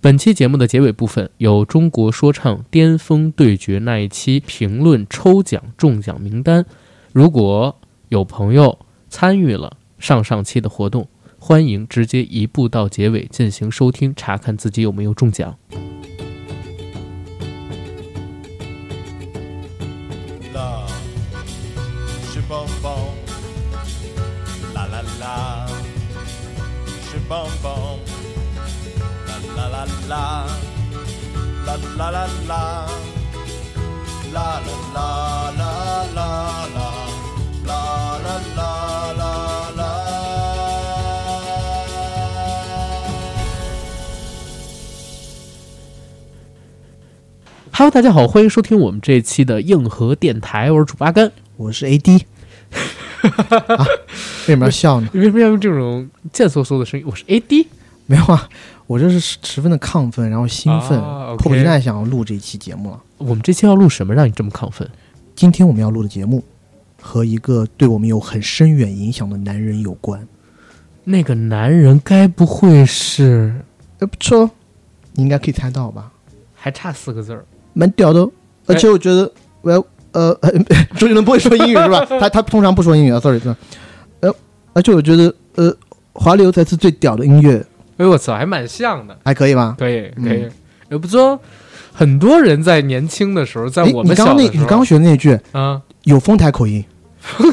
本期节目的结尾部分有中国说唱巅峰对决那一期评论抽奖中奖名单，如果有朋友参与了上上期的活动，欢迎直接移步到结尾进行收听，查看自己有没有中奖。 là je suis bonbon. La la la, je suis bonbon. La la la la, la la la la, la la la la la la. La la la la la. Hello，大家好，欢迎收听我们这一期的硬核电台，我是主八甘。我是 AD。啊，为什么要笑呢？你为什么要用这种贱嗖嗖的声音？我是 AD， 没有啊，我这是十十分的亢奋，然后兴奋，啊，OK 迫不及待想要录这一期节目了。我们这期要录什么让你这么亢奋？今天我们要录的节目和一个对我们有很深远影响的男人有关。那个男人该不会是哎，不错，你应该可以猜到吧？还差四个字儿？蛮屌的哦，而且我觉得，我要呃， 周杰伦不会说英语是 吧？他他通常不说英语啊，sorry，sorry 呃，而且我觉得，呃，华流才是最屌的音乐，哎呦我操，还蛮像的。还可以吧？可以，嗯可以。也不说，很多人在年轻的时候，在哎，我你们小刚刚那，的时你候，刚刚学的那句 啊，有丰台口音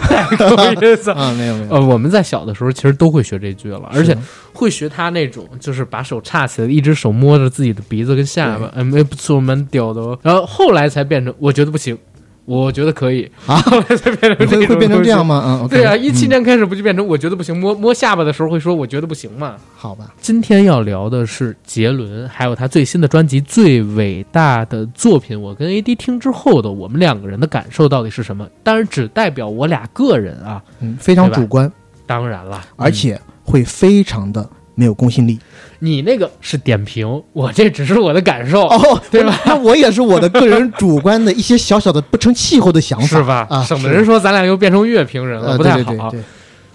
我也 操啊？没有没有，呃，我们在小的时候其实都会学这句了，而是且的会学他那种，就是把手叉起来，一只手摸着自己的鼻子跟下巴，嗯，哎不错，蛮屌的哦。然后后来才变成，我觉得不行，我觉得可以啊 后来才变成你这 会会种变东成这西样？吗？嗯，OK，对啊，一七年开始不就变成我觉得不行，摸摸下巴的时候会说我觉得不行嘛。好吧，今天要聊的是杰伦，还有他最新的专辑《最伟大的作品》。我跟 AD 听之后的我们两个人的感受到底是什么？当然只代表我俩个人啊，嗯，非常对吧嗯主观，当然了，而且会非常的没有公信力。你那个是点评，我这只是我的感受，哦，对吧？那我也是我的个人主观的一些小小的不成气候的想是法，吧？啊省得是人说咱俩又变成乐评人了，呃，不对太对好啊对。对，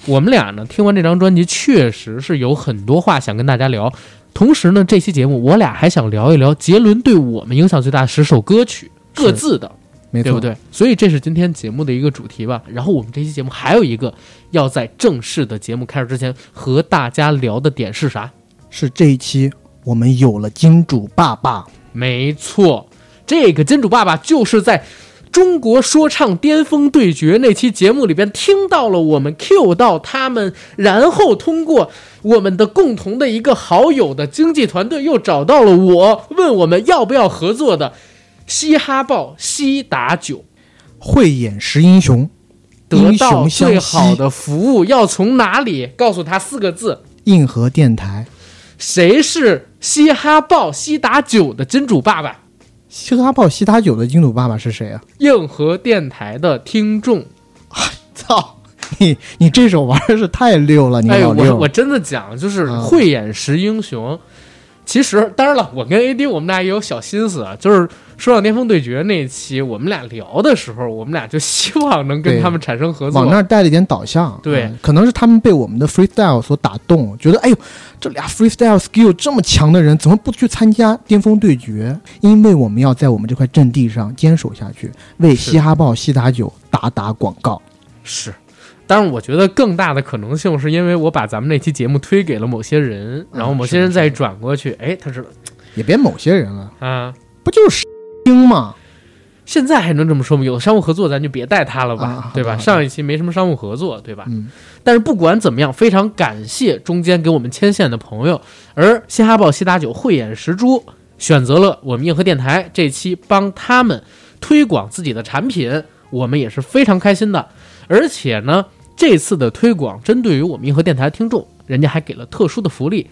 我们俩呢，听完这张专辑，确实是有很多话想跟大家聊。同时呢，这期节目我俩还想聊一聊杰伦对我们影响最大的十首歌曲，是各自的，没对错不，对？所以这是今天节目的一个主题吧。然后我们这期节目还有一个要在正式的节目开始之前和大家聊的点是啥？是这一期我们有了金主爸爸，没错，这个金主爸爸就是在。中国说唱巅峰对决那期节目里边听到了我们 Q 到他们，然后通过我们的共同的一个好友的经纪团队又找到了我，问我们要不要合作的嘻哈报西达九。慧眼识英雄，得英到雄相最好惜的服务要从哪里？告诉他四个字：硬核电台，谁是嘻哈报西达九的金主爸爸？嘻哈报西塔九的金主爸爸是谁啊？硬核电台的听众。操！你你这手玩的是太溜了，你哎，老我六，我真的讲，就是啊慧眼识英雄。其实，当然了，我跟 AD 我们俩也有小心思啊，就是《说唱巅峰对决》那一期，我们俩聊的时候，我们俩就希望能跟对他们产生合往那作。儿带了一点导向，对嗯可能是他们被我们的 freestyle 所打动，觉得哎呦，这俩 freestyle skill 这么强的人，怎么不去参加巅峰对决？因为我们要在我们这块阵地上坚守下去，为是嘻哈报西达九打打广告。是，当然，我觉得更大的可能性是因为我把咱们那期节目推给了某些人，然后啊某些人再转过去，哎，他知道也别某些人了，啊，不就是 听吗？现在还能这么说吗？有商务合作，咱就别带他了吧，啊好的对吧？好的上一期没什么商务合作，对吧？嗯，但是不管怎么样，非常感谢中间给我们牵线的朋友。而嘻哈报西达九慧眼识珠，选择了我们硬核电台这期帮他们推广自己的产品，我们也是非常开心的。而且呢，这次的推广针对于我们硬核电台的听众，人家还给了特殊的福利。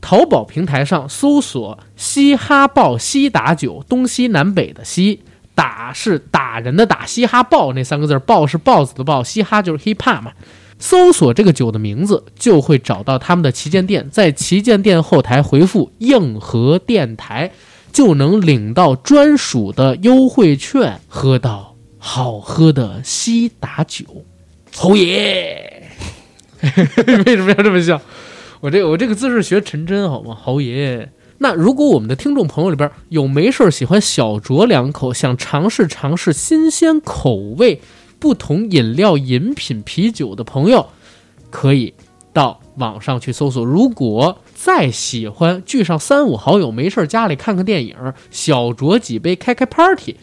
淘宝平台上搜索“嘻哈报西达九”，东西南北的西，打是打人的打，嘻哈报那三个字儿，报是豹子的豹，嘻哈就是 hip hop 嘛。搜索这个酒的名字，就会找到他们的旗舰店，在旗舰店后台回复“硬核电台”，就能领到专属的优惠券，喝到好喝的西达酒。侯爷，为什么要这么笑？我这我这个字是学陈真好吗？侯爷。那如果我们的听众朋友里边有没事儿喜欢小酌两口，想尝试尝试新鲜口味、不同饮料、饮品、啤酒的朋友，可以到网上去搜索。如果再喜欢聚上三五好友，没事儿家里看看电影，小酌几杯，开开 party，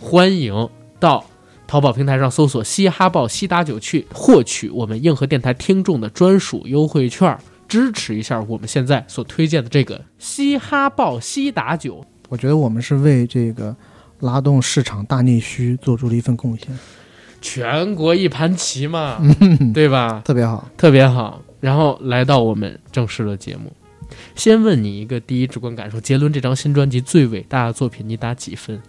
欢迎到淘宝平台上搜索“嘻哈报西达九”去获取我们硬核电台听众的专属优惠券儿，支持一下我们现在所推荐的这个“嘻哈报西达九我觉得我们是为这个拉动市场大内需做出了一份贡献，”，全国一盘棋嘛，对吧？特别好。特别好。然后来到我们正式的节目，先问你一个第一直观感受：杰伦这张新专辑最伟大的作品，你打几分？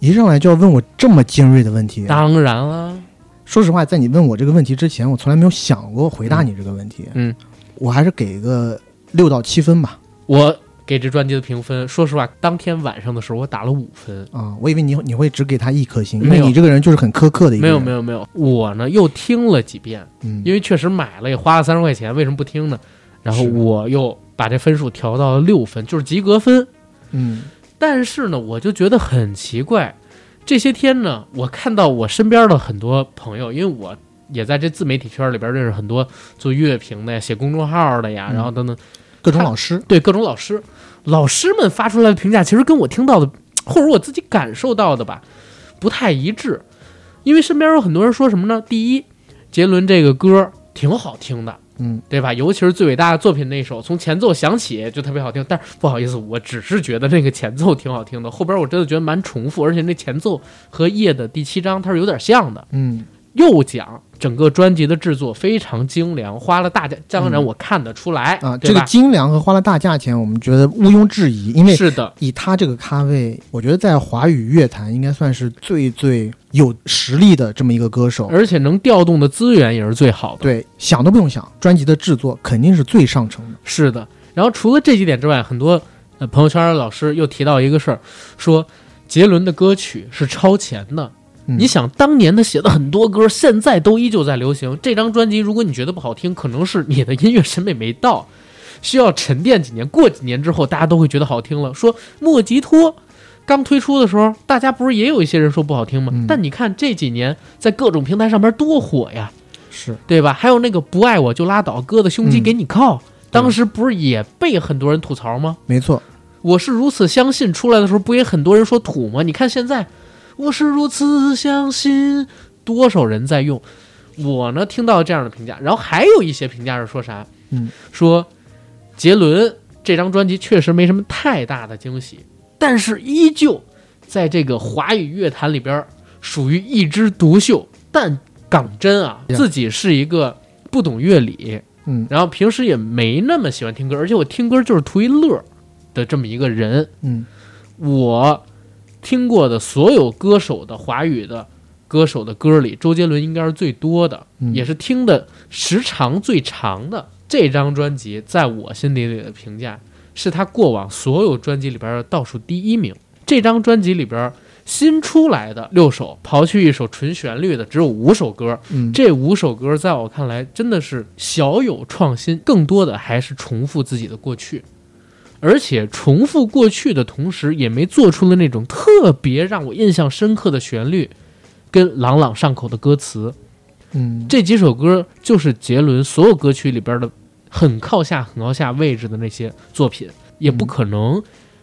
一上来就要问我这么尖锐的问题，当然啦，说实话，在你问我这个问题之前，我从来没有想过回答你这个问题。嗯，我还是给个六到七分吧。我给这专辑的评分，说实话，当天晚上的时候我打了五分。啊、我以为你你会只给他一颗星，因没为有你这个人就是很苛刻的一个没有人。没有没有，我呢又听了几遍，嗯，因为确实买了也花了三十块钱，为什么不听呢？然后是我又把这分数调到了六分，就是及格分。嗯但是呢，我就觉得很奇怪，这些天呢，我看到我身边的很多朋友，因为我也在这自媒体圈里边认识很多做乐评的呀、写公众号的呀，嗯然后等等，各种老师，对各种老师，老师们发出来的评价，其实跟我听到的，或者我自己感受到的吧，不太一致。因为身边有很多人说什么呢？第一，杰伦这个歌挺好听的，嗯，对吧？尤其是最伟大的作品那首，从前奏响起就特别好听。但是不好意思，我只是觉得那个前奏挺好听的，后边我真的觉得蛮重复，而且那前奏和夜的第七章它是有点像的。嗯，又讲整个专辑的制作非常精良，花了大价，当然嗯我看得出来、啊，对这个吧？精良和花了大价钱，我们觉得毋庸置疑，因为是的，以他这个咖位，我觉得在华语乐坛应该算是最最有实力的这么一个歌手。而且能调动的资源也是最好的。对，想都不用想，专辑的制作肯定是最上乘的。是的。然后除了这几点之外，很多呃朋友圈的老师又提到一个事儿，说杰伦的歌曲是超前的。嗯你想，当年他写的很多歌，现在都依旧在流行。这张专辑，如果你觉得不好听，可能是你的音乐审美没到，需要沉淀几年。过几年之后，大家都会觉得好听了。说莫吉托刚推出的时候，大家不是也有一些人说不好听吗？嗯但你看这几年在各种平台上面多火呀，是，对吧？还有那个不爱我就拉倒，哥的胸肌嗯给你靠，当时不是也被很多人吐槽吗？没错，我是如此相信出来的时候，不也很多人说土吗？你看现在，我是如此相信，多少人在用。我呢听到这样的评价，然后还有一些评价是说啥？嗯，说杰伦这张专辑确实没什么太大的惊喜，但是依旧在这个华语乐坛里边儿属于一枝独秀。但港真啊，呀自己是一个不懂乐理，嗯然后平时也没那么喜欢听歌，而且我听歌就是图一乐儿的这么一个人。嗯我听过的所有歌手的华语的歌手的歌里，周杰伦应该是最多的，嗯，也是听的时长最长的。这张专辑在我心底里的评价是他过往所有专辑里边的倒数第一名。这张专辑里边新出来的六首，刨去一首纯旋律的，只有五首歌。嗯这五首歌在我看来真的是小有创新，更多的还是重复自己的过去，而且重复过去的同时，也没做出了那种特别让我印象深刻的旋律跟朗朗上口的歌词。嗯这几首歌就是杰伦所有歌曲里边的很靠下、很靠下位置的那些作品，也不可能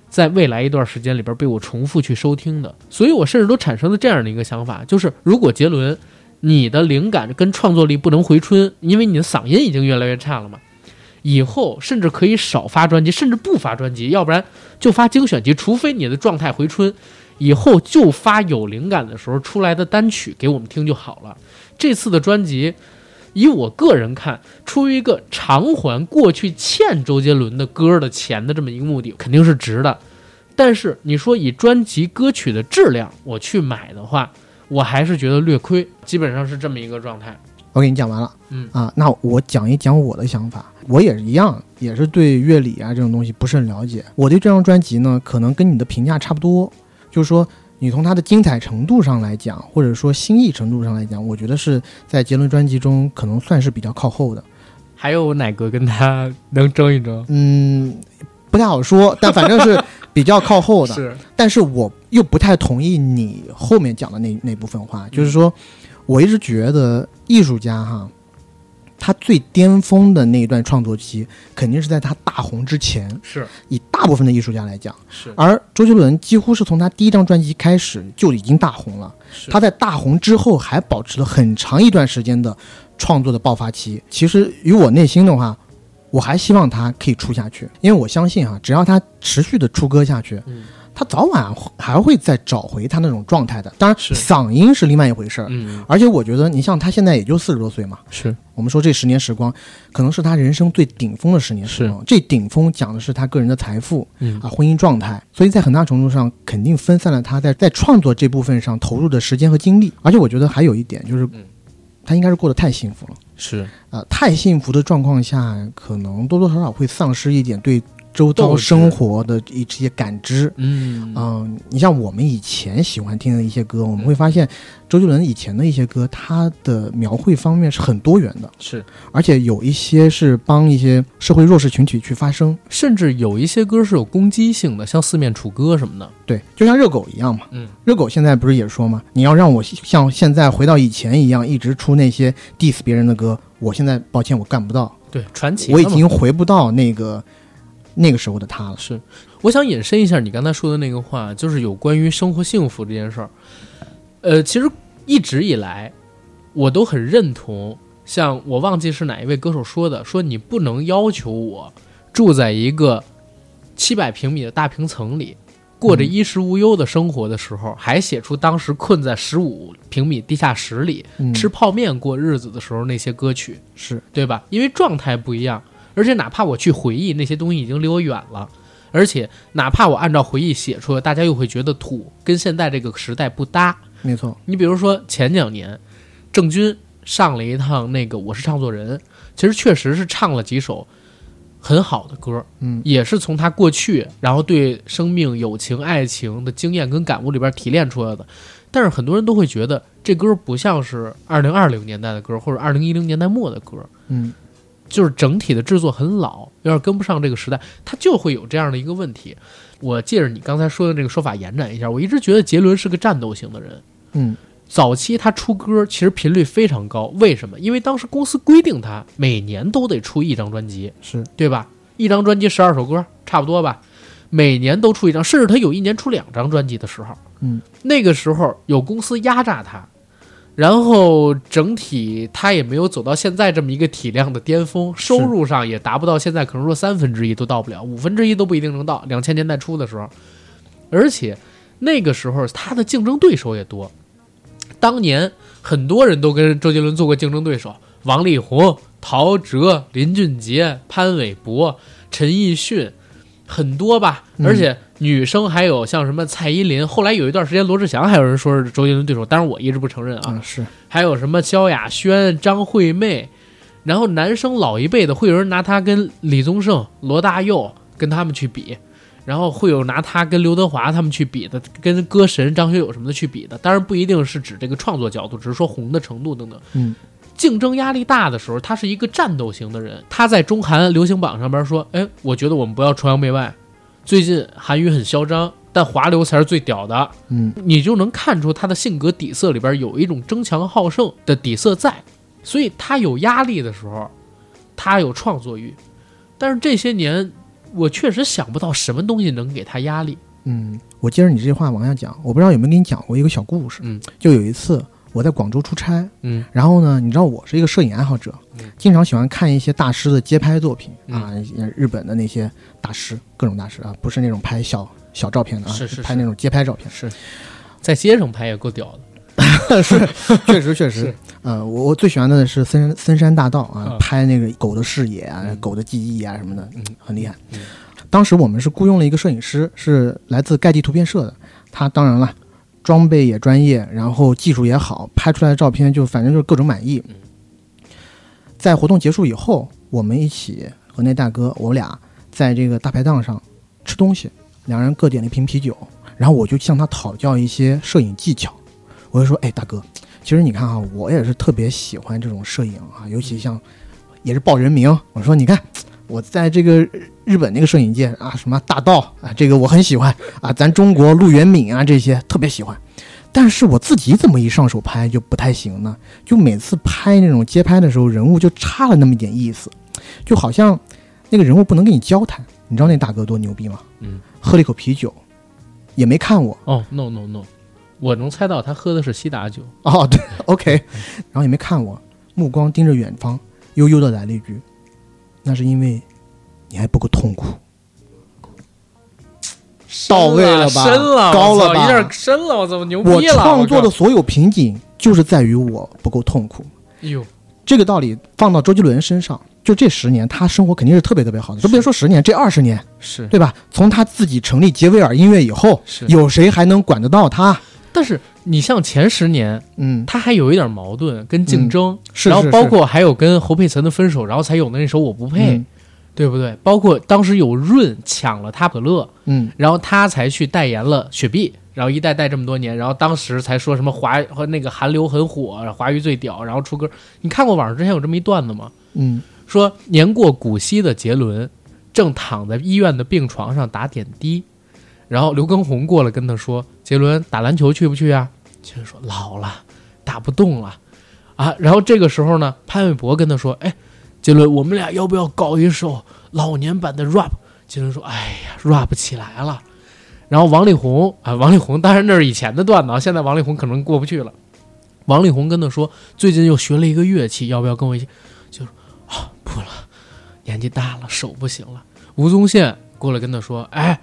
在未来一段时间里边被我重复去收听的。所以我甚至都产生了这样的一个想法，就是如果杰伦你的灵感跟创作力不能回春，因为你的嗓音已经越来越差了嘛。以后甚至可以少发专辑，甚至不发专辑，要不然就发精选集，除非你的状态回春，以后就发有灵感的时候出来的单曲给我们听就好了。这次的专辑，以我个人看，出于一个偿还过去欠周杰伦的歌的钱的这么一个目的，肯定是值的。但是你说以专辑歌曲的质量我去买的话，我还是觉得略亏，基本上是这么一个状态。我给你讲完了。嗯啊，那我讲一讲我的想法。我也是一样，也是对乐理啊这种东西不是很了解。我对这张专辑呢，可能跟你的评价差不多，就是说你从它的精彩程度上来讲，或者说新意程度上来讲，我觉得是在杰伦专辑中可能算是比较靠后的。还有奶哥跟他能争一争，嗯，不太好说，但反正是比较靠后 的。是，但是我又不太同意你后面讲的那那部分话，就是说，我一直觉得艺术家哈，他最巅峰的那一段创作期，肯定是在他大红之前。是以大部分的艺术家来讲，是而周杰伦几乎是从他第一张专辑开始就已经大红了。是他在大红之后还保持了很长一段时间的创作的爆发期。其实于我内心的话，我还希望他可以出下去，因为我相信啊，只要他持续的出歌下去，嗯他早晚还会再找回他那种状态的。当然，是嗓音是另外一回事儿。嗯而且我觉得，你像他现在也就四十多岁嘛，是我们说这十年时光，可能是他人生最顶峰的十年时光。这顶峰讲的是他个人的财富嗯啊、婚姻状态，所以在很大程度上肯定分散了他在在创作这部分上投入的时间和精力。而且我觉得还有一点就是嗯，他应该是过得太幸福了是啊、太幸福的状况下，可能多多少少会丧失一点对周斗遭志生活的一些感知。嗯嗯，你像我们以前喜欢听的一些歌，我们会发现周杰伦以前的一些歌，他的描绘方面是很多元的，是，而且有一些是帮一些社会弱势群体去发声。甚至有一些歌是有攻击性的，像四面楚歌什么的。对，就像热狗一样嘛。嗯，热狗现在不是也说嘛，你要让我像现在回到以前一样，一直出那些 diss 别人的歌，我现在抱歉我干不到，对，传奇我已了嘛经回不到那个那个时候的他了。是，我想引申一下你刚才说的那个话，就是有关于生活幸福这件事儿。呃，其实一直以来，我都很认同，像我忘记是哪一位歌手说的，说你不能要求我住在一个七百平米的大平层里，过着衣食无忧的生活的时候，还写出当时困在十五平米地下室里、嗯，吃泡面过日子的时候那些歌曲。是对吧？因为状态不一样，而且哪怕我去回忆那些东西已经离我远了，而且哪怕我按照回忆写出来，大家又会觉得土，跟现在这个时代不搭。没错，你比如说前两年，郑钧上了一趟那个《我是唱作人》，其实确实是唱了几首很好的歌，嗯，也是从他过去，然后对生命、友情、爱情的经验跟感悟里边提炼出来的。但是很多人都会觉得这歌不像是二零二零年代的歌，或者二零一零年代末的歌，嗯，就是整体的制作很老，有点跟不上这个时代，它就会有这样的一个问题。我借着你刚才说的这个说法延展一下，我一直觉得杰伦是个战斗型的人。嗯，早期他出歌其实频率非常高，为什么？因为当时公司规定他每年都得出一张专辑，是对吧？一张专辑十二首歌，差不多吧。每年都出一张，甚至他有一年出两张专辑的时候，嗯，那个时候有公司压榨他，然后整体他也没有走到现在这么一个体量的巅峰，收入上也达不到现在可能说三分之一都到不了，五分之一都不一定能到。两千年代初的时候，而且那个时候他的竞争对手也多，当年很多人都跟周杰伦做过竞争对手，王力宏、陶喆、林俊杰、潘玮柏、陈奕迅，很多吧。嗯而且女生还有像什么蔡依林，后来有一段时间罗志祥还有人说是周杰伦对手，当然我一直不承认啊。啊，是还有什么萧亚轩、张惠妹，然后男生老一辈的会有人拿他跟李宗盛、罗大佑跟他们去比，然后会有拿他跟刘德华他们去比的，跟歌神张学友什么的去比的。当然不一定是指这个创作角度，只是说红的程度等等。嗯，竞争压力大的时候，他是一个战斗型的人。他在中韩流行榜上边说：“哎，我觉得我们不要崇洋媚外，最近韩语很嚣张，但华流才是最屌的。”嗯，你就能看出他的性格底色里边有一种争强好胜的底色在，所以他有压力的时候，他有创作欲。但是这些年，我确实想不到什么东西能给他压力。嗯，我接着你这话往下讲，我不知道有没有给你讲过一个小故事。嗯，就有一次我在广州出差，嗯，然后呢，你知道我是一个摄影爱好者，嗯经常喜欢看一些大师的街拍作品、啊，日本的那些大师，各种大师啊，不是那种拍小小照片的啊，是是是拍那种街拍照片，是，在街上拍也够屌的。 确实确实是，呃，我我最喜欢的是森山森山大道啊，嗯拍那个狗的视野啊、嗯狗的记忆啊什么的，嗯很厉害嗯。当时我们是雇佣了一个摄影师，是来自盖蒂图片社的，他当然了，装备也专业，然后技术也好，拍出来的照片就反正就是各种满意。嗯在活动结束以后，我们一起和那大哥，我俩在这个大排档上吃东西，两人各点了一瓶啤酒，然后我就向他讨教一些摄影技巧。我就说，哎，大哥，其实你看哈、我也是特别喜欢这种摄影啊，尤其像也是报人名。我说，你看我在这个日本那个摄影界啊，什么大道啊，这个我很喜欢啊，咱中国陆元敏啊这些特别喜欢。但是我自己怎么一上手拍就不太行呢？就每次拍那种街拍的时候，人物就差了那么一点意思，就好像那个人物不能跟你交谈。你知道那大哥多牛逼吗？嗯，喝了一口啤酒，也没看我，哦，no no no，我能猜到他喝的是西达酒。哦，对，OK，然后也没看我，目光盯着远方，悠悠的来了一句：“那是因为你还不够痛苦。”到位了吧？深了，高我了操吧？有点深了，我怎么牛我逼了？创作的我所有瓶颈就是在于我不够痛苦。靠，哎呦，这个道理放到周杰伦身上，就这十年，他生活肯定是特别特别好的。都别说十年，这二十年，是对吧？从他自己成立杰威尔音乐以后，是有谁还能管得到他？但是你像前十年，嗯，他还有一点矛盾跟竞争，是然后是包是括还有跟侯佩岑的分手，然后才有的那首我不配，嗯对不对？包括当时有润抢了他可乐，嗯，然后他才去代言了雪碧，然后一代代这么多年，然后当时才说什么华和那个韩流很火，华语最屌，然后出歌。你看过网上之前有这么一段子吗？嗯，说年过古稀的杰伦正躺在医院的病床上打点滴，然后刘畊宏过来跟他说：“杰伦打篮球去不去啊？”杰伦说：“老了，打不动了啊。”然后这个时候呢，潘玮柏跟他说：“哎，杰伦，我们俩要不要搞一首老年版的 rap？” 杰伦说：“哎呀，rap 不起来了。”然后王力宏啊，王力宏当然那是以前的段子啊，现在王力宏可能过不去了。王力宏跟他说：“最近又学了一个乐器，要不要跟我一起？”啊不了，年纪大了，手不行了。吴宗宪过来跟他说：“哎，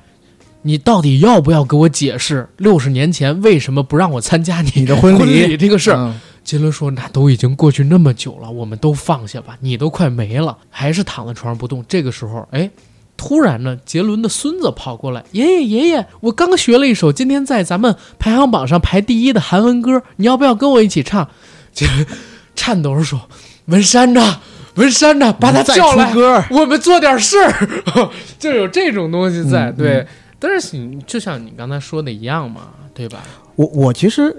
你到底要不要给我解释六十年前为什么不让我参加你你的婚礼这个事儿？”嗯杰伦说：“那都已经过去那么久了，我们都放下吧。你都快没了，还是躺在床上不动。”这个时候，哎，突然呢，杰伦的孙子跑过来：“爷爷，爷爷，我刚学了一首今天在咱们排行榜上排第一的韩文歌，你要不要跟我一起唱？”杰伦颤抖着说：“文山呐，文山呐，把他再叫来出，歌儿，我们做点事儿。” 就有这种东西在，嗯对。但是你就像你刚才说的一样嘛，对吧？我我其实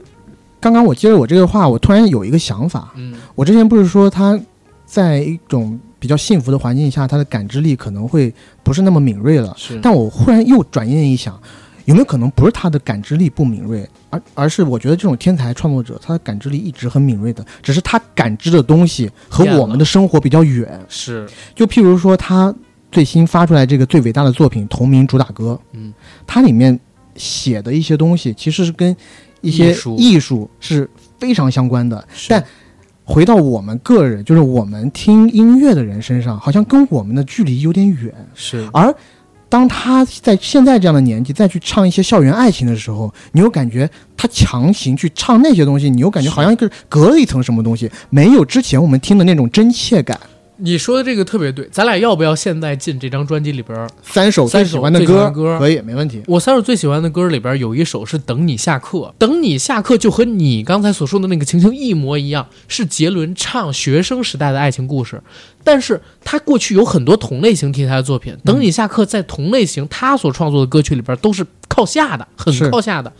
刚刚我接着我这个话，我突然有一个想法，嗯，我之前不是说他在一种比较幸福的环境下，他的感知力可能会不是那么敏锐了。是。但我忽然又转念一想，有没有可能不是他的感知力不敏锐，而而是我觉得这种天才创作者，他的感知力一直很敏锐的，只是他感知的东西和我们的生活比较远。是，就譬如说，他最新发出来这个最伟大的作品《同名主打歌》，嗯，它里面写的一些东西其实是跟一些艺术艺术是非常相关的。是但回到我们个人，就是我们听音乐的人身上，好像跟我们的距离有点远。是而当他在现在这样的年纪再去唱一些校园爱情的时候，你又感觉他强行去唱那些东西，你又感觉是好像是隔了一层什么东西，没有之前我们听的那种真切感。你说的这个特别对，咱俩要不要现在进这张专辑里边儿？三首最三首喜欢的最喜歌，欢的歌可以没问题。我三首最喜欢的歌里边有一首是《等你下课》，《等你下课》就和你刚才所说的那个情形一模一样，是杰伦唱学生时代的爱情故事。但是他过去有很多同类型题材的作品，《等你下课》在同类型他所创作的歌曲里边都是靠下的，很是靠下的。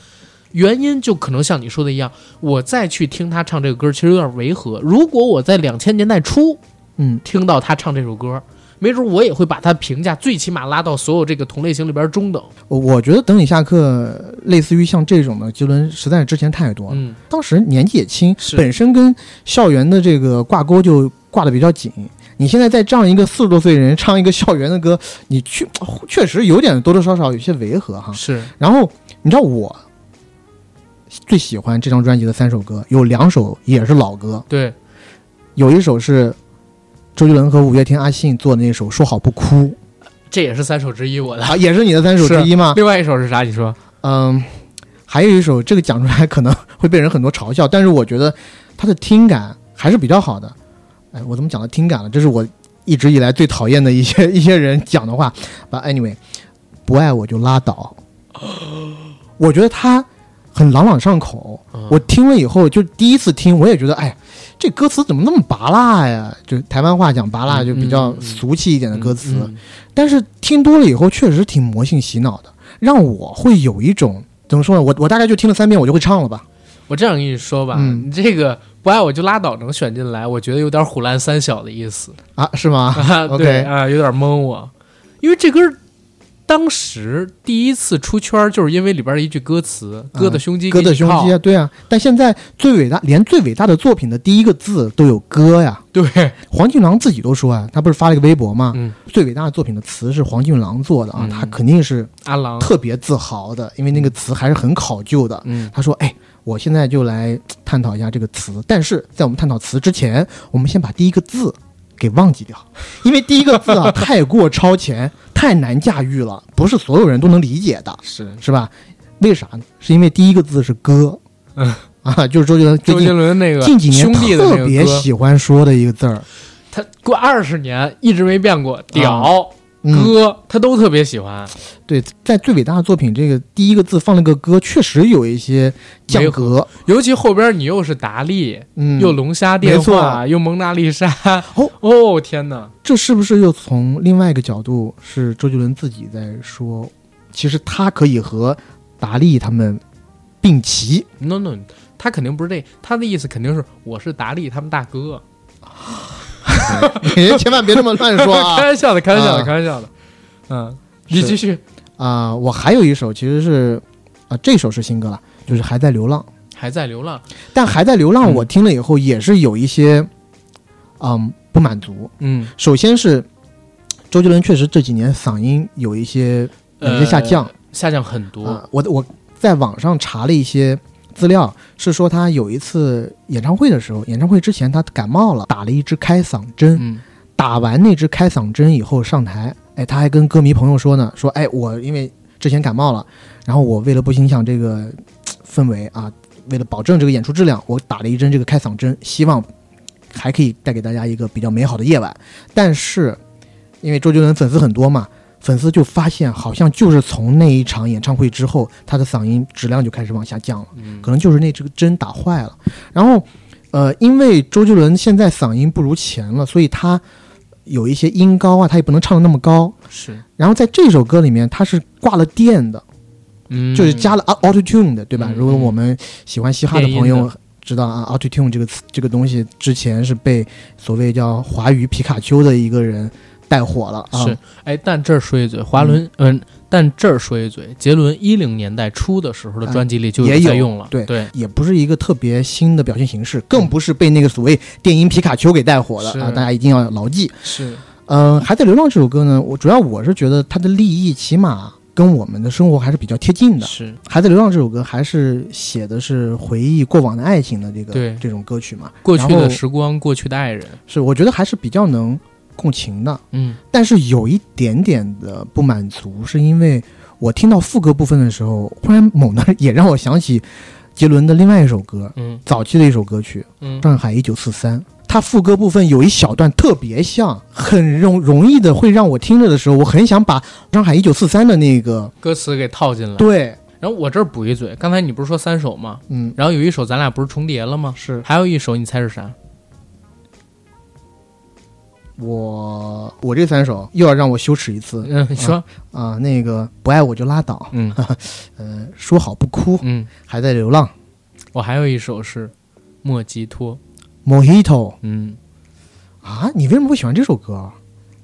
原因就可能像你说的一样，我再去听他唱这个歌，其实有点违和。如果我在两千年代初嗯，听到他唱这首歌，没准我也会把他评价最起码拉到所有这个同类型里边中等。我我觉得等你下课，类似于像这种的杰伦，实在是之前太多了。嗯，当时年纪也轻是，本身跟校园的这个挂钩就挂得比较紧。你现在在这样一个四十多岁的人唱一个校园的歌，你确确实有点多多少少有些违和哈。是然后你知道我最喜欢这张专辑的三首歌，有两首也是老歌，对，有一首是周杰伦和五月天阿信做的那首《说好不哭》这也是三首之一 我的。啊，也是你的三首之一吗？另外一首是啥？你说？嗯，还有一首，这个讲出来可能 会被人很多嘲笑，但是我觉得它的听感还是比较好的。哎，我怎么讲到听感了？这是我一直以来最讨厌的一些 一些人讲的话。But anyway，不爱我就拉倒。我觉得他很朗朗上口，啊嗯我听了以后，就第一次听，我也觉得，哎，这歌词怎么那么拔辣呀？就台湾话讲拔辣，就比较嗯嗯嗯俗气一点的歌词。嗯嗯但是听多了以后，确实挺魔性洗脑的，让我会有一种怎么说呢？我我大概就听了三遍，我就会唱了吧。我这样跟你说吧，嗯你这个不爱我就拉倒能选进来，我觉得有点虎烂三小的意 思啊，是吗？啊， OK 对啊，有点蒙我，因为这歌儿当时第一次出圈儿就是因为里边儿一句歌词“嗯哥的胸肌，歌的胸肌啊，对啊。但现在最伟大，连最伟大的作品的第一个字都有歌呀。”，对，黄俊郎自己都说啊，他不是发了一个微博吗？嗯，最伟大的作品的词是黄俊郎做的啊，嗯他肯定是阿郎，特别自豪的，因为那个词还是很考究的。嗯他说：“哎，我现在就来探讨一下这个词，但是在我们探讨词之前，我们先把第一个字给忘 记掉，因为第一个字啊太过超前，太难驾驭了，不是所有人都能理解的，是是吧？为啥呢？是因为第一个字是歌，嗯啊，就是周杰伦周最杰近伦那个近几年兄弟的那特个别歌，喜欢说的一个字儿，他过二十年一直没变过，屌、嗯，哥他都特别喜欢，对，在最伟大的作品这个第一个字放了个歌，确实有一些降违格，尤其后边你又是达利，嗯，又龙虾没电错话，又蒙娜丽莎， 哦哦天哪，这是不是又从另外一个角度是周杰伦自己在说，其实他可以和达利他们并齐 no no，他肯定不是这，他的意思肯定是我是达利他们大哥，哎千万别这么乱 说开啊！玩笑的，开玩笑的，啊开玩笑的，嗯，你是继续，啊、我还有一首其实是啊、这首是新歌了，就是《还在流浪》。还在流浪，但《还在流浪》嗯我听了以后也是有一些嗯不满足。嗯，首先是周杰伦确实这几年嗓音有一些有一些下降，呃下降很多，啊、我我在网上查了一些资料，是说他有一次演唱会的时候，演唱会之前他感冒了，打了一支开嗓针，嗯打完那支开嗓针以后上台，哎，他还跟歌迷朋友说呢，说哎，我因为之前感冒了，然后我为了不影响这个嘖氛围啊，为了保证这个演出质量，我打了一针这个开嗓针，希望还可以带给大家一个比较美好的夜晚。但是因为周杰伦粉丝很多嘛，粉丝就发现好像就是从那一场演唱会之后，他的嗓音质量就开始往下降了。嗯可能就是那这个针打坏了。然后，呃，因为周杰伦现在嗓音不如前了，所以他有一些音高啊，他也不能唱的那么高。嗯是，然后在这首歌里面，他是挂了电的，嗯，就是加了 auto tune 的，对吧？嗯如果我们喜欢嘻哈的朋电音友知道啊，auto tune 这个词这个东西之前是被所谓叫华语皮卡丘的一个人带火了啊。是，哎，但这儿说一嘴，华伦，嗯、但这儿说一嘴，杰伦一零年代初的时候的专辑里就嗯也在有用了，对对，也不是一个特别新的表现形式，更不是被那个所谓电音皮卡丘给带火了嗯是啊！大家一定要牢记。是，嗯，还在流浪》这首歌呢，我主要我是觉得它的立意起码跟我们的生活还是比较贴近的。《是，还在流浪》这首歌还是写的是回忆过往的爱情的这个对这种歌曲嘛，过去然后的时光，过去的爱人，是我觉得还是比较能共情的。嗯但是有一点点的不满足，是因为我听到副歌部分的时候，忽然猛地也让我想起杰伦的另外一首歌，嗯早期的一首歌曲，嗯上海一九四三，它副歌部分有一小段特别像，很容容易的会让我听着的时候，我很想把上海一九四三的那个歌词给套进来。对，然后我这儿补一嘴，刚才你不是说三首吗？嗯，然后有一首咱俩不是重叠了吗？是还有一首你猜是啥？我我这三首又要让我羞耻一次嗯，你说，啊、那个不爱我就拉倒，嗯呃，说好不哭，嗯，还在流浪我还有一首是莫吉托， ，Mojito 嗯，啊，你为什么会喜欢这首歌？啊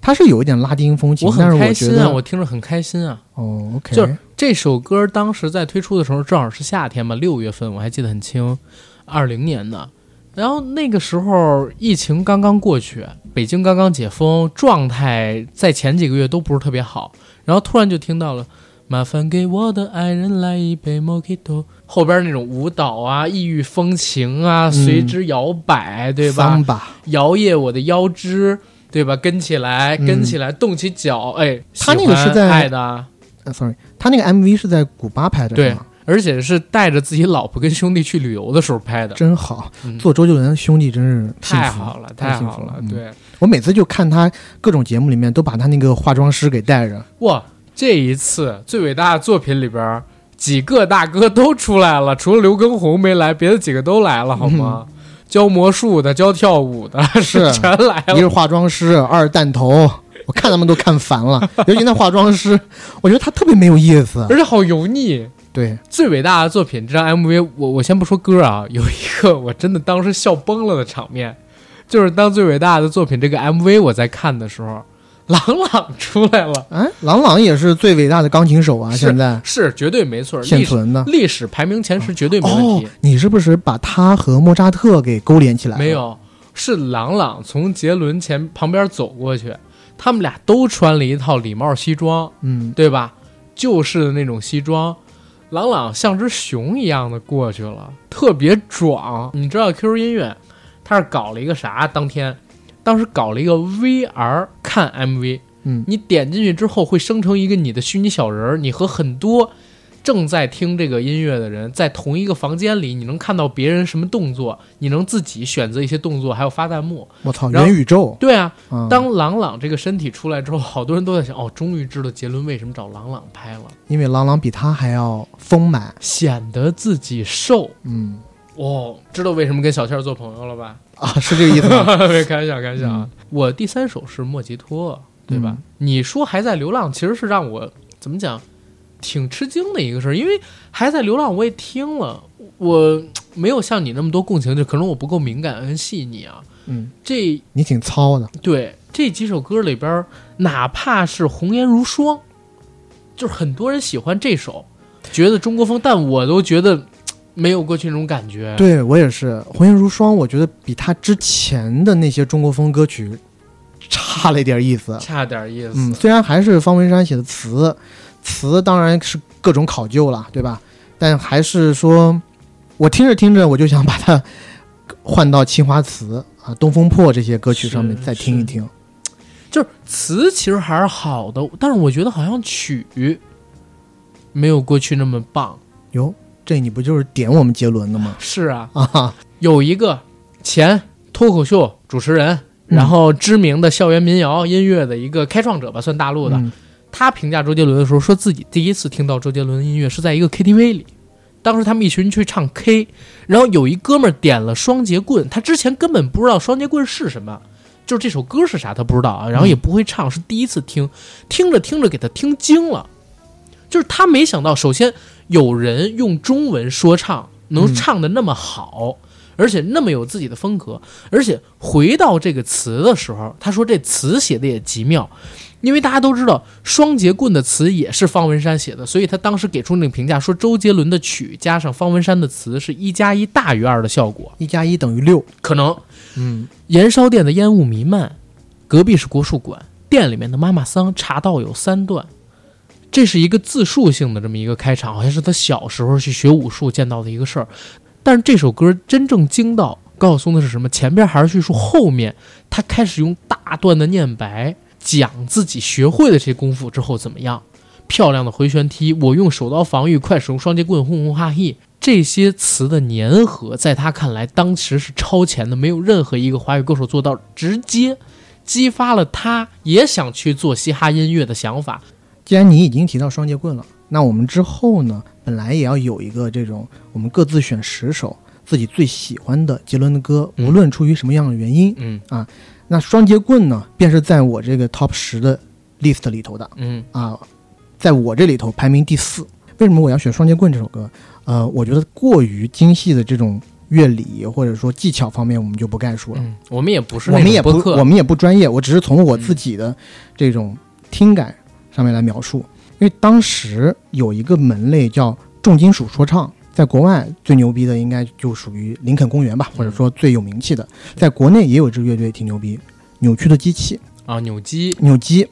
它是有一点拉丁风情我，但是很我开觉心啊，得，我听着很开心啊。哦，OK，就是这首歌当时在推出的时候，正好是夏天吧，六月份，我还记得很清，二零年的。然后那个时候疫情刚刚过去，北京刚刚解封，状态在前几个月都不是特别好。然后突然就听到了“麻烦给我的爱人来一杯 Mojito”，后边那种舞蹈啊、异域风情啊，随之摇摆，对吧？嗯桑巴，摇曳我的腰肢，对吧？跟起来，嗯跟起来，动起脚，哎，他那个喜欢是在爱的啊。呃，sorry，他那个 MV 是在古巴拍的，对是吗而且是带着自己老婆跟兄弟去旅游的时候拍的，真好嗯，做周杰伦兄弟真是幸福太好了，太太幸好福了，嗯对，我每次就看他各种节目里面都把他那个化妆师给带着，哇，这一次最伟大的作品里边儿，几个大哥都出来了，除了刘畊宏没来，别的几个都来了，好吗？教魔术的，教跳舞 的，嗯是全来一 了，是化妆师，二是弹头，我看他们都看烦了。尤其那化妆师，我觉得他特别没有意思，而且好油腻，对，最伟大的作品这张 MV，我我先不说歌啊，有一个我真的当时笑崩了的场面，就是当最伟大的作品这个 MV 我在看的时候，朗朗出来了，哎，郎朗也是最伟大的钢琴手啊，是现在是绝对没错，现历史存的。历史排名前十绝对没问哦题，，你是不是把他和莫扎特给勾连起来？没，有，是朗朗从杰伦前旁边走过去，他们俩都穿了一套礼帽西装，嗯，对吧？旧式的那种西装，朗朗像只熊一样的过去了，特别壮。你知道 QQ 音乐，他是搞了一个啥？当天，当时搞了一个 VR 看 MV，嗯你点进去之后会生成一个你的虚拟小人儿，你和很多正在听这个音乐的人在同一个房间里，你能看到别人什么动作，你能自己选择一些动作，还有发弹幕。我操，然后元宇宙对啊，啊！当朗朗这个身体出来之后，好多人都在想，哦，终于知道杰伦为什么找朗朗拍了。因为郎朗比他还要丰满，显得自己瘦嗯哦。知道为什么跟小倩儿做朋友了吧？啊，是这个意 思吗？没开玩笑，开玩笑啊！我第三首是莫吉托，对吧？你说还在流浪，其实是让我怎么讲，挺吃惊的一个事儿，因为还在流浪我也听了，我没有像你那么多共情，就可能我不够敏感跟细腻啊。嗯，这你挺糙的，对这几首歌里边儿，哪怕是红颜如霜，就是很多人喜欢这首，觉得中国风，但我都觉得没有过去那种感觉。对我也是，《红颜如霜》，我觉得比他之前的那些中国风歌曲差了一点意思。差点意思。嗯，虽然还是方文山写的词，词当然是各种考究了，对吧？但还是说，我听着听着，我就想把它换到《青花瓷》啊、《东风破》这些歌曲上面是再听一听。就是词其实还是好的，但是我觉得好像曲没有过去那么棒。哟，这你不就是点我们杰伦的吗？是啊， 啊，有一个前脱口秀主持人，嗯然后知名的校园民谣音乐的一个开创者吧，算大陆的。嗯他评价周杰伦的时候，说自己第一次听到周杰伦的音乐是在一个 KTV 里。当时他们一群人去唱 K，然后有一哥们儿点了双节棍，他之前根本不知道双节棍是什么，就是这首歌是啥他不知道啊，然后也不会唱，是第一次听，听着听着给他听惊了，就是他没想到，首先有人用中文说唱能嗯唱的那么好，而且那么有自己的风格，而且回到这个词的时候，他说这词写的也极妙，因为大家都知道双节棍的词也是方文山写的，所以他当时给出那个评价说，周杰伦的曲加上方文山的词是一加一大于二的效果。一加一等 于六。可能嗯，燃烧店的烟雾弥漫，隔壁是国术馆，店里面的妈妈桑茶道有三段。这是一个自述性的这么一个开场，好像是他小时候去学武术见到的一个事儿。但是这首歌真正惊到高晓松的是什么？前边还是叙述，后面他开始用大段的念白讲自己学会的这些功夫之后怎么样，漂亮的回旋踢，我用手刀防御，快使用双截棍，轰轰哈嘿。这些词的粘合，在他看来，当时是超前的，没有任何一个华语歌手做到，直接激发了他也想去做嘻哈音乐的想法。既然你已经提到双截棍了，那我们之后呢，本来也要有一个这种，我们各自选十首自己最喜欢的杰伦的歌，嗯无论出于什么样的原因，嗯那双截棍呢，便是在我这个 top 十的 list 里头的嗯啊，在我这里头排名第四。为什么我要选双截棍这首歌？呃，我觉得过于精细的这种乐理或者说技巧方面，我们就不概述了。嗯，我们也不是我那们也种不播客，嗯我们也不专业，我只是从我自己的这种听感上面来描述。因为当时有一个门类叫重金属说唱，在国外最牛逼的应该就属于林肯公园吧，嗯或者说最有名气的，在国内也有一支乐队挺牛逼，扭曲的机器啊扭机，扭机。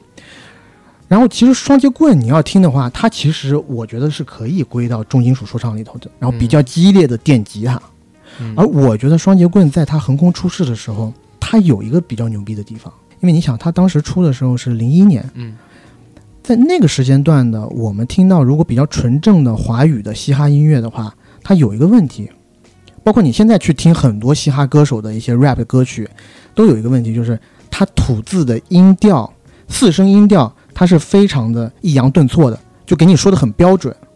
然后其实双截棍你要听的话，它其实我觉得是可以归到重金属说唱里头的，然后比较激烈的电吉他。嗯而我觉得双截棍在它横空出世的时候，它有一个比较牛逼的地方，因为你想，它当时出的时候是零一年，嗯在那个时间段的，我们听到如果比较纯正的华语的嘻哈音乐的话，它有一个问题，包括你现在去听很多嘻哈歌手的一些 rap 的歌曲，都有一个问题，就是它吐字的音调、四声音调，它是非常的抑扬顿挫的，就给你说的很标准。嗯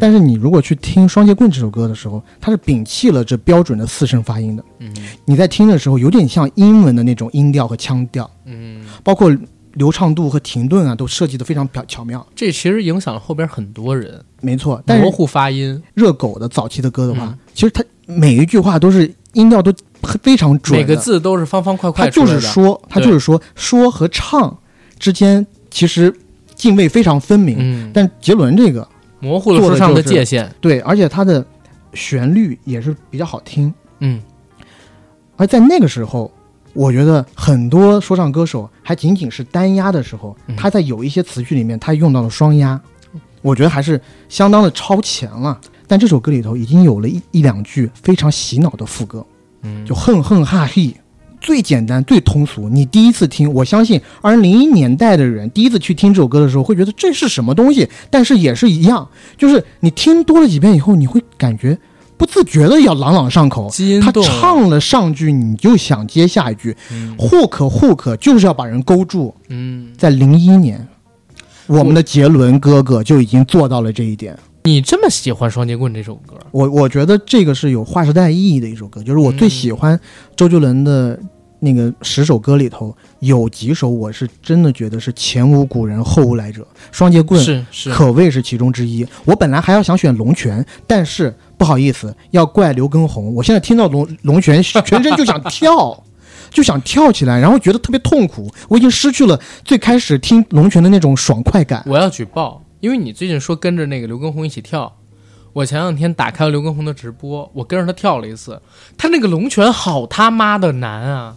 但是你如果去听《双截棍》这首歌的时候，它是摒弃了这标准的四声发音的。嗯你在听的时候，有点像英文的那种音调和腔调，嗯包括流畅度和停顿啊，都设计的非常巧巧妙。这其实影响了后边很多人，没错，但模是糊发音，热狗的早期的歌的话，嗯其实它每一句话都是音调都非常准的，每个字都是方方块块他出就来的，是说，他对就是说，说和唱之间其实泾渭非常分明。嗯，但杰伦这个模糊了做说的唱的就是界限，对，而且他的旋律也是比较好听。嗯，而在那个时候，我觉得很多说唱歌手还仅仅是单押的时候，嗯他在有一些词句里面他用到了双押，我觉得还是相当的超前了。但这首歌里头已经有了一一两句非常洗脑的副歌，嗯，就哼哼哈嘿，最简单最通俗。你第一次听，我相信二零零一年代的人第一次去听这首歌的时候，会觉得这是什么东西，但是也是一样，就是你听多了几遍以后，你会感觉不自觉的要朗朗上口。基因他动，啊唱了上句，你就想接下一句嗯，hook hook 就是要把人勾住。嗯，在零一年，我们的杰伦哥哥就已经做到了这一点。你这么喜欢《双截棍》这首歌，我我觉得这个是有划时代意义的一首歌，就是我最嗯喜欢周杰伦的那个十首歌里头，有几首我是真的觉得是前无古人后无来者，《双截棍》是是，可谓是其中之一。我本来还要想选《龙泉》，但是不好意思，要怪刘畊宏。我现在听到龙《龙泉》，全身就想跳。 就想跳起来，然后觉得特别痛苦。我已经失去了最开始听《龙泉》的那种爽快感。我要举报，因为你最近说跟着那个刘畊宏一起跳，我前两天打开了刘畊宏的直播，我跟着他跳了一次，他那个龙拳好他妈的难啊！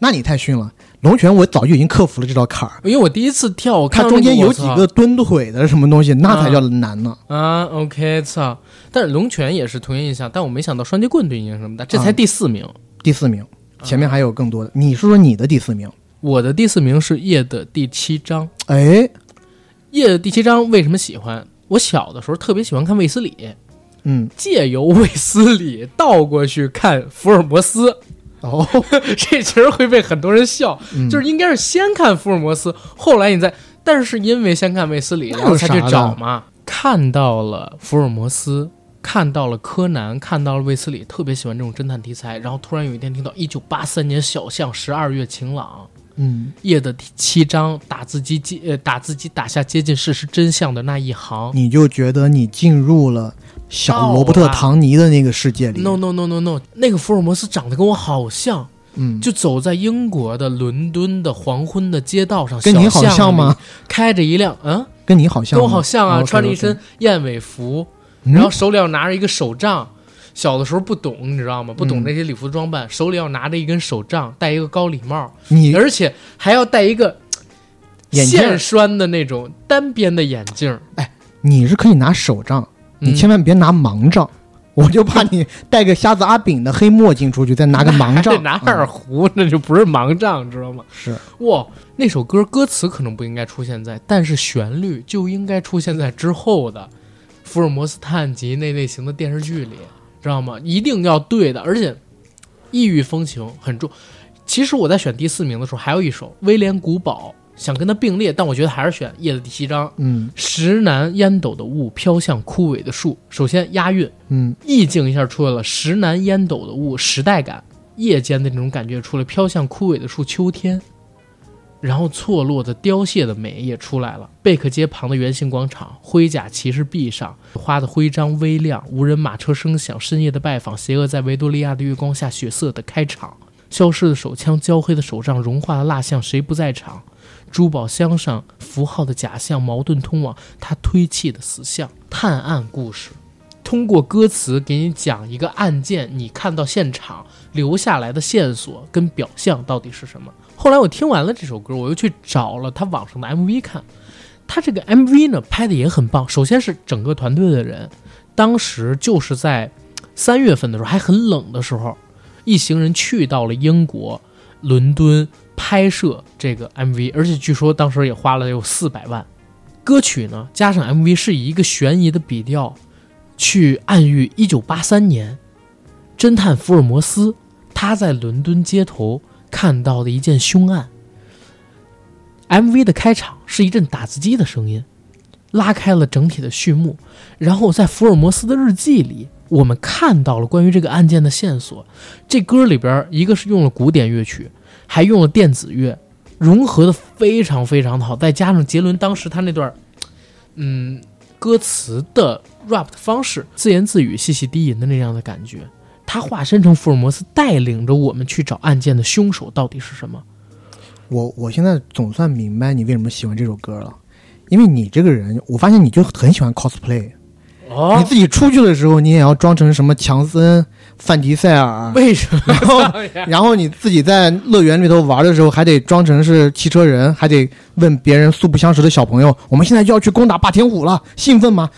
那你太逊了，《龙泉》我早就已经克服了这道坎儿。因为我第一次跳，我看它到中那间我有几操个蹲腿的什么东西，那才叫难呢。啊，OK，操！但是龙拳也是同样印象，但我没想到双截棍对你影响这么大，啊这才第四名。第四名，嗯前面还有更多的。你是说你的第四名？我的第四名是《夜》的第七章，《哎，夜》的第七章为什么喜欢？我小的时候特别喜欢看卫斯理，嗯，借由卫斯理倒过去看福尔摩斯，哦， 这其实会被很多人笑，嗯就是应该是先看福尔摩斯，后来你再，但是因为先看卫斯理，那有然后才去啥的找嘛，看到了福尔摩斯，看到了柯南，看到了卫斯理，特别喜欢这种侦探题材，然后突然有一天听到一九八三年小巷十二月晴朗。嗯，夜的第七章，打字机接呃打字机打下接近事实真相的那一行。你就觉得你进入了小罗伯到特了唐尼的那个世界里。 No no no no no，那个福尔摩斯长得跟我好像，嗯，就走在英国的伦敦的黄昏的街道上，跟你好小巷像里吗？？开着一辆，嗯，跟你好像跟吗，我好像啊，哦穿着一 OK，OK 身燕尾服，嗯然后手里要拿着一个手杖。小的时候不懂，你知道吗？不懂嗯那些礼服装扮，手里要拿着一根手杖，戴一个高礼帽，你而且还要戴一个眼镜儿线栓的那种单边的眼镜儿。你是可以拿手杖，你嗯千万别拿盲杖。我就怕你戴个瞎子阿炳的黑墨镜出去，再拿个盲 还杖得，拿二嗯胡，那就不是盲杖，知道吗？是哇，那首歌歌词可能不应该出现在，但是旋律就应该出现在之后的福尔摩斯探案集那类型的电视剧里，知道吗？一定要对的，而且异域风情很重。其实我在选第四名的时候，还有一首威廉古堡，想跟它并列，但我觉得还是选《夜的第七章》。嗯石楠烟斗的雾飘向枯萎的树，首先押 韵，嗯，意境一下出来了，石楠烟斗的雾，时代感，夜间的那种感觉出来，飘向枯萎的树，秋天，然后错落的凋谢的美也出来了。贝克街旁的圆形广场，盔甲骑士壁上，花的徽章微亮，无人马车声响，深夜的拜访，邪恶在维多利亚的月光下血色的开场，消失的手枪，焦黑的手杖，融化的蜡像，谁不在场？珠宝箱上符号的假象，矛盾通往他推弃的死相，探案故事。通过歌词给你讲一个案件，你看到现场留下来的线索跟表象到底是什么。后来我听完了这首歌，我又去找了他网上的 MV 看，他这个 MV 呢拍的也很棒。首先是整个团队的人，当时就是在三月份的时候还很冷的时候，一行人去到了英国伦敦拍摄这个 MV，而且据说当时也花了有四百万。歌曲呢加上 MV 是以一个悬疑的笔调去暗喻一九八三年，侦探福尔摩斯他在伦敦街头看到的一件凶案。MV 的开场是一阵打字机的声音，拉开了整体的序幕。然后在福尔摩斯的日记里，我们看到了关于这个案件的线索。这歌里边，一个是用了古典乐曲，还用了电子乐，融合的非常非常的好，再加上杰伦当时他那段，嗯，歌词的 rap 的方式，自言自语、细细低吟的那样的感觉，他化身成福尔摩斯，带领着我们去找案件的凶手到底是什么。我我现在总算明白你为什么喜欢这首歌了，因为你这个人，我发现你就很喜欢 cosplay，、你哦，自己出去的时候，你也要装成什么强森、范迪塞 尔，为什么？然后然后你自己在乐园里头玩的时候，还得装成是汽车人，还得问别人素不相识的小朋友，我们现在就要去攻打霸天虎了，兴奋吗？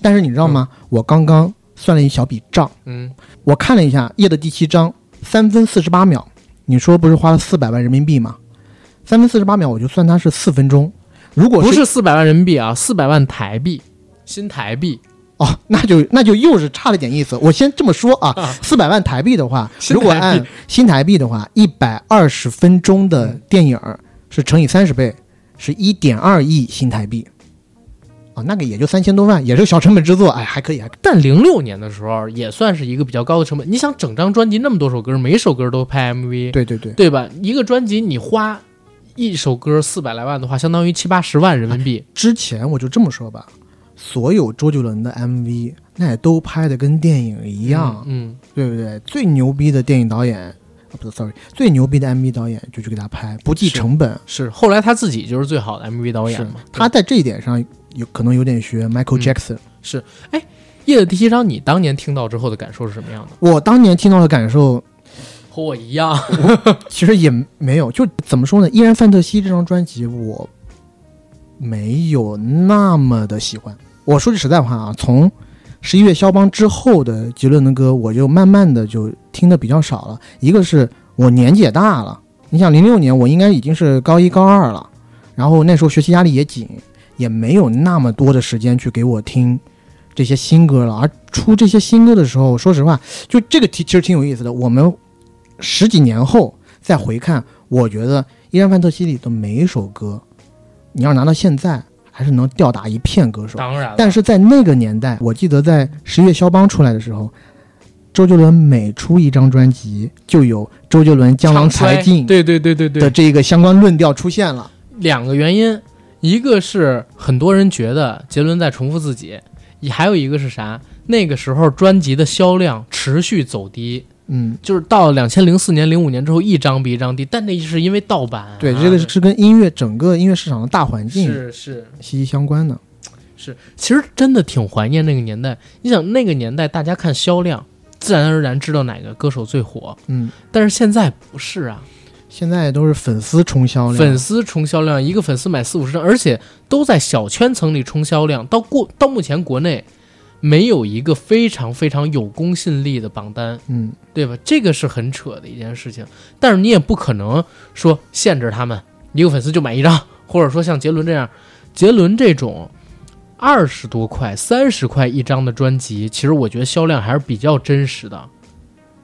但是你知道吗？我刚刚算了一小笔账，嗯，我看了一下夜的第七章，三分四十八秒，你说不是花了四百万人民币吗？三分四十八秒，我就算它是四分钟。如果不是四百万人民币啊，四百万台币，新台币，哦，那就那就又是差了点意思。我先这么说啊，四百万台币的话，新台币如果按新台币的话，一百二十分钟的电影儿是乘以三十倍，是一点二亿新台币。啊，那个也就三千多万，也是小成本制作，哎，还可以，还可以但零六年的时候也算是一个比较高的成本。你想，整张专辑那么多首歌，每首歌都拍 MV，对对对，对吧？一个专辑你花一首歌四百来万的话，相当于七八十万人民币。之前我就这么说吧，所有周杰伦的 MV 那也都拍的跟电影一样，嗯，对不对？最牛逼的电影导演，啊，不是，sorry，最牛逼的 MV 导演就去给他拍，不计是成本。是。后来他自己就是最好的 MV 导演是嘛。他对在这一点上有可能有点学嗯 Michael Jackson。夜的第七章，你当年听到之后的感受是什么样的？我当年听到的感受和我一样。其实也没有，就怎么说呢，《依然范特西》这张专辑我没有那么的喜欢。我说句实在话啊，从十一月肖邦之后的杰伦的歌，我就呃慢慢的就听的比较少了。一个是我年纪也大了，你想零六年我应该已经是高一高二了，然后那时候学习压力也紧，也没有那么多的时间去给我听这些新歌了。而出这些新歌的时候，说实话，就这个题其实挺有意思的。我们十几年后再回看，我觉得《依然范特西》里的每一首歌，你要拿到现在，还是能吊打一片歌手。当然了但是在那个年代，我记得在十月肖邦出来的时候，周杰伦每出一张专辑，就有周杰伦江郎才尽对对对对对的这个相关论调出现了。两个原因，一个是很多人觉得杰伦在重复自己，也还有一个是啥？那个时候专辑的销量持续走低，嗯，就是到两千零四年、零五年之后，一张比一张低。但那是因为盗版啊、对，这个是跟音乐整个音乐市场的大环境是是息息相关的。是，其实真的挺怀念那个年代。你想那个年代，大家看销量，自然而然知道哪个歌手最火。嗯，但是现在不是啊，现在都是粉丝冲销量，粉丝冲销量，一个粉丝买四五十张，而且都在小圈层里冲销量。到过到目前国内，没有一个非常非常有公信力的榜单，嗯，对吧？这个是很扯的一件事情。但是你也不可能说限制他们，一个粉丝就买一张，或者说像杰伦这样，杰伦这种。二十多块、三十块一张的专辑，其实我觉得销量还是比较真实的，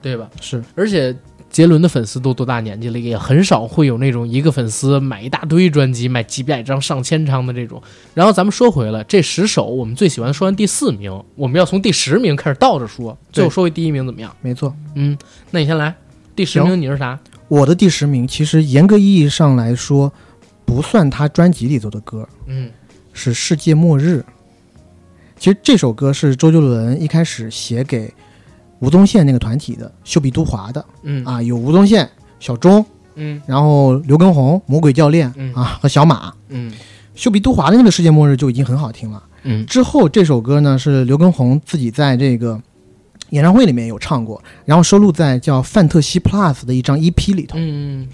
对吧？是而且杰伦的粉丝都多大年纪了，也很少会有那种一个粉丝买一大堆专辑，买几百张、上千张的这种。然后咱们说回来，这十首我们最喜欢说完第四名，我们要从第十名开始倒着说，最后说回第一名怎么样？没错。嗯，那你先来，第十名你是啥？我的第十名其实严格意义上来说，不算他专辑里头的歌，嗯是《世界末日》。其实这首歌是周杰伦一开始写给吴宗宪那个团体的，秀比都华的嗯啊，有吴宗宪、小钟，嗯然后刘畊宏、魔鬼教练嗯啊和小马。嗯秀比都华的那个《世界末日》就已经很好听了。嗯之后这首歌呢是刘畊宏自己在这个演唱会里面有唱过，然后收录在叫《范特西 Plus》的一张 EP 里头。嗯，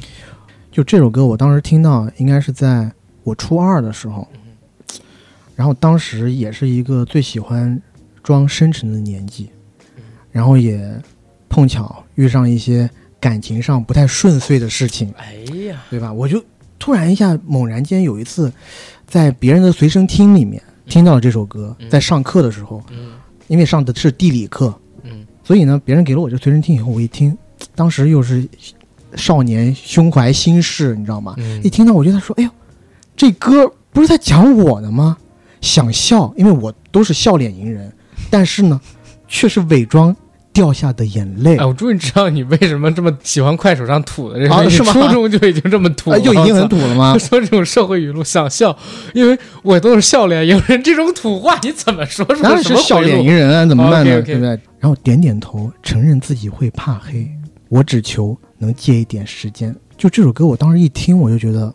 就这首歌，我当时听到应该是在我初二的时候，然后当时也是一个最喜欢装深沉的年纪，然后也碰巧遇上一些感情上不太顺遂的事情，哎呀，对吧？我就突然一下，猛然间有一次，在别人的随身听里面听到了这首歌，在上课的时候，嗯因为上的是地理课，嗯所以呢，别人给了我这随身听以后，我一听，当时又是少年胸怀心事，你知道吗？嗯一听到我就在说，哎呦，这歌不是在讲我的吗？想笑，因为我都是笑脸迎人，但是呢，却是伪装掉下的眼泪哎，。我终于知道你为什么这么喜欢快手上吐的人啊了。你是吗初中就已经这么吐啊，了，就已经很我操。？土了吗说这种社会语录想笑，因为我都是笑脸迎人，这种土话你怎么 说出当然什是么笑回脸路哦迎人啊，怎么办呢？ OK，OK 对不对？然后点点头，承认自己会怕黑，我只求能借一点时间。就这首歌，我当时一听，我就觉得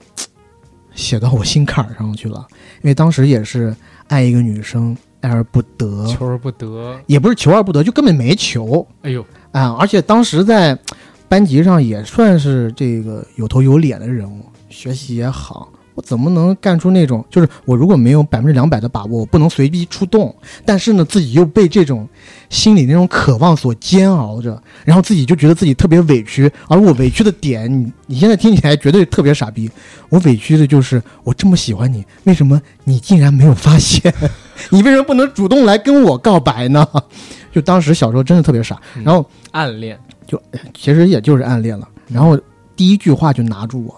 写到我心坎儿上去了，因为当时也是爱一个女生，爱而不得，求而嗯不得。也不是求而不得，就根本没求哎呦，啊！而且当时在班级上也算是这个有头有脸的人物，学习也好。我怎么能干出那种？就是我如果没有百分之两百的把握，我不能随意出动，但是呢，自己又被这种心里那种渴望所煎熬着，然后自己就觉得自己特别委屈。而我委屈的点，你你现在听起来绝对特别傻逼。我委屈的就是我这么喜欢你，为什么你竟然没有发现？ 你为什么不能主动来跟我告白呢？ 就当时小时候真的特别傻，嗯然后暗恋，其实也就是暗恋了。然后第一句话就拿住我，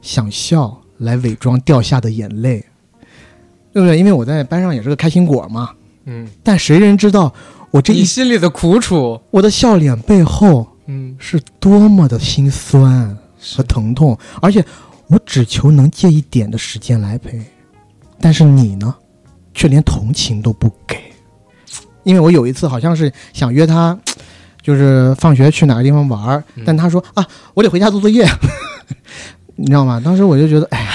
想笑来伪装掉下的眼泪，对不对？因为我在班上也是个开心果嘛。嗯，但谁人知道我这你一心里的苦楚，我的笑脸背后嗯，是多么的心酸和疼痛，而且我只求能借一点的时间来陪，但是你呢，却连同情都不给。因为我有一次好像是想约他，就是放学去哪个地方玩儿嗯，但他说啊，我得回家做作业， 你知道吗？当时我就觉得，哎呀，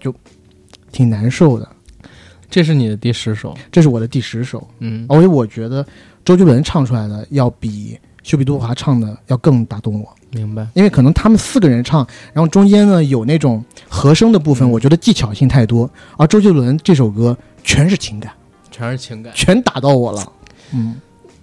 就挺难受的。这是你的第十首，这是我的第十首，嗯，而且我觉得周杰伦唱出来的要比修比杜华唱的要更打动我。明白。因为可能他们四个人唱，然后中间呢有那种和声的部分，嗯我觉得技巧性太多。而周杰伦这首歌全是情感，全是情感。全打到我了。嗯，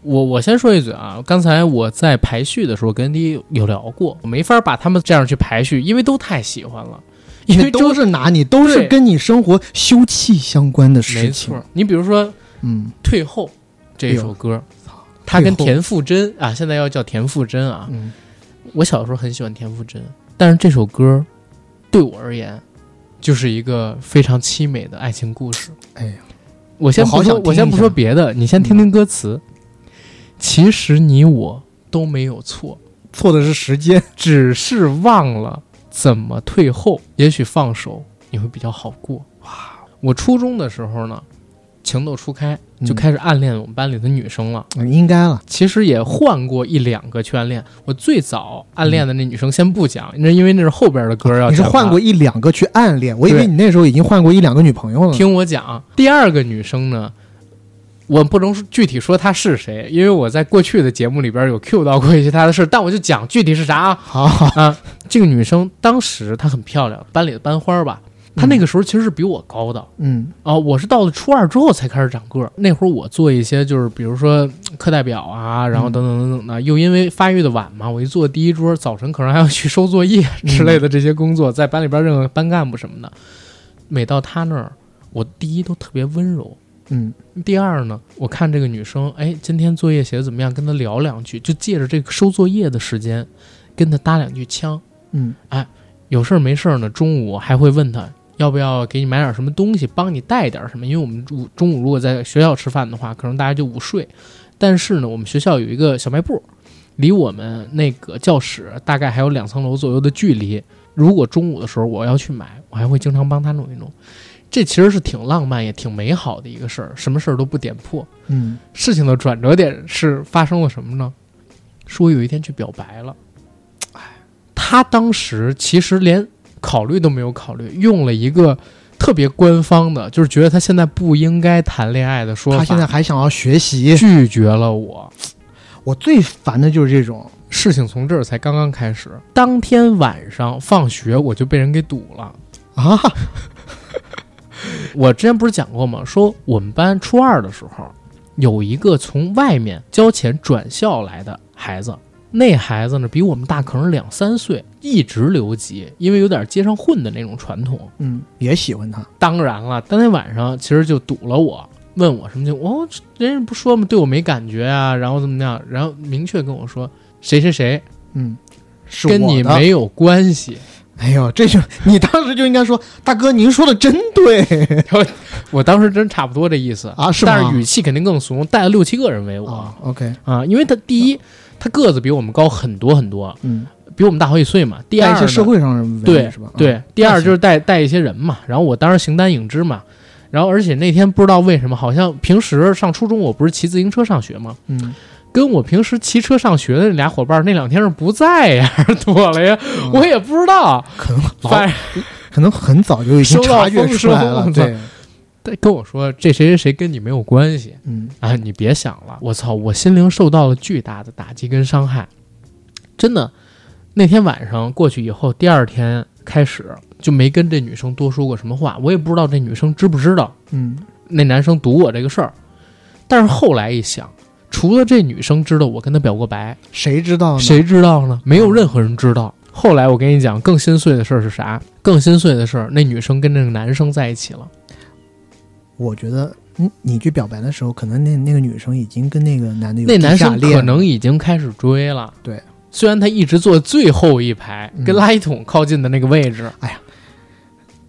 我我先说一嘴啊，刚才我在排序的时候跟你有聊过，我没法把他们这样去排序，因为都太喜欢了，因为都周是拿你，都是对跟你生活休戚相关的没事情错。。你比如说《嗯退后》这哎一首歌，他退跟后田馥甄啊，现在要叫田馥甄啊，嗯，我小时候很喜欢田馥甄，但是这首歌对我而言就是一个非常凄美的爱情故事。哎呀，我先我好不说，想我听先一不下嗯说别的，你先听听歌词。其实你我都没有错，错的是时间。只是忘了怎么退后。也许放手你会比较好过。哇，哦我初中的时候呢，情窦初开，就嗯开始暗恋我们班里的女生了。 嗯应该了，其实也换过一两个去暗恋。我最早暗恋的那女生先不讲，那、因为那是后边的歌要讲了。啊你是换过一两个去暗恋，我以为对你那时候已经换过一两个女朋友了。听我讲，第二个女生呢，我不能具体说她是谁，因为我在过去的节目里边有 cue 到过一些她的事，但我就讲具体是啥啊。好好，这个女生当时她很漂亮，班里的班花吧。她那个时候其实是比我高的啊、嗯我是到了初二之后才开始长个儿。那会儿我做一些就是比如说课代表啊，然后等等等等的，又因为发育的晚嘛，我一坐第一桌，早晨可能还要去收作业之类的这些工作，在班里边任何班干部什么的。每到她那儿，我第一都特别温柔，嗯，第二呢，我看这个女生，哎，今天作业写的怎么样？跟她聊两句，就借着这个收作业的时间，跟她搭两句腔。嗯，有事儿没事儿呢，中午还会问她要不要给你买点什么东西，帮你带点什么。因为我们午中午如果在学校吃饭的话，可能大家就午睡。但是呢，我们学校有一个小卖部，离我们那个教室大概还有两层楼左右的距离。如果中午的时候我要去买，我还会经常帮她弄一弄。这其实是挺浪漫也挺美好的一个事儿，什么事儿都不点破。嗯，事情的转折点是发生了什么呢？是我有一天去表白了。哎，他当时其实连考虑都没有考虑，用了一个特别官方的，就是觉得他现在不应该谈恋爱的说法，他现在还想要学习，拒绝了我。我最烦的就是这种，事情从这儿才刚刚开始。当天晚上放学，我就被人给堵了啊！ 我之前不是讲过吗？说我们班初二的时候，有一个从外面交钱转校来的孩子，那孩子呢比我们大可能两三岁，一直留级，因为有点街上混的那种传统。嗯，也喜欢他，当然了，当天晚上其实就堵了我，问我什么情况？哦，这人家不说吗？对我没感觉啊，然后怎么样？然后明确跟我说谁谁谁嗯，是跟我你 的没有关系。哎呦，这就你当时就应该说，大哥您说的真对我当时真差不多这意思啊是吗但是语气肯定更怂，带了六七个人围我啊。OK，啊因为他第一，他个子比我们高很多很多，嗯，比我们大好几岁嘛。第带二一些呢社会上的问题对是吧？啊对，第那二行就是带带一些人嘛。然后我当时形单影只嘛。然后而且那天不知道为什么，好像平时上初中我不是骑自行车上学嘛，嗯，跟我平时骑车上学的那俩伙伴那两天是不在呀， 躲了呀，嗯我也不知道。可能老反可能很早就已收经到察觉风出来声了，了 对，正跟我说这谁谁谁跟你没有关系，嗯啊，你别想了，我操，我心灵受到了巨大的打击跟伤害，真的。那天晚上过去以后，第二天开始就没跟这女生多说过什么话，我也不知道这女生知不知道嗯那男生堵我这个事儿。但是后来一想，除了这女生知道我跟她表过白，谁知道呢？谁知道呢？没有任何人知道。后来我跟你讲，更心碎的事儿是啥？更心碎的事儿，那女生跟那个男生在一起了。我觉得，嗯，你去表白的时候，可能那那个女生已经跟那个男的有那地男下生恋可能已经开始追了。对，虽然他一直坐最后一排，嗯跟垃圾桶靠近的那个位置，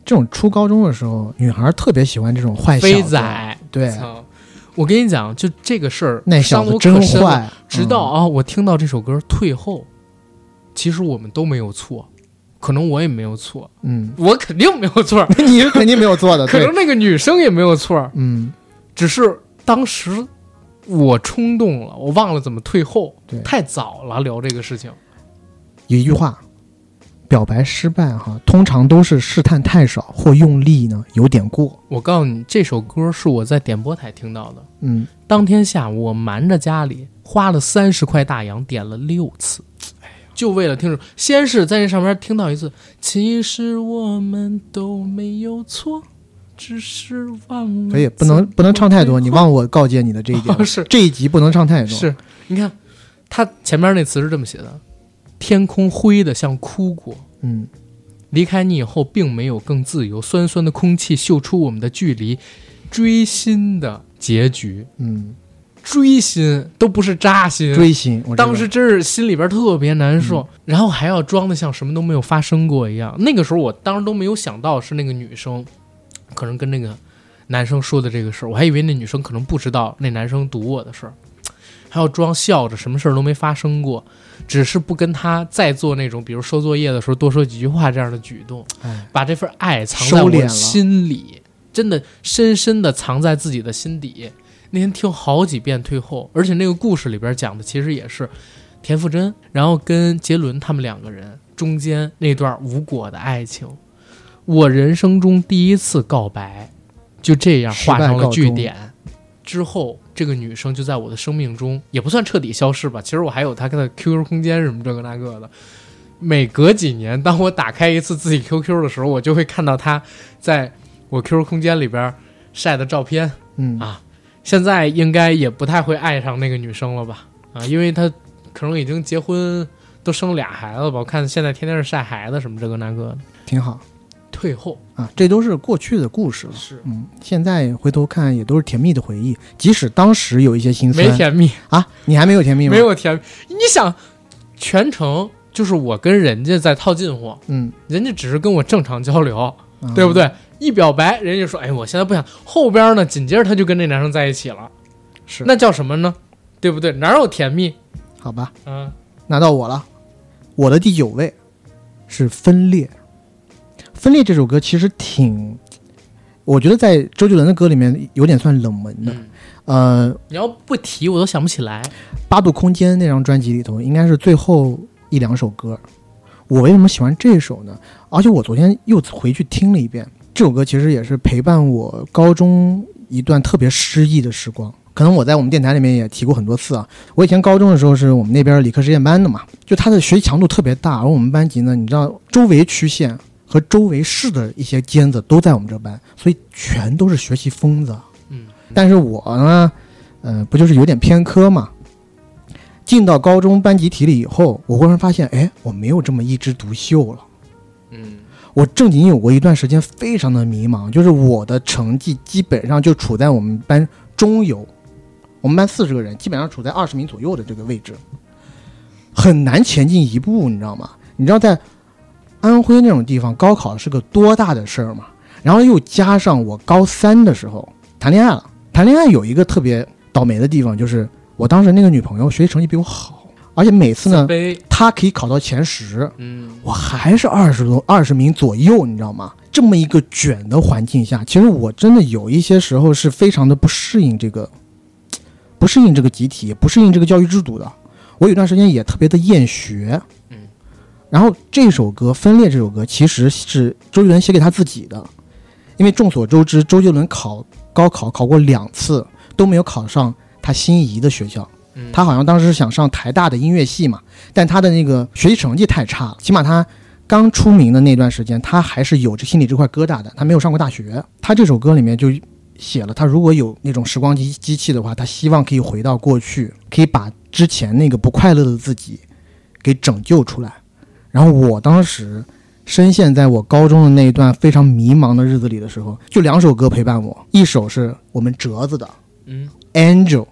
这种初高中的时候，女孩特别喜欢这种坏小飞子，仔。对，操！我跟你讲，就这个事儿，那小伤子我真可深了。坏，嗯直到啊，我听到这首歌《退后》，其实我们都没有错，可能我也没有错，嗯，我肯定没有错，嗯你是肯定没有做的，啊可 对能，那个女生也没有错，嗯，只是当时我冲动了，我忘了怎么退后对，太早了聊这个事情。有一句话，表白失败哈，通常都是试探太少或用力呢有点过，我告诉你，这首歌是我在点播台听到的。嗯，当天下午，我瞒着家里花了三十块大洋点了六次，就为了听这首。先是在这上面听到一次，其实我们都没有错，只是忘了。可以不能不能唱太多，你忘我告诫你的这一点，嗯 是这一集不能唱太多，是，你看，他前面那词是这么写的：天空灰的像哭过，嗯，离开你以后，并没有更自由。酸酸的空气嗅出我们的距离，追心的结局，嗯追心都不是扎心。嗯，追星，我知道嗯当时真是心里边特别难受，然后还要装的像什么都没有发生过一样。那个时候我当时都没有想到是那个女生，可能跟那个男生说的这个事儿，我还以为那女生可能不知道那男生堵我的事儿，还要装笑着什么事儿都没发生过，只是不跟他再做那种比如收作业的时候多说几句话这样的举动，哎，把这份爱藏在收敛我了心里，真的深深的藏在自己的心底。那天听好几遍退后，而且那个故事里边讲的其实也是田馥甄，然后跟杰伦他们两个人中间那段无果的爱情，我人生中第一次告白，就这样画上了句点。之后，这个女生就在我的生命中也不算彻底消失吧。其实我还有她跟她 QQ 空间什么这个那个的。每隔几年，当我打开一次自己 QQ 的时候，我就会看到她在我 QQ 空间里边晒的照片。嗯啊现在应该也不太会爱上那个女生了吧？啊，因为她可能已经结婚，都生俩孩子吧。我看现在天天是晒孩子什么这个那个的。挺好退后啊，这都是过去的故事了。是嗯，现在回头看也都是甜蜜的回忆，即使当时有一些心酸没甜蜜，啊，你还没有甜蜜吗？没，有甜蜜。你想，全程就是我跟人家在套近乎，嗯，人家只是跟我正常交流，嗯对不？对？一表白，人家就说：“哎，我现在不想。”后边呢，紧接着他就跟那男生在一起了，是那叫什么呢？对不对？哪有甜蜜？好吧，嗯、那到我了，我的第九位是《分裂》。《分裂》这首歌其实挺，我觉得在周杰伦的歌里面有点算冷门的。嗯，呃，你要不提我都想不起来。八度空间那张专辑里头，应该是最后一两首歌。我为什么喜欢这首呢？而且我昨天又回去听了一遍，这首歌其实也是陪伴我高中一段特别诗意的时光。可能我在我们电台里面也提过很多次啊。我以前高中的时候是我们那边理科实验班的嘛，就他的学习强度特别大，而我们班级呢，你知道周围区县和周围市的一些尖子都在我们这班，所以全都是学习疯子。嗯，但是我呢，呃，不就是有点偏科嘛？进到高中班集体里以后，我忽然发现，哎，我没有这么一枝独秀了。嗯我正经有过一段时间非常的迷茫，就是我的成绩基本上就处在我们班中游，我们班四十个人，基本上处在二十名左右的这个位置，很难前进一步，你知道吗？你知道在安徽那种地方，高考是个多大的事儿嘛？然后又加上我高三的时候谈恋爱了，谈恋爱有一个特别倒霉的地方，就是我当时那个女朋友学习成绩比我好，而且每次自呢，卑，她可以考到前十，嗯，我还是二十多二十名左右，你知道吗？这么一个卷的环境下，其实我真的有一些时候是非常的不适应这个，不适应这个集体，不适应这个教育制度的。我有段时间也特别的厌学，嗯。然后这首歌《分裂》这首歌其实是周杰伦写给他自己的，因为众所周知，周杰伦考高考考过两次都没有考上他心仪的学校。嗯他好像当时是想上台大的音乐系嘛，但他的那个学习成绩太差了，起码他刚出名的那段时间，他还是有着心里这块疙瘩的。他没有上过大学，他这首歌里面就写了，他如果有那种时光机机器的话，他希望可以回到过去，可以把之前那个不快乐的自己给拯救出来。然后我当时深陷在我高中的那一段非常迷茫的日子里的时候，就两首歌陪伴我，一首是我们折子的嗯， 《Angel》，嗯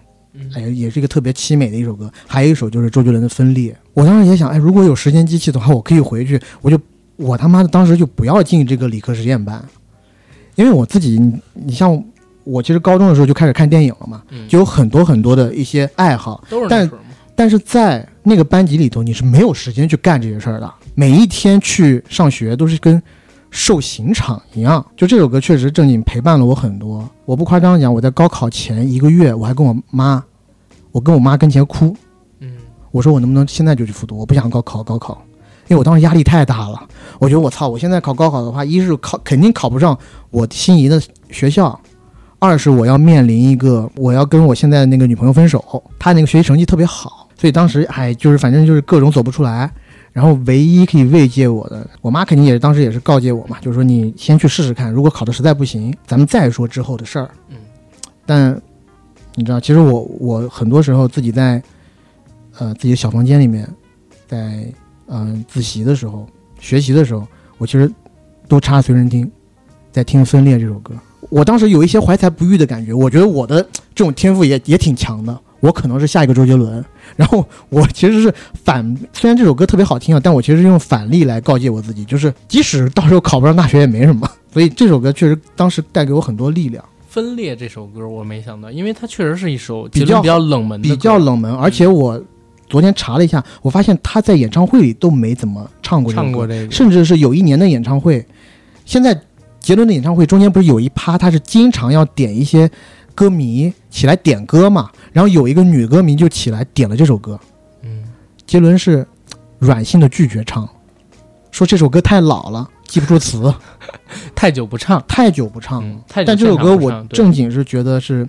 哎，也是一个特别凄美的一首歌。还有一首就是周杰伦的《分裂》。我当时也想，哎，如果有时间机器的话，我可以回去，我就我他妈的当时就不要进这个理科实验班，因为我自己，你你像我其实高中的时候就开始看电影了嘛，嗯就有很多很多的一些爱好，都是那但时候嘛，但是在那个班级里头，你是没有时间去干这些事儿的。每一天去上学都是跟受刑场一样。就这首歌确实正经陪伴了我很多。我不夸张讲，我在高考前一个月，我还跟我妈，我跟我妈跟前哭，嗯，我说我能不能现在就去复读？我不想高考高考，因为我当时压力太大了。我觉得我操，我现在考高考的话，一是考肯定考不上我心仪的学校，二是我要面临一个我要跟我现在那个女朋友分手，她那个学习成绩特别好，所以当时哎就是反正就是各种走不出来。然后唯一可以慰藉我的，我妈肯定也是当时也是告诫我嘛，就是说你先去试试看，如果考的实在不行，咱们再说之后的事儿。嗯，但你知道，其实我我很多时候自己在呃自己的小房间里面，在嗯、呃自习的时候、学习的时候，我其实都插随身听，在听《分裂》这首歌。我当时有一些怀才不遇的感觉，我觉得我的这种天赋也也挺强的，我可能是下一个周杰伦。然后我其实是反，虽然这首歌特别好听啊，但我其实是用反例来告诫我自己，就是即使到时候考不上大学也没什么。所以这首歌确实当时带给我很多力量。分裂这首歌我没想到，因为它确实是一首比比较较比较冷门的歌，比较冷门，而且嗯我昨天查了一下，我发现他在演唱会里都没怎么唱过这首歌唱过这个，甚至是有一年的演唱会，现在杰伦的演唱会中间不是有一趴他是经常要点一些歌迷起来点歌嘛，然后有一个女歌迷就起来点了这首歌，嗯，杰伦是软性的拒绝唱，说这首歌太老了，记不住词，太久不唱，太久不唱了。嗯，太久但这首现歌场不我唱对正经是觉得是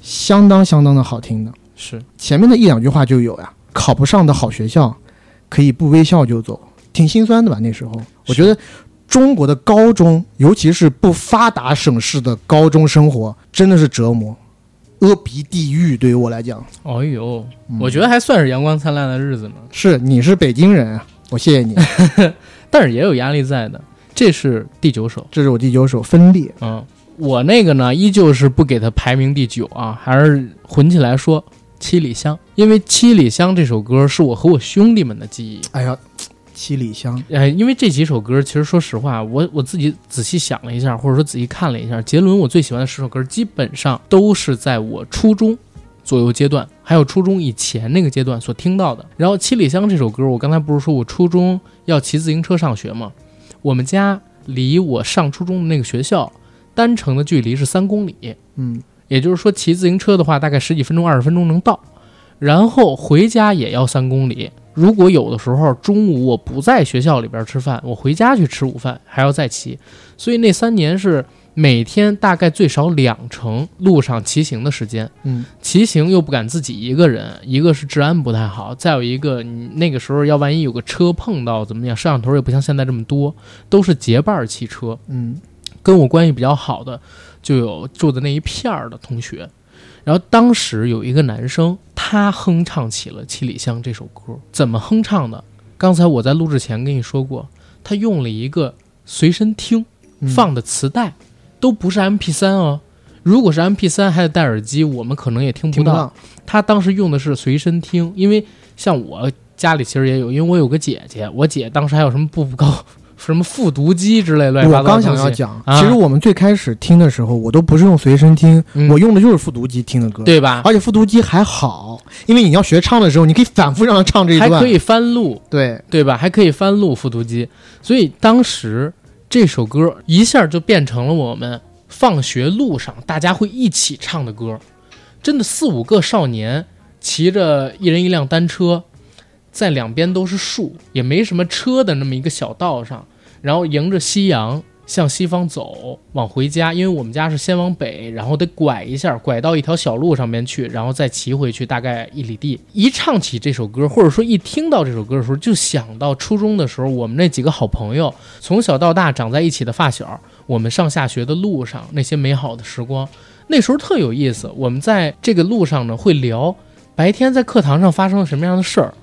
相当相当的好听的。是前面的一两句话就有呀、考不上的好学校，可以不微笑就走，挺心酸的吧？那时候，我觉得中国的高中，尤其是不发达省市的高中生活，真的是折磨，阿鼻地狱。对于我来讲，哦呦，嗯我觉得还算是阳光灿烂的日子呢，是你是北京人啊，我谢谢 你。但是也有压力在的。这是第九首，这是我第九首《分裂》，嗯，我那个呢，依旧是不给它排名第九啊，还是混起来说《七里香》，因为《七里香》这首歌是我和我兄弟们的记忆。哎呀，七里香，呃，因为这几首歌，其实说实话，我我自己仔细想了一下，或者说仔细看了一下，杰伦我最喜欢的十首歌，基本上都是在我初中左右阶段，还有初中以前那个阶段所听到的。然后《七里香》这首歌，我刚才不是说我初中要骑自行车上学吗？我们家离我上初中的那个学校单程的距离是三公里，嗯，也就是说骑自行车的话，大概十几分钟、二十分钟能到，然后回家也要三公里。如果有的时候中午我不在学校里边吃饭，我回家去吃午饭，还要再骑，所以那三年是每天大概最少两程路上骑行的时间。嗯，骑行又不敢自己一个人，一个是治安不太好，再有一个你那个时候要万一有个车碰到怎么样，摄像头也不像现在这么多，都是结伴儿骑车。嗯，跟我关系比较好的，就有住的那一片儿的同学。然后当时有一个男生，他哼唱起了《七里香》这首歌，怎么哼唱的？刚才我在录制前跟你说过，他用了一个随身听嗯放的磁带，都不是 M P 三哦。如果是 M P 三还得戴耳机，我们可能也听听不不到。到，他当时用的是随身听，因为像我家里其实也有，因为我有个姐姐，我姐当时还有什么步步高、什么复读机之类乱七八我糟刚的想东要西，讲，啊其实我们最开始听的时候，我都不是用随身听，嗯我用的就是复读机听的歌。，对吧？而且复读机还好，因为你要学唱的时候，你可以反复让它唱这一还段。可以翻录，对，对吧？还可以翻录复读机，所以当时这首歌一下就变成了我们放学路上大家会一起唱的歌。真的，四五个少年骑着一人一辆单车，在两边都是树，也没什么车的那么一个小道上，然后迎着夕阳向西方走，往回家。因为我们家是先往北，然后得拐一下，拐到一条小路上面去，然后再骑回去，大概一里地。一唱起这首歌，或者说一听到这首歌的时候，就想到初中的时候，我们那几个好朋友从小到大长在一起的发小，我们上下学的路上那些美好的时光，那时候特有意思。我们在这个路上呢，会聊白天在课堂上发生了什么样的事儿。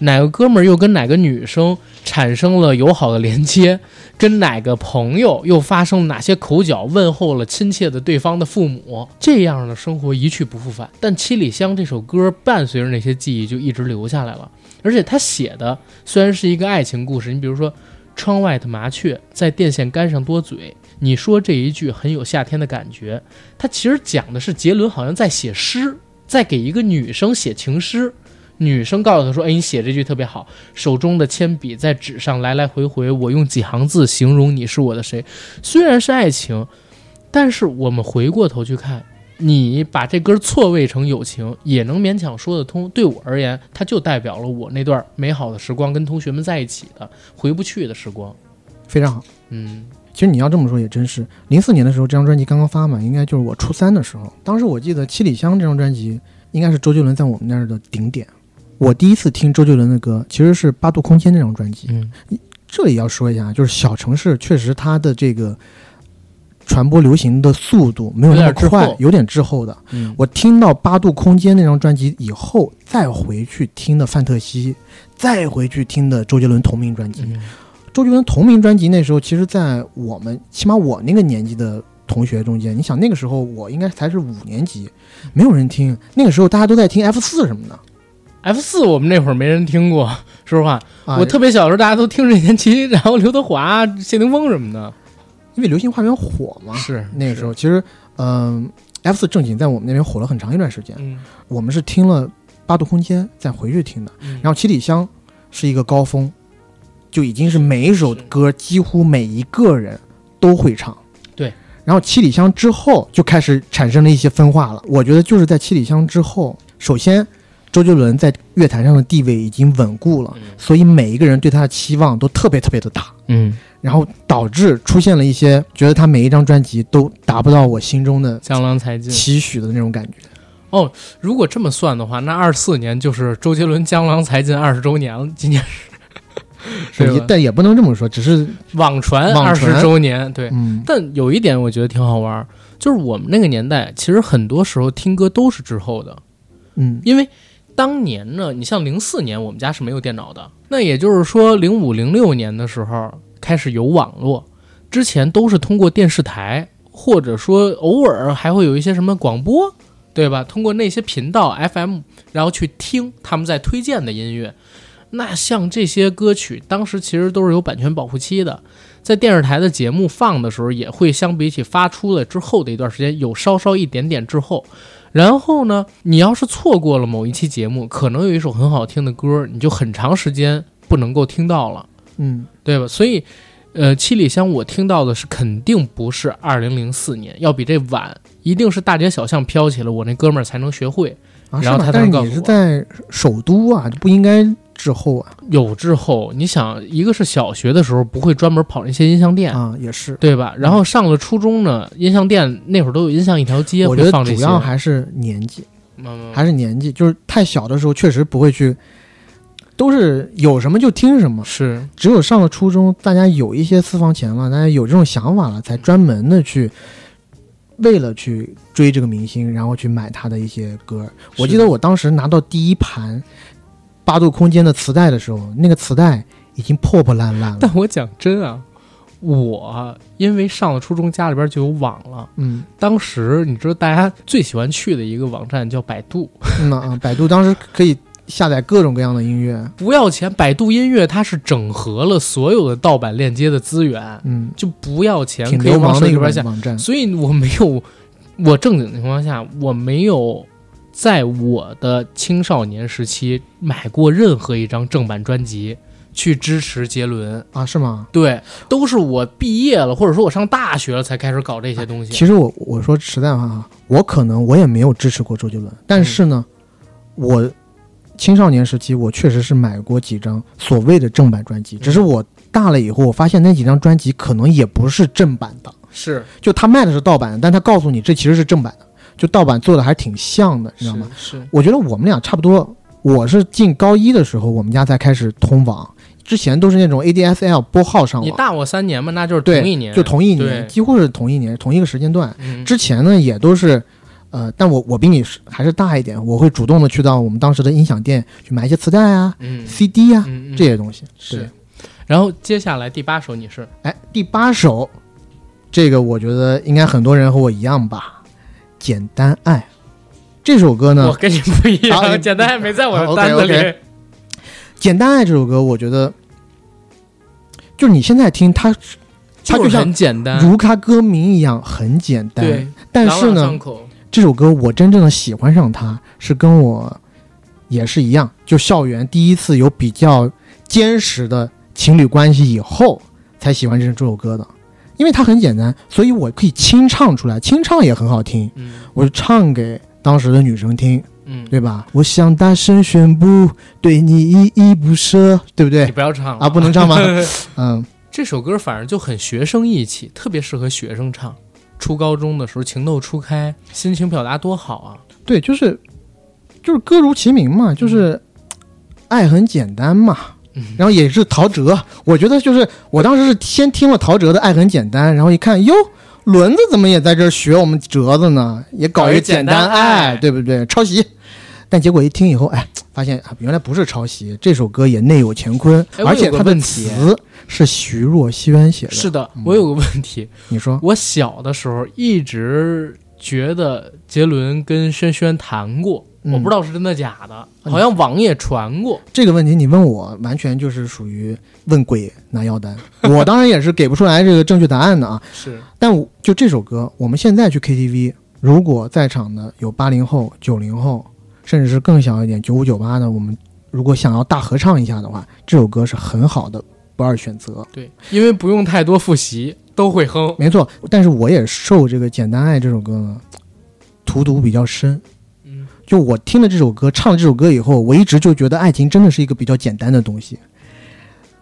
哪个哥们儿又跟哪个女生产生了友好的连接，跟哪个朋友又发生了哪些口角，问候了亲切的对方的父母，这样的生活一去不复返。但《七里香》这首歌伴随着那些记忆就一直留下来了，而且他写的虽然是一个爱情故事，你比如说“窗外的麻雀在电线杆上多嘴”，你说这一句很有夏天的感觉，它其实讲的是杰伦好像在写诗，在给一个女生写情诗。女生告诉他说：“哎，你写这句特别好，手中的铅笔在纸上来来回回，我用几行字形容你是我的谁。虽然是爱情，但是我们回过头去看，你把这歌错位成友情，也能勉强说得通。对我而言，它就代表了我那段美好的时光，跟同学们在一起的回不去的时光。非常好。嗯其实你要这么说也真是，零四年的时候这张专辑刚刚发嘛，应该就是我初三的时候。当时我记得《七里香》这张专辑应该是周杰伦在我们那儿的顶点。我第一次听周杰伦的歌其实是《八度空间》这张专辑。嗯，这里要说一下，就是小城市确实它的这个传播流行的速度没有那么有点滞快后，有点滞后的。嗯我听到《八度空间》那张专辑以后，再回去听的范特西，再回去听的周杰伦同名专辑。嗯周杰伦同名专辑那时候，其实，在我们起码我那个年纪的同学中间，你想那个时候我应该才是五年级，没有人听。那个时候大家都在听 F 四什么的。 ，F 四我们那会儿没人听过，说实话，啊、我特别小的时候大家都听任贤齐，然后刘德华、谢霆锋什么的。因为流星花园火嘛，是那个时候，候其实，嗯、f 四正经在我们那边火了很长一段时间。嗯我们是听了《八度空间》再回去听的，嗯然后《七里香》是一个高峰，就已经是每一首歌几乎每一个人都会唱。对，然后《七里香》之后就开始产生了一些分化了。我觉得就是在《七里香》之后，首先周杰伦在乐坛上的地位已经稳固了，嗯所以每一个人对他的期望都特别特别的大。嗯，然后导致出现了一些觉得他每一张专辑都达不到我心中的江郎才尽。期许的那种感觉。如果这么算的话，那二四年就是周杰伦江郎才尽二十周年了。今年是， 也是吧但也不能这么说，只是网传网二传十周年，对。嗯，但有一点我觉得挺好玩儿，就是我们那个年代，其实很多时候听歌都是滞后的，嗯，因为当年呢，你像零四年我们家是没有电脑的，那也就是说零五零六年的时候开始有网络，之前都是通过电视台，或者说偶尔还会有一些什么广播，对吧？通过那些频道 FM，然后去听他们在推荐的音乐。那像这些歌曲，当时其实都是有版权保护期的，在电视台的节目放的时候，也会相比起发出了之后的一段时间有稍稍一点点滞后。然后呢，你要是错过了某一期节目，可能有一首很好听的歌，你就很长时间不能够听到了，嗯，对吧？所以，呃，七里香我听到的是肯定不是二零零四年，要比这晚，一定是大街小巷飘起了，我那哥们儿才能学会。啊，然后是吧他但是才告你诉是我在首都啊，就不应该滞后啊有之后，你想，一个是小学的时候不会专门跑那些音像店，啊，也是。对吧？然后上了初中呢，音像店那会儿都有音像一条街，我觉会得放这主些要还是年纪，嗯还是年纪，就是太小的时候确实不会去，都是有什么就听什么。是只有上了初中，大家有一些私房钱了，大家有这种想法了，才嗯专门的去为了去追这个明星，然后去买他的一些歌。我记得我当时拿到第一盘《八度空间》的磁带的时候，那个磁带已经破破烂烂了。 但我讲真啊，我因为上了初中，家里边就有网了。嗯，当时你知道大家最喜欢去的一个网站叫百度， 嗯啊，百度当时可以下载各种各样的音乐，不要钱，百度音乐它是整合了所有的盗版链接的资源，嗯，就不要钱，挺可以流往氓手的一里个边下。网站。所以我没有，我正经的情况下，我没有在我的青少年时期买过任何一张正版专辑去支持杰伦。啊，是吗？对，都是我毕业了，或者说我上大学了才开始搞这些东西。其实我我说实在话啊，我可能我也没有支持过周杰伦，嗯但是呢，我青少年时期我确实是买过几张所谓的正版专辑，嗯只是我大了以后，我发现那几张专辑可能也不是正版的，是，就他卖的是盗版的，但他告诉你这其实是正版的，就盗版做的还挺像的，你知道吗？？是，我觉得我们俩差不多。我是进高一的时候，我们家才开始通网，之前都是那种 ADSL 拨号上你网，大我三年嘛，那就是嗯对同一年，就同一年，对几乎是同一年，同一个时间段。嗯之前呢也都是，呃，但我我比你是还是大一点，我会主动的去到我们当时的音响店去买一些磁带啊、嗯 CD 啊、嗯嗯这些东西。对是。然后接下来第八首你是哎，第八首，这个我觉得应该很多人和我一样吧，《简单爱》这首歌呢，我《跟你不一好啊你样，简单也没在我好的，OK，单子 OK 里。简单爱》这首歌，我觉得就是你现在听它，它是就像很简单，如它歌名一样，很简对单。，但是朗朗呢上，口这首歌我真正的喜欢上它，是跟我也是一样，就校园第一次有比较坚实的情侣关系以后，才喜欢这这首歌的。因为它很简单，所以我可以清唱出来，清唱也很好听。嗯我就唱给当时的女生听，嗯，对吧？我想大声宣布对你依依不舍，对你不对？不要唱了啊，不能 唱吗？嗯，这首歌反正就很学生意气，特别适合学生唱。初高中的时候情窦初开，心情表达多好啊！对，就是就是歌如其名嘛，就是爱很简单嘛。嗯然后也是陶喆，我觉得就是我当时是先听了陶喆的《爱很简单》，然后一看哟，轮子怎么也在这儿学我们折子呢？也搞搞一一简单简单爱对不对？抄袭。但结果一听以后，哎，发现啊，原来不是抄袭，这首歌也内有乾坤，哎我而有且个它的问题词是徐若瑄写的。是的，我有个问题，你说我小的时候一直觉得杰伦跟轩轩谈过，嗯我不知道是真的假的，好像网也传过。这个问题，你问我完全就是属于问鬼拿药单。 我当然也是给不出来这个正确答案的啊。是，但我就这首歌，我们现在去 KTV，如果在场的有八零后、九零后，甚至是更小一点九五九八的，我们如果想要大合唱一下的话，这首歌是很好的不二选择。对，因为不用太多复习，都会哼。没错，但是我也受这个《简单爱》这首歌呢荼毒比较深。嗯，就我听了这首歌，唱了这首歌以后，我一直就觉得爱情真的是一个比较简单的东西。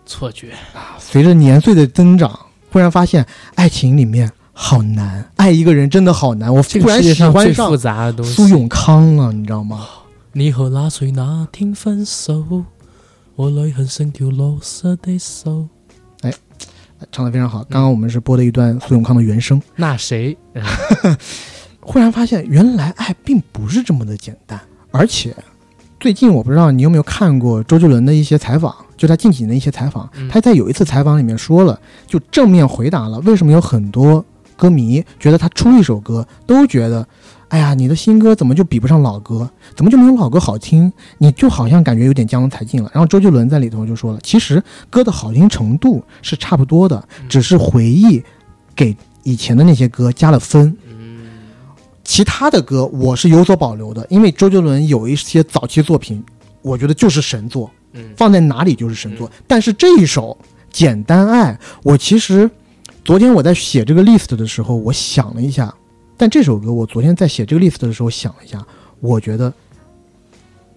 错觉。随着年岁的增长，忽然发现爱情里面好难，爱一个人真的好难。我这忽个然世界喜上欢最复上杂的东西。苏永康啊了，你知道吗？你和那谁那天分手，我泪痕像條落色的手。唱的非常好。刚刚我们是播的一段苏永康的原声，那谁？忽然发现原来爱并不是这么的简单。而且，最近我不知道你有没有看过周杰伦的一些采访，就他近几年的一些采访，嗯他在有一次采访里面说了，就正面回答了为什么有很多歌迷觉得他出一首歌都觉得，哎呀，你的新歌怎么就比不上老歌，怎么就没有老歌好听？你就好像感觉有点江郎才尽了。然后周杰伦在里头就说了，其实歌的好听程度是差不多的，只是回忆给以前的那些歌加了分。其他的歌我是有所保留的，因为周杰伦有一些早期作品，我觉得就是神作，嗯放在哪里就是神作。但是这一首《简单爱》，我其实昨天我在写这个 list 的时候，我想了一下，但这首歌我昨天在写这个 list 的时候想了一下，我觉得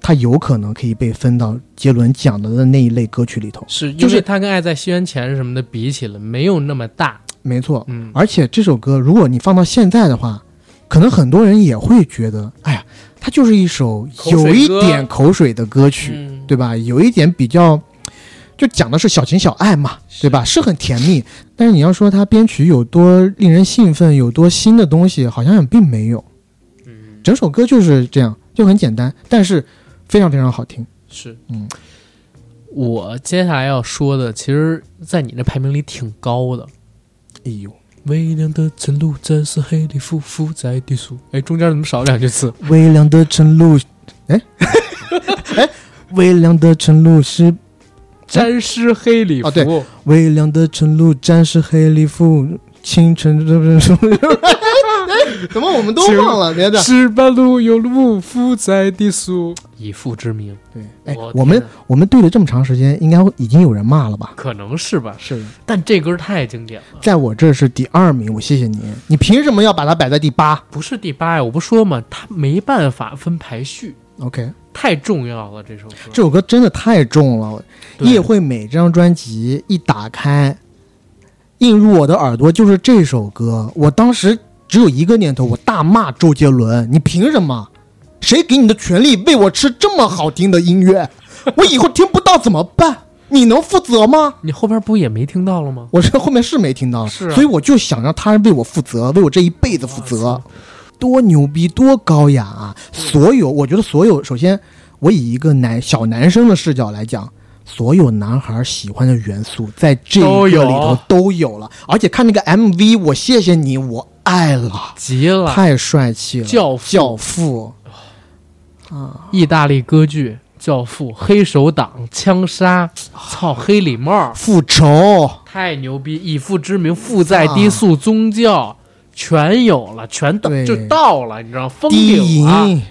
它有可能可以被分到杰伦讲的那一类歌曲里头。是因就为是他跟《爱在西元前》什么的比起来，没有那么大。没错，嗯，而且这首歌，如果你放到现在的话，可能很多人也会觉得，哎呀，它就是一首口水有歌一点口水的歌曲，嗯对吧？有一点比较，就讲的是小情小爱嘛，是对吧？是很甜蜜，但是你要说它编曲有多令人兴奋，有多新的东西，好像也并没有。嗯整首歌就是这样，就很简单，但是非常非常好听。是，嗯，我接下来要说的，其实，在你那排名里挺高的。哎呦，微凉的晨露在是黑里浮浮在嗯低诉。哎，中间怎么少两句词？ 微凉的晨露，哎，哎，微凉的晨露是沾湿黑礼服，哦对微凉的晨露沾湿黑礼服，清晨的不是怎么我们都忘了？别的石板路有路夫在低诉，以父之名。对，哎，我我们天哪我们对了这么长时间，应该已经有人骂了吧？可能是吧，是，但这歌太经典了，在我这儿是第二名，我谢谢你，你凭什么要把它摆在第八不是第八呀，我不说嘛，他没办法分排序， ？OK，太重要了这首歌。这首歌真的太重了，对叶惠美这张专辑一打开，映入我的耳朵就是这首歌。我当时只有一个念头，我大骂周杰伦：“你凭什么？谁给你的权利喂我吃这么好听的音乐？我以后听不到怎么办？你能负责吗你后边不也没听到了吗？”？我这后面是没听到，是啊所以我就想让他人为我负责，为我这一辈子负啊责，多牛逼，多高雅啊！嗯所有，我觉得所有，首先，我以一个男小男生的视角来讲，所有男孩喜欢的元素在这都一个有里头都有了，而且看那个 MV，我谢谢你，我爱了，极了，太帅气了，教父教父，意大利歌剧《教父》，黑手党枪啊杀，操黑礼帽，复仇，太牛逼！以父之名，父在低速，宗教全有了，全到对就到了，你知道吗封低顶了，吟，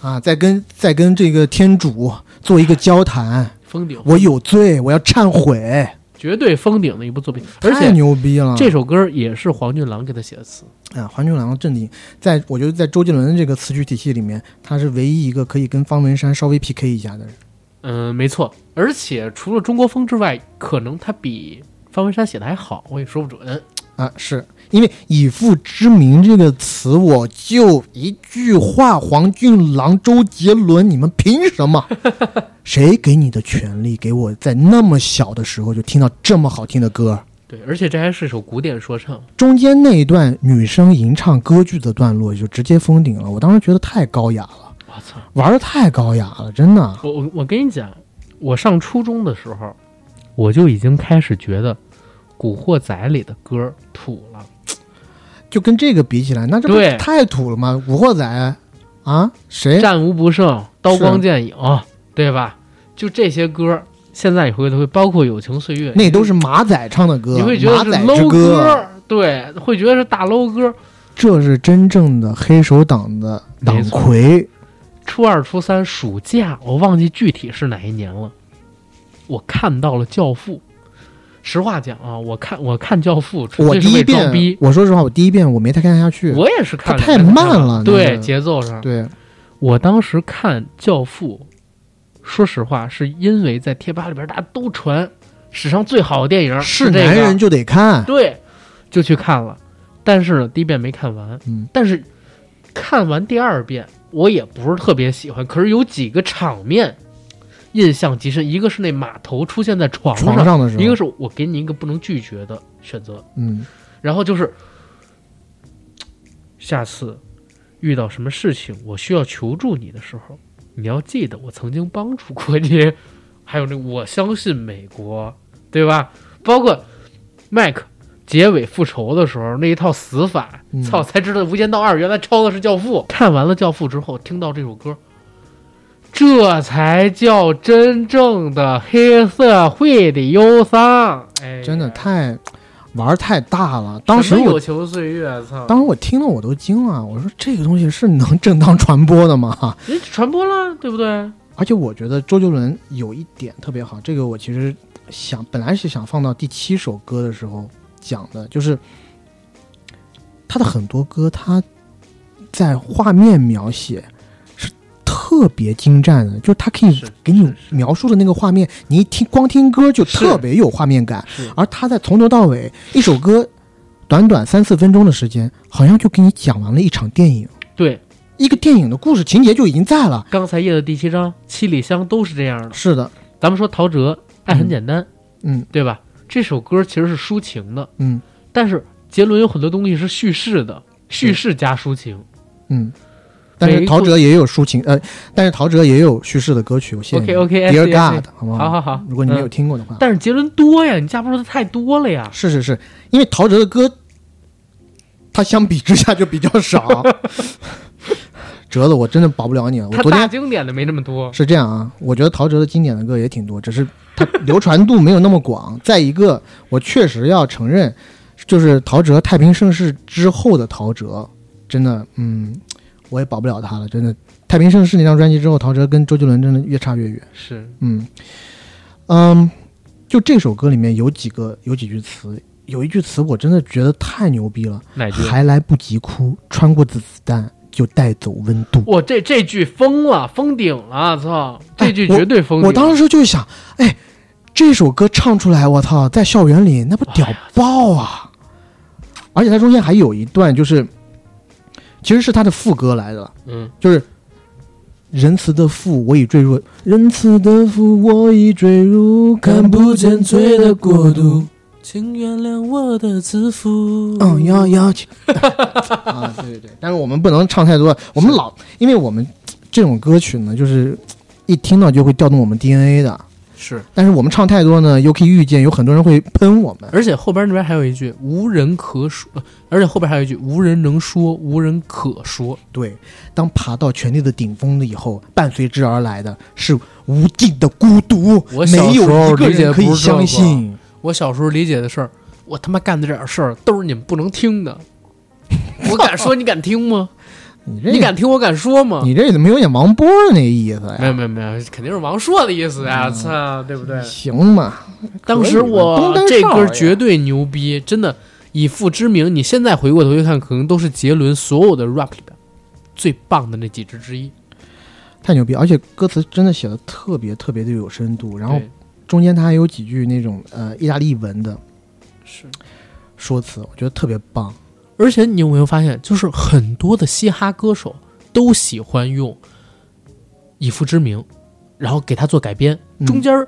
啊，在跟在跟这个天主做一个交谈。封顶，我有罪，我要忏悔，绝对封顶的一部作品。而太且牛逼了！这首歌也是黄俊郎给他写的词，啊，黄俊郎的阵地，在我觉得在周杰伦这个词曲体系里面，他是唯一一个可以跟方文山稍微 PK 一下的人。嗯，没错。而且除了中国风之外，可能他比方文山写的还好，我也说不准。啊，是因为“以父之名”这个词，我就一句话：黄俊郎、周杰伦，你们凭 什么？谁给你的权利，给我在那么小的时候就听到这么好听的歌？对，而且这还是一首古典说唱，中间那一段女生吟唱歌剧的段落，就直接封顶了。我当时觉得太高雅了，我操！玩的太高雅了，真的。我我我跟你讲，我上初中的时候，我就已经开始觉得《古惑仔》里的歌土了。就跟这个比起来，那这不对太土了吗？古惑仔啊，谁？战无不胜，刀光剑影，对吧？就这些歌，现在你回头会包括《友情岁月》，那都是马仔唱的歌，你会觉得马是仔 low 之歌，歌，对，会觉得是大 low 歌。这是真正的黑手党的党魁。初二、初三暑假，我忘记具体是哪一年了，我看到了《教父》。实话讲啊，我看我看《教父》，纯我粹第是一为装遍逼，。我说实话，我第一遍我没太看下去。我也是看它太了慢了那对个节奏上。对，我当时看《教父》，说实话，是因为在贴吧里边大家都传史上最好的电影是这个，男人就得看。对，就去看了。但是呢，第一遍没看完，嗯但是看完第二遍，我也不是特别喜欢。可是有几个场面印象极深，一个是那码头出现在床上，床上的时候，一个是我给你一个不能拒绝的选择，嗯，然后就是下次遇到什么事情，我需要求助你的时候，你要记得我曾经帮助过你。 还有那我相信美国，对吧？包括麦克结尾复仇的时候那一套死法嗯，操、才知道《无间道二》原来抄的是《教父》。看完了《教父》之后，听到这首歌。这才叫真正的黑社会的忧伤，哎，真的太玩儿太大了。当时我友情岁月，啊操！当时我听了我都惊了，我说这个东西是能正当传播的吗？人传播了，对不对？而且我觉得周杰伦有一点特别好，这个我其实想本来是想放到第七首歌的时候讲的，就是他的很多歌，他在画面描写是特别精湛的，就是他可以是给你是是描述的那个画面，你一听光听歌就特别有画面感，是而他在从头到尾一首歌，短短三四分钟的时间，好像就给你讲完了一场电影，对。一个电影的故事情节就已经在了。刚才夜的第七章《七里香》都是这样的。是的，咱们说陶喆《爱很简单》，嗯对吧？这首歌其实是抒情的，嗯但是杰伦有很多东西是叙事的，叙事加抒情。嗯。但每是一陶部喆也有抒情，呃，但是陶喆也有叙事的歌曲，我谢谢你。 OK，OK，I Dear see, I see God，好不好好好，哦如果你没有嗯，听过的话，但是杰伦多呀，你架不住他太多了呀。是是是，因为陶 喆的歌，他相比之下就比较少。折子我真的保不了你了。我他昨大天经典的没这么多，是这样啊，我觉得陶喆的经典的歌也挺多，只是它流传度没有那么广。 再一个，我确实要承认，就是陶喆《太平盛世》之后的陶喆，真的，嗯，我也保不了他了。真的，《太平盛世》那张专辑之后，陶喆跟周杰伦真的越差越远。是嗯，嗯，就这首歌里面有几个有几句词，有一句词我真的觉得太牛逼了，哪句？还来不及哭，穿过子弹就带走温度。我这这句疯了，封顶了，操！这句哎我绝对封顶。我当时就想，哎，这首歌唱出来，我操，在校园里那不屌爆啊！而且它中间还有一段，就是其实是它的副歌来的，嗯，就是仁慈的父，我已坠入仁慈的父，我已坠入看不见罪的国度。，请原谅我的自负。嗯，要要去 啊，对对对，但是我们不能唱太多，我们老，因为我们这种歌曲呢，就是一听到就会调动我们 DNA 的。是，但是我们唱太多呢，又可以预见有很多人会喷我们。而且后边那边还有一句无人可说，呃而且后边还有一句无人能说，无人可说。对，当爬到权力的顶峰了以后，伴随之而来的是无尽的孤独，我小没时有候一个理解人可以不是这相个信。我小时候理解的事儿，我他妈干的这点事儿都是你们不能听 的。我敢说，你敢听吗？你这你敢听，我敢说吗？你这怎么有点王波的那意思没呀？有没有没有，肯定是王朔的意思嗯呀！操、对不对？行嘛，当时东我单这少歌爷绝对牛逼，真的以父之名，你现在回过头去看，可能都是杰伦所有的 rap 里边最棒的那几支之一。太牛逼！而且歌词真的写的特别特别的有深度，然后对中间他还有几句那种呃意大利文的是，说辞，我觉得特别棒。而且你有没有发现，就是很多的嘻哈歌手都喜欢用以父之名，然后给他做改编。嗯中间儿，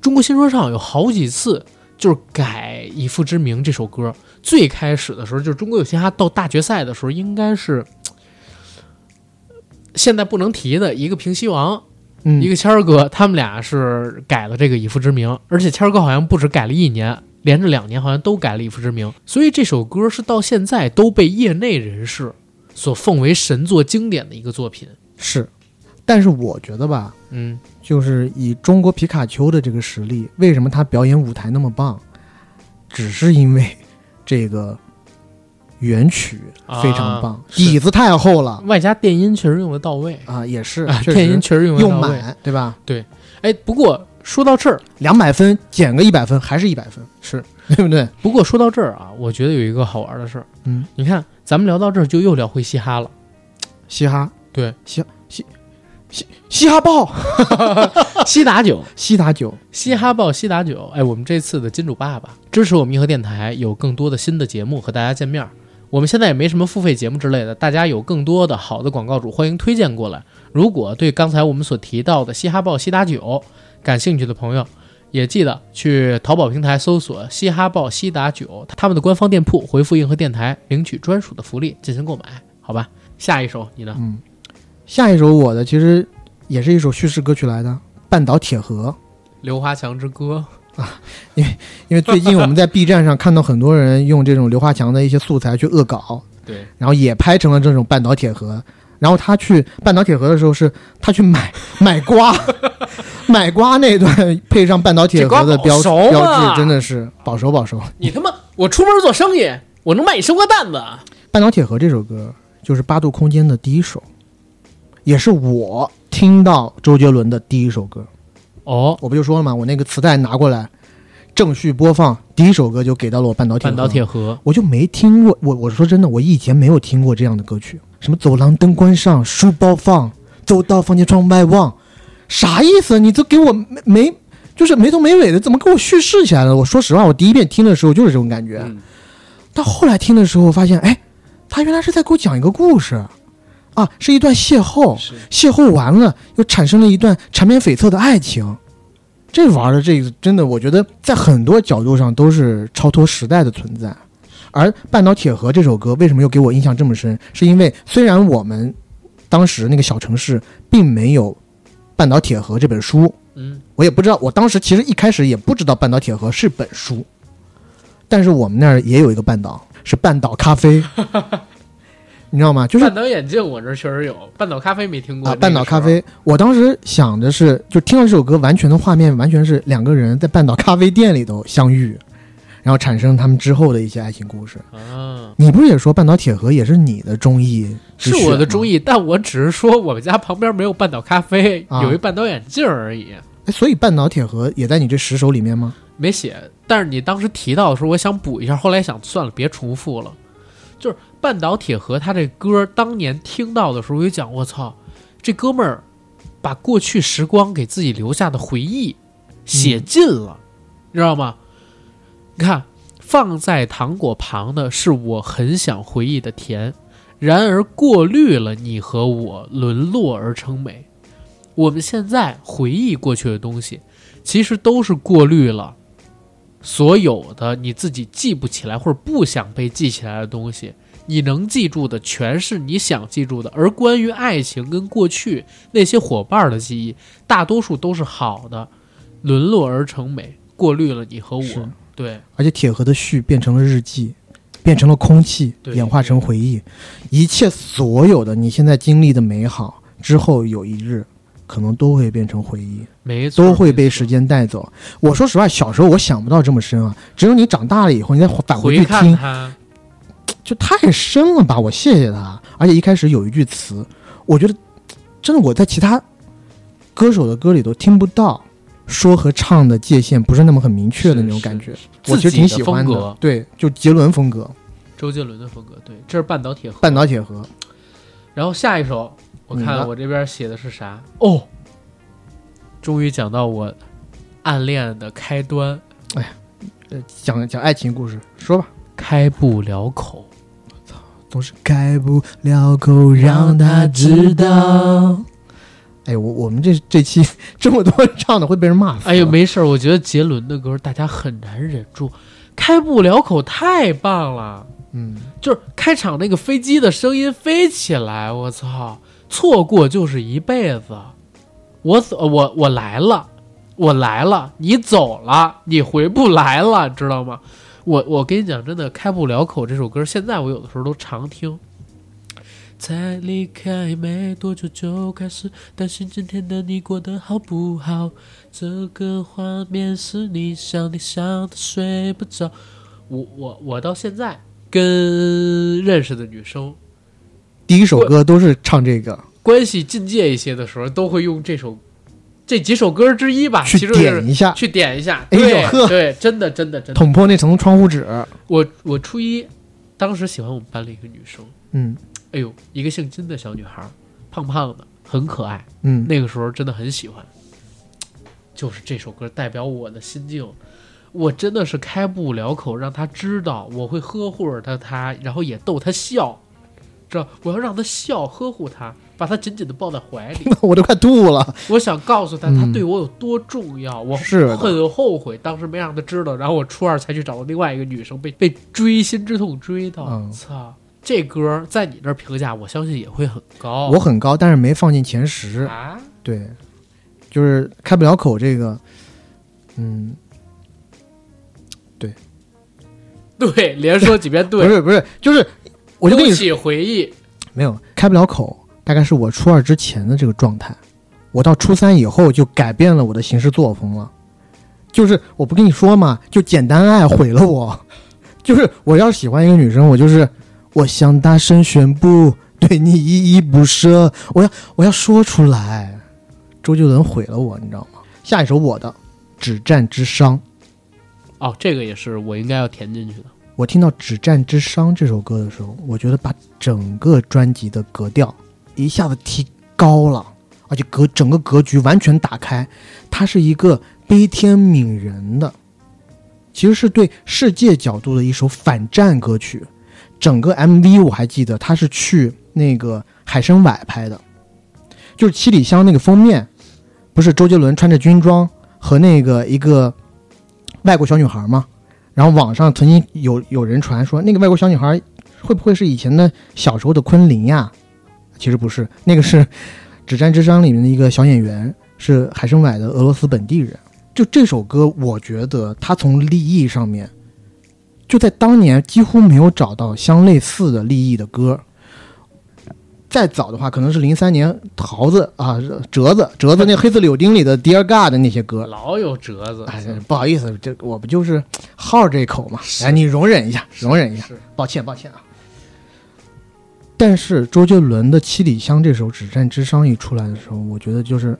中国新说唱有好几次就是改《以父之名》这首歌。最开始的时候，就是中国有嘻哈到大决赛的时候，应该是呃现在不能提的一个平西王，嗯，一个谦儿哥，他们俩是改了这个《以父之名》，而且谦儿哥好像不止改了一年，连着两年好像都改了《以父之名》，所以这首歌是到现在都被业内人士所奉为神作、经典的一个作品。是，但是我觉得吧，嗯，就是以中国皮卡丘的这个实力，为什么他表演舞台那么棒？只是因为这个原曲非常棒，啊底子太厚了外加电音确实用的到位，啊，也是，啊，确电音实确实用得用到位。满对吧？哎，不过说到这儿，两百分减个一百分还是一 百分，是对不对？不过说到这儿啊，我觉得有一个好玩的事儿。嗯，你看，咱们聊到这儿就又聊回嘻哈 了。嘻哈对，嘻嘻嘻嘻哈爆，西打酒，西打酒，嘻哈报西打酒，哎，我们这次的金主爸爸支持我们银河电台有更多的新的节目和大家见面儿。我们现在也没什么付费节目之类的，大家有更多的好的广告主，欢迎推荐过来。如果对刚才我们所提到的嘻哈报西打酒感兴趣的朋友，也记得去淘宝平台搜索“嘻哈报西打酒”，他们的官方店铺回复“硬核电台”领取专属的福利进行购买，好吧？下一首你呢？嗯，下一首我的其实也是一首叙事歌曲来的，《半岛铁盒》。刘华强之歌，因为最近我们在 B 站上看到很多人用这种刘华强的一些素材去恶搞，对，然后也拍成了这种半岛铁盒。然后他去半岛铁盒的时候是，他去买买瓜， 买瓜那段配上半岛铁盒的标这瓜保熟啊标志，真的是保熟保熟。你他妈，我出门做生意，我能卖你生瓜蛋子。半岛铁盒这首歌就是八度空间的第一首，也是我听到周杰伦的第一首歌。哦，我不就说了吗？我那个磁带拿过来，正序播放，第一首歌就给到了我半岛铁盒。半岛铁盒，我就没听过。我我说真的，我以前没有听过这样的歌曲。什么走廊灯关上，书包放，走到房间窗外望，啥意思？你都给我没没就是没头没尾的，怎么给我叙事起来了？我说实话，我第一遍听的时候就是这种感觉，嗯到后来听的时候，我发现，哎，他原来是在给我讲一个故事。啊，是一段邂逅，邂逅完了又产生了一段缠绵悱恻的爱情。这玩儿的这个真的，我觉得在很多角度上都是超脱时代的存在。而《半岛铁盒》这首歌为什么又给我印象这么深？是因为虽然我们当时那个小城市并没有《半岛铁盒》这本书，嗯，我也不知道，我当时其实一开始也不知道《半岛铁盒》是本书，但是我们那儿也有一个半岛，是半岛咖啡。你知道吗？就是半岛眼镜，我这确实有，半岛咖啡没听过啊，那个半岛咖时候啡，我当时想的是，就听到这首歌，完全的画面完全是两个人在半岛咖啡店里头相遇，然后产生他们之后的一些爱情故事。啊，你不是也说半岛铁盒也是你的中意之是选吗？我的中意，但我只是说我们家旁边没有半岛咖啡，啊有一半岛眼镜而已，哎，所以半岛铁盒也在你这十首里面吗？没写。但是你当时提到的时候，我想补一下，后来想算了，别重复了。就是半岛铁盒他这歌，当年听到的时候，我就讲，我操，这哥们儿把过去时光给自己留下的回忆写尽了，你知道吗？你看，放在糖果旁的是我很想回忆的甜，然而过滤了你和我，沦落而成美。我们现在回忆过去的东西，其实都是过滤了所有的你自己记不起来或者不想被记起来的东西。你能记住的全是你想记住的，而关于爱情跟过去那些伙伴的记忆，大多数都是好的，沦落而成美，过滤了你和我。是对，而且铁盒的序变成了日记，变成了空气，对演化成回忆，一切所有的你现在经历的美好，之后有一日可能都会变成回忆，没错，都会被没时间带走。我说实话，小时候我想不到这么深啊，只有你长大了以后，你再错返回回去看听，他，就太深了吧！我谢谢他。而且一开始有一句词，我觉得真的我在其他歌手的歌里都听不到，说和唱的界限不是那么很明确的那种是感觉。是我其实挺喜自欢己的风格对，就杰伦风格，周杰伦的风格，对，这是半岛铁盒。半岛铁盒。然后下一首，我你看的我这边写的是啥？哦，终于讲到我暗恋的开端，呃，讲讲爱情故事，说吧。开不了口。总是开不了口，让他知道。哎，我我们这这期这么多人唱的会被人骂死。啊哎呦，，没事儿，我觉得杰伦的歌大家很难忍住，开不了口太棒了，嗯，就是开场那个飞机的声音飞起来，我操，错过就是一辈子。我走，呃我我来了，我来了，你走了，你回不来了，知道吗？我我跟你讲，真的开不了口这首歌，现在我有的时候都常听。才离开没多久就开始担心今天的你过得好不好，这个画面是你想你想的睡不着。我我我到现在跟认识的女生第一首歌都是唱这个，关系进阶一些的时候，都会用这首这几首歌之一啊吧，其去实就是点一下，去点一下。哎呦对呵对，真的真的真的。捅破那层窗户纸。我我初一当时喜欢我们班里一个女生，嗯哎呦，一个姓金的小女孩，胖胖的，很可爱。嗯，那个时候真的很喜欢，就是这首歌代表我的心境。我真的是开不了口，让她知道我会呵护着她，然后也逗她笑，知道我要让她笑，呵护她，把她紧紧的抱在怀里。 我都快吐了。我想告诉她，嗯她对我有多重要。我是的很后悔当时没让她知道，然后我初二才去找另外一个女生，被被追心之痛追到。嗯操、这歌在你这儿评价，我相信也会很高。我很高，但是没放进前十。哦啊，对，就是开不了口这个，嗯，对，连说几遍对不。是不是，就是我就跟你勾起回忆，没有开不了口，大概是我初二之前的这个状态。我到初三以后就改变了我的行事作风了，就是我不跟你说嘛，就简单爱毁了我。 就是我要是喜欢一个女生，我就是我想大声宣布对你依依不舍，我要我要说出来。周杰伦毁了我，你知道吗？下一首我的《止战之殇》，哦，这个也是我应该要填进去的。我听到《止战之殇》这首歌的时候，我觉得把整个专辑的格调一下子提高了，而且格整个格局完全打开。它是一个悲天悯人的，其实是对世界角度的一首反战歌曲。整个 MV 我还记得，它是去那个海参崴拍的，就是《七里香》那个封面，不是周杰伦穿着军装和那个一个外国小女孩吗？然后网上曾经有有人传说，那个外国小女孩会不会是以前的小时候的昆凌呀？其实不是，那个是《指战之殇》里面的一个小演员，是海参崴的俄罗斯本地人。就这首歌，我觉得它从立意上面，就在当年几乎没有找到相类似的立意的歌。再早的话，可能是零三年桃子啊，折子折子那《黑色柳丁》里的 Dear God 那些歌。老有折 子，哎， 不好意思，这我不就是好这口嘛？哎，你容忍一下，容忍一下是，抱歉，抱歉啊。但是周杰伦的《七里香》这首《只占智商》一出来的时候，我觉得就是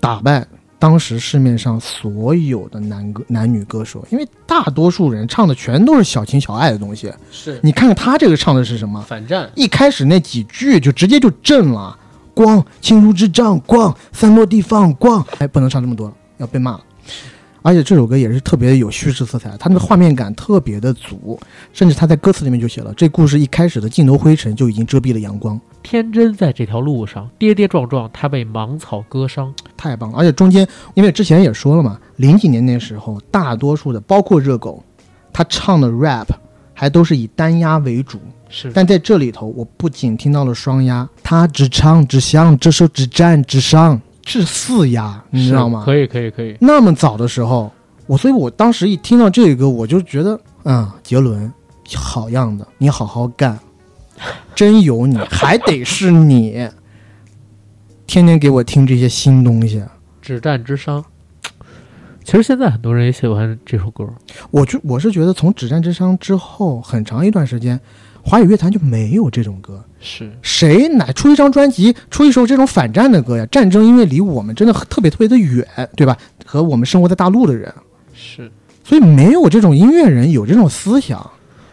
打败当时市面上所有的男歌男女歌手，因为大多数人唱的全都是小情小爱的东西。是你看看他这个唱的是什么？反战，一开始那几句就直接就震了，光情如之杖，光散落地方，光哎，不能唱这么多了，要被骂了。而且这首歌也是特别有叙事色彩，它那个画面感特别的足，甚至他在歌词里面就写了，这故事一开始的镜头灰尘就已经遮蔽了阳光，天真在这条路上跌跌撞撞，他被芒草割伤。太棒了。而且中间，因为之前也说了嘛，零几年那时候，大多数的包括热狗，他唱的 rap 还都是以单押为主，是但在这里头，我不仅听到了双押，他只唱只响，这首只占只上，是四押，你知道吗？可以，可以，可以，那么早的时候，我所以我当时一听到这个，我就觉得，嗯，杰伦，好样的，你好好干，真有你，还得是你，天天给我听这些新东西。只战之殇。其实现在很多人也喜欢这首歌，我就我是觉得，从《只占智商》之后，很长一段时间，华语乐坛就没有这种歌。是谁哪出一张专辑，出一首这种反战的歌呀？战争因为离我们真的特别特别的远，对吧？和我们生活在大陆的人，是所以没有这种音乐人有这种思想，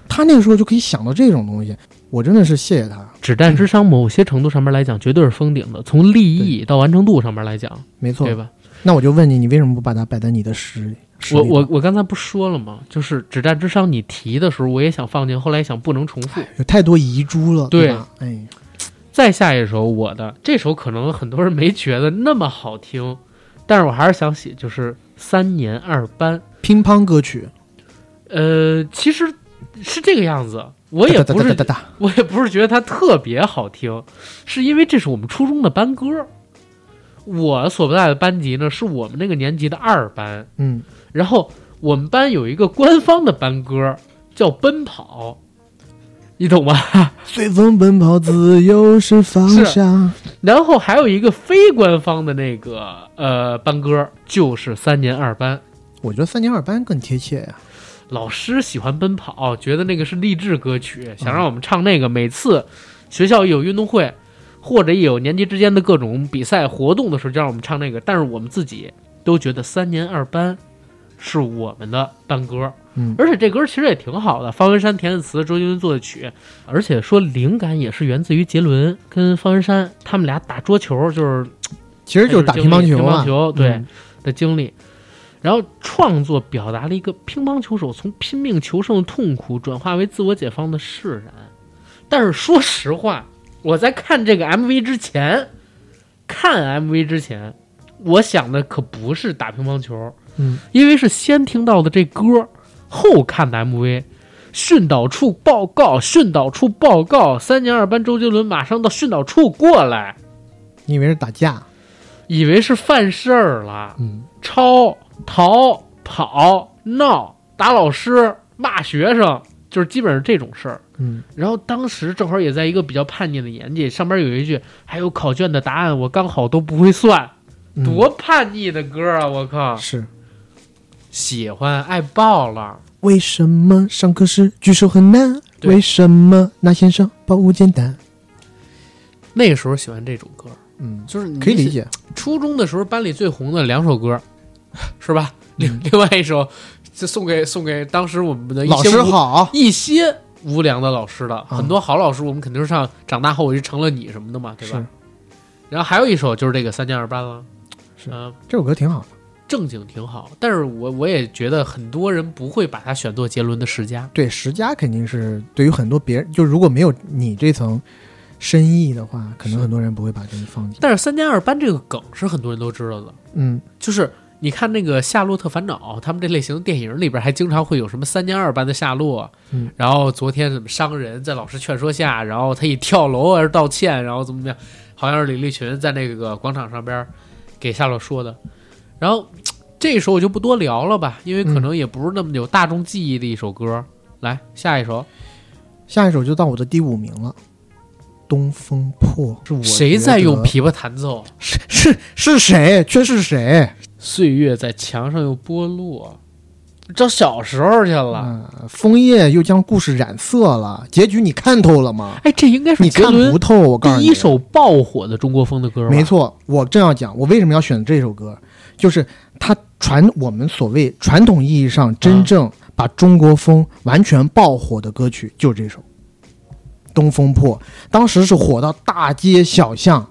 他那个时候就可以想到这种东西。我真的是谢谢他，只战之殇，某些程度上面来讲，绝对是封顶的。从立意到完成度上面来讲，没错对。吧？那我就问你，你为什么不把它摆在你的诗？诗里我头我我刚才不说了吗？就是只战之殇，你提的时候我也想放进，后来想不能重复。有太多遗珠了，对吧？哎，再下一首我的这首可能很多人没觉得那么好听，但是我还是想写，就是三年二班。乒乓歌曲，呃，其实是这个样子，我也不是哒哒哒哒哒 我也不是觉得它特别好听，是因为这是我们初中的班歌。我所在的班级呢，是我们那个年级的二班。嗯，然后我们班有一个官方的班歌叫《奔跑》，你懂吗？随风奔跑，自由是方向。然后还有一个非官方的那个呃班歌，就是三年二班。我觉得三年二班更贴切呀、老师喜欢奔跑，觉得那个是励志歌曲，想让我们唱那个。每次学校一有运动会，或者一有年级之间的各种比赛活动的时候，就让我们唱那个。但是我们自己都觉得三年二班是我们的班歌，嗯而且这歌其实也挺好的，方文山填的词，周杰伦作的曲，而且说灵感也是源自于杰伦跟方文山他们俩打桌球，就是其实就是打乒乓经历球乒嘛乓。球对、嗯的经历，然后创作表达了一个乒乓球手从拼命求胜的痛苦转化为自我解放的释然。但是说实话，我在看这个 MV 之前，看 MV 之前，我想的可不是打乒乓球，嗯，因为是先听到的这歌，后看的 MV。训导处报告，训导处报告，三年二班周杰伦马上到训导处过来，你以为是打架？以为是犯事儿了，嗯，抄、逃、跑、闹、打老师、骂学生，就是基本上这种事儿。嗯，然后当时正好也在一个比较叛逆的年纪，上边有一句还有考卷的答案，我刚好都不会算，嗯多叛逆的歌啊！我靠，是喜欢爱爆了。为什么上课时举手很难？对为什么那先生报物简单？那个时候喜欢这种歌，嗯，就是你可以理。解。初中的时候，班里最红的两首歌，是吧？嗯另另外一首，就送给送给当时我们的一些老师无好，一些无良的老师的，嗯很多好老师我们肯定是上长大后我就成了你什么的嘛，对吧是？然后还有一首就是这个三加二班了，是嗯、这首歌挺好的。正经挺好，但是我我也觉得很多人不会把它选作杰伦的世家，对，十佳肯定是对于很多别人，就如果没有你这层深意的话，可能是很多人不会把这个放进。但是三加二班这个梗是很多人都知道的，嗯，就是。你看那个《夏洛特烦恼》，他们这类型的电影里边还经常会有什么三加二班的夏洛，嗯然后昨天怎么伤人，在老师劝说下，然后他以跳楼而道歉，然后怎么怎么样，好像是李立群在那个广场上边儿给夏洛说的。然后这时候我就不多聊了吧，因为可能也不是那么有大众记忆的一首歌。来，下一首下一首就到我的第五名了。东风破》是我谁在用皮？琵琶弹奏？是是是谁？却是谁？岁月在墙上又剥落，找小时候去了。啊，枫叶又将故事染色了，结局你看透了吗？哎，这应该是你杰看伦不透，我告诉第你。一首爆火的中国风的歌吧？没，错，我正要讲，我为什么要选这首歌，就是它传我们所谓传统意义上真正把中国风完全爆火的歌曲，就这首《东风破》，当时是火到大街小巷，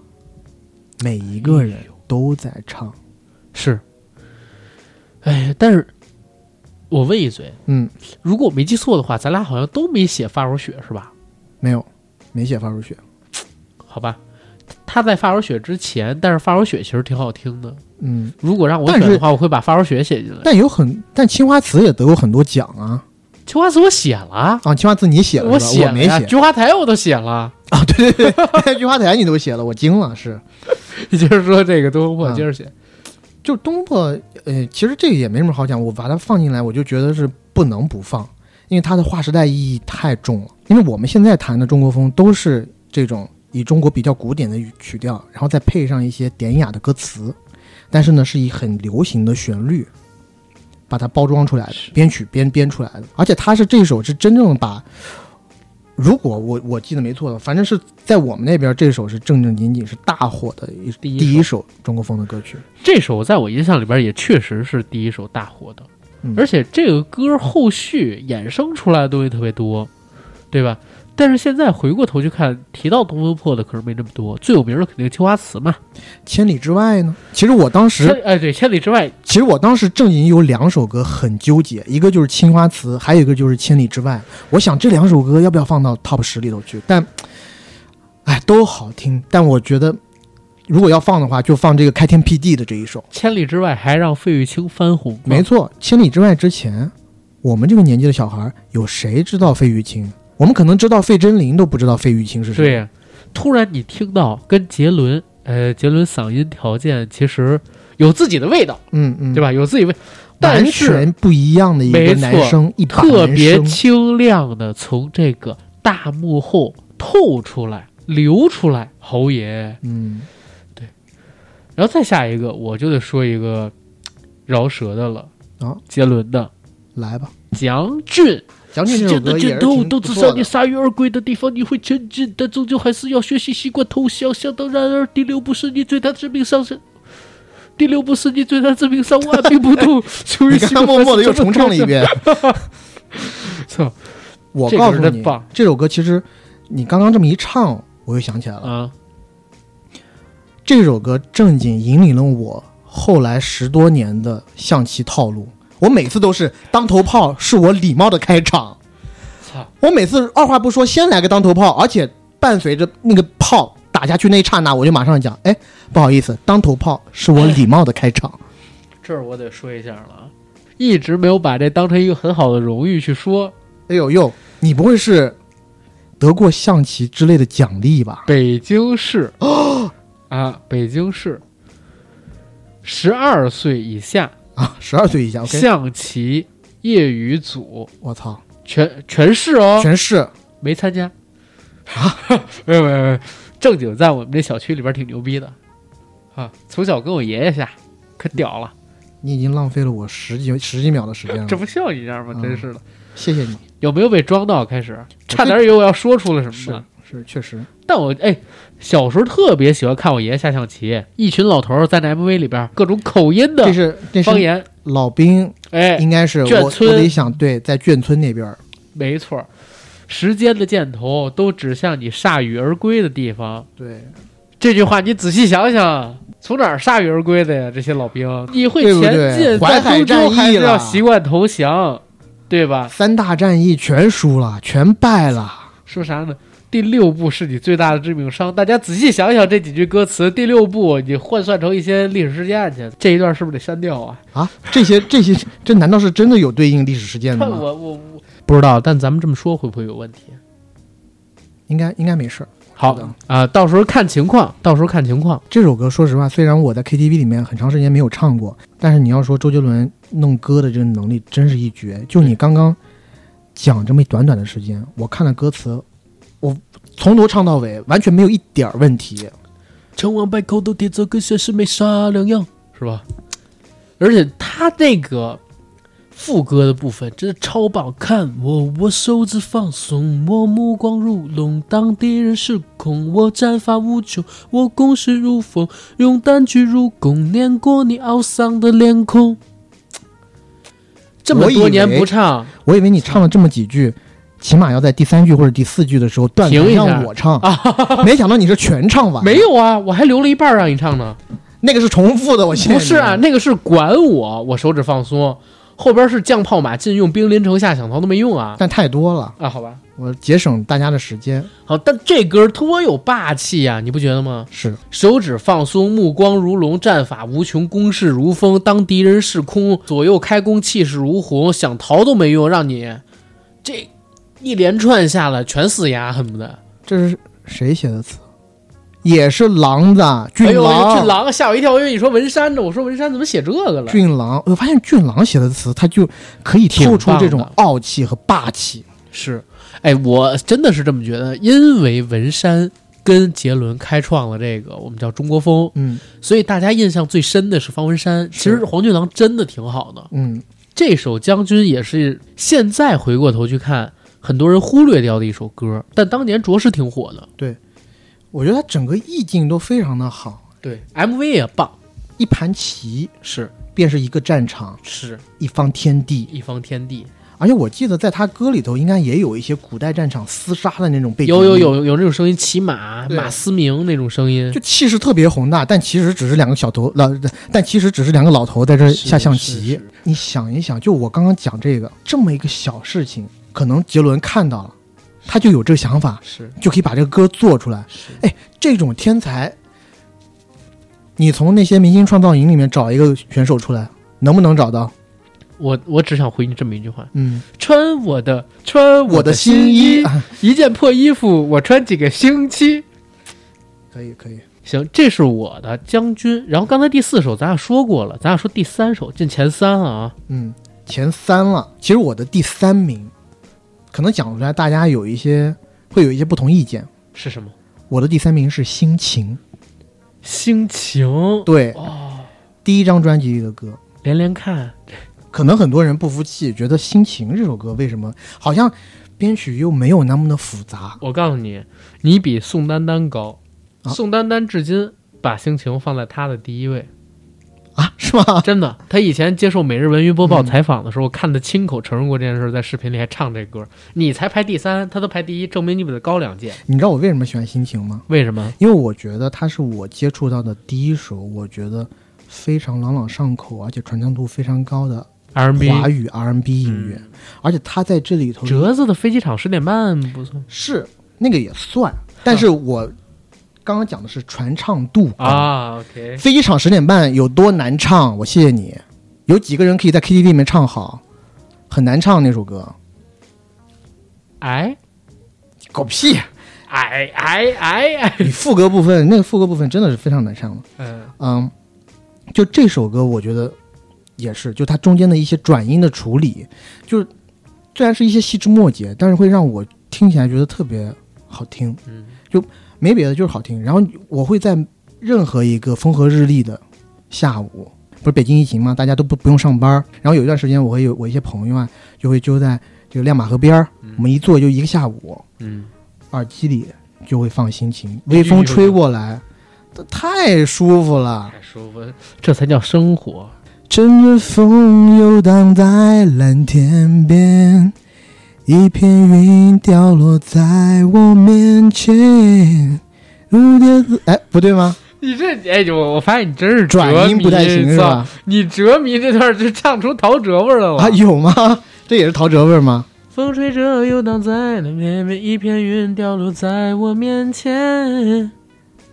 每一个人都在唱。是。哎，但是我问一嘴，嗯，如果我没记错的话，咱俩好像都没写《发如雪》是吧？没有，没写发如雪。好吧，他在《发如雪》之前，但是《发如雪》其实挺好听的。嗯，如果让我但选是的话，我会把《发如雪》写进来。但有很，但青花瓷也得过很多奖啊青花瓷我写了啊，啊！青花瓷你写了我是吧？写我了没呀，写菊花台我都写了。 啊！对对 对，菊花台你都写了，我惊了，是。你接着说这个东风破，嗯接着写。就东坡，呃，其实这个也没什么好讲，我把它放进来，我就觉得是不能不放，因为它的划时代意义太重了。因为我们现在谈的中国风都是这种以中国比较古典的语曲调，然后再配上一些典雅的歌词，但是呢，是以很流行的旋律把它包装出来的，编曲编编出来的。而且它是这首是真正把，如果我我记得没错的，反正是在我们那边这首是正正经经是大火的一第一第一首中国风的歌曲。这首在我印象里边也确实是第一首大火的，嗯而且这个歌后续衍生出来的东西特别多，对吧？但是现在回过头去看，提到东风破的可是没那么多，最有名的肯定是青花瓷嘛。千里之外呢？其实我当时，千哎对，千里之外，其实我当时正经有两首歌很纠结，一个就是《青花瓷》，还有一个就是《千里之外》。我想这两首歌要不要放到 Top 十里头去？但，哎，都好听。但我觉得，如果要放的话，就放这个开天辟地的这一首。千里之外还让费玉清翻红，没，错，《千里之外》之前，我们这个年纪的小孩儿有谁知道费玉清？我们可能知道费贞绫，都不知道费玉清是谁。对呀。突然你听到跟杰伦，呃，杰伦嗓音条件其实有自己的味道，嗯嗯，对吧？吧？有自己味，但完是全不一样的一个没错男生，一把特男别生清亮的从这个大幕后透出来、流出来，侯爷。嗯。然后再下一个，我就得说一个饶舌的了啊，杰伦的来吧， 《将军》。蒋世劲这界啊首歌的也尽是头挺都不指错向你的。铩羽而归的地方，你会前进，但终究还是要学习习惯投降。想当然而第六步是你最大致命伤是。第六步是你最大致命伤，万病 不动。出于你刚刚默默的又重唱了 一。遍。操我这告歌诉真你棒，这首歌其实你刚刚这么一唱，我又想起来了。啊！这首歌正经引领了我后来十多年的象棋套路。我每次都是当头炮，是我礼貌的开场。操！我每次二话不说，先来个当头炮，而且伴随着那个炮打下去那一刹那，我就马上讲：“哎，不好意思，当头炮是我礼貌的开场。 这儿我得说一下了，啊，一直没有把这当成一个很好的荣誉去说。”哎呦呦，你不会是得过象棋之类的奖励吧？北京市啊，北京市，十二岁以下啊，十二岁以下，OK，象棋业余组我操，全全市哦，全是没参加啊， 没有没有没有，正经在我们这小区里边挺牛逼的啊，从小跟我爷爷下，可屌了，你已经浪费了我十几十几秒的时间了这，不笑你这样吗？真是的，谢谢你。有没有被装到？开始差点以为我要说出了什么呢。是是，确实，但我哎，小时候特别喜欢看我爷爷下象棋，一群老头儿在那 MV 里边儿各种口音的这是这方是言，老兵，哎，应该是眷我我村得想对，在眷村那边儿，没错儿，时间的箭头都指向你铩羽而归的地方。对，这句话你仔细想想，从哪儿铩羽而归的呀？这些老兵，你会对不前对进，淮但海终究战还役是要了习惯投降，对吧？三大战役全输了，全败了，说啥呢？第六步是你最大的致命伤。大家仔细想想这几句歌词，第六步你换算成一些历史事件去，这一段是不是得删掉啊？啊，这些这些，这难道是真的有对应历史事件的看吗？我我我不知道，但咱们这么说会不会有问题？应该应该没事儿。好是的啊、到时候看情况，到时候看情况。这首歌，说实话，虽然我在 KTV 里面很长时间没有唱过，但是你要说周杰伦弄歌的这个能力真是一绝。就你刚刚讲这么短短的时间，我看了歌词，我从头唱到尾，完全没有一点儿问题。成王败寇都跌走，跟学士没啥两样，是吧？而且他这个副歌的部分真是超棒，看我，我手指放松，我目光如龙，当敌人失控，我战法无穷，我攻势如风，用单曲入宫，碾过你懊丧的脸孔。这么我以多年为不唱我以为你唱了这么几句，起码要在第三句或者第四句的时候断停档一下让我唱，啊， 没想到你是全唱完。没，有啊，我还留了一半儿让你唱呢。那个是重复的。我现在不是啊，，那个是管我，我手指放松，后边是将炮马禁用，兵临城下想逃都没用啊但太多了，啊，好吧，我节省大家的时间。好，但这歌多有霸气啊呀、你不觉得吗？是手指放松，目光如龙，战法无穷，攻势如风。当敌人是空，左右开弓，气势如虹，想逃都没用，让你这一连串下来全死牙，恨不得。这是谁写的词？也是狼子啊哎俊呦，郎。俊郎吓我一跳，因为你说文山呢，我说文山怎么写这个了？俊郎，我发现俊郎写的词，他就可以透挺出棒这种的傲气和霸气。是，哎，我真的是这么觉得，因为文山跟杰伦开创了这个我们叫中国风，嗯所以大家印象最深的是方文山。其实黄俊郎真的挺好的，嗯，这首《将军》也是现在回过头去看，很多人忽略掉的一首歌，但当年着实挺火的。我觉得他整个意境都非常的好，对，MV 也棒，一盘棋是便是一个战场，是一方天地。一方天地，而且我记得在他歌里头，应该也有一些古代战场厮杀的那种背景，有有，有有那种声音，骑马对马思明那种声音就，气势特别宏大，但其实只是两个小头老， 但其实只是两个老头在这是下象是棋是。你想一想，就我刚刚讲这个这么一个小事情，可能杰伦看到了，他就有这个想法，是就可以把这个歌做出来。是哎，这种天才，你从那些明星创造营里面找一个选手出来，能不能找到？我我只想回你这么一句话：嗯，穿我的穿我的的新衣衣，啊， 一件破衣服我穿几个星期。可以可以，行，这是我的将军。然后刚才第四首咱俩说过了，咱俩说第三首进前三了啊。嗯，前三了。其实我的第三名，可能讲出来大家有一些会有一些不同意见。是什么？我的第三名是《心情》，心情对，哦，第一张专辑里的歌。连连看，可能很多人不服气，觉得《心情》这首歌为什么好像编曲又没有那么的复杂？我告诉你，你比宋丹丹高。啊宋丹丹至今把心情放在她的第一位，啊，是吗？ 真的。她以前接受《每日文娱播报》嗯采访的时候，我看她亲口承认过这件事，在视频里还唱这歌。你才排第三，她都排第一，证明你比她高两届。你知道我为什么喜欢《心情》吗？为什么？因为我觉得它是我接触到的第一首，我觉得非常朗朗上口，而且传唱度非常高的 R&B 华语 R&B 音乐，而且它在这里嗯头折子的飞机场十点半不错是那个也算，但是我刚刚讲的是传唱度高。啊。OK，飞机场十点半有多难唱？我谢谢你，有几个人可以在 KTV 里面唱好？很难唱那首歌，哎狗屁！哎哎哎哎，你副歌部分，那个副歌部分真的是非常难唱的。嗯，嗯，就这首歌，我觉得也是，就它中间的一些转音的处理，就是虽然是一些细枝末节，但是会让我听起来觉得特别好听。嗯，就没别的，就是好听。然后我会在任何一个风和日丽的下午，不是北京疫情嘛，大家都不不用上班儿，然后有一段时间，我会有我一些朋友啊，就会就在这个亮马河边儿，我们一坐就一个下午，嗯，耳机里就会放心情，微风吹过来，它太舒服了。太哎舒服了，这才叫生活。乘着风游荡在蓝天边，一片云掉落在我面前。蝴蝶自哎，不对吗？你这哎，我我发现你真是转音折迷不太行是？吧？你折迷这段就唱出陶喆味儿了啊，有吗？ 这也是陶喆味儿吗？风吹着游荡在那绵绵一片云掉落在我面前。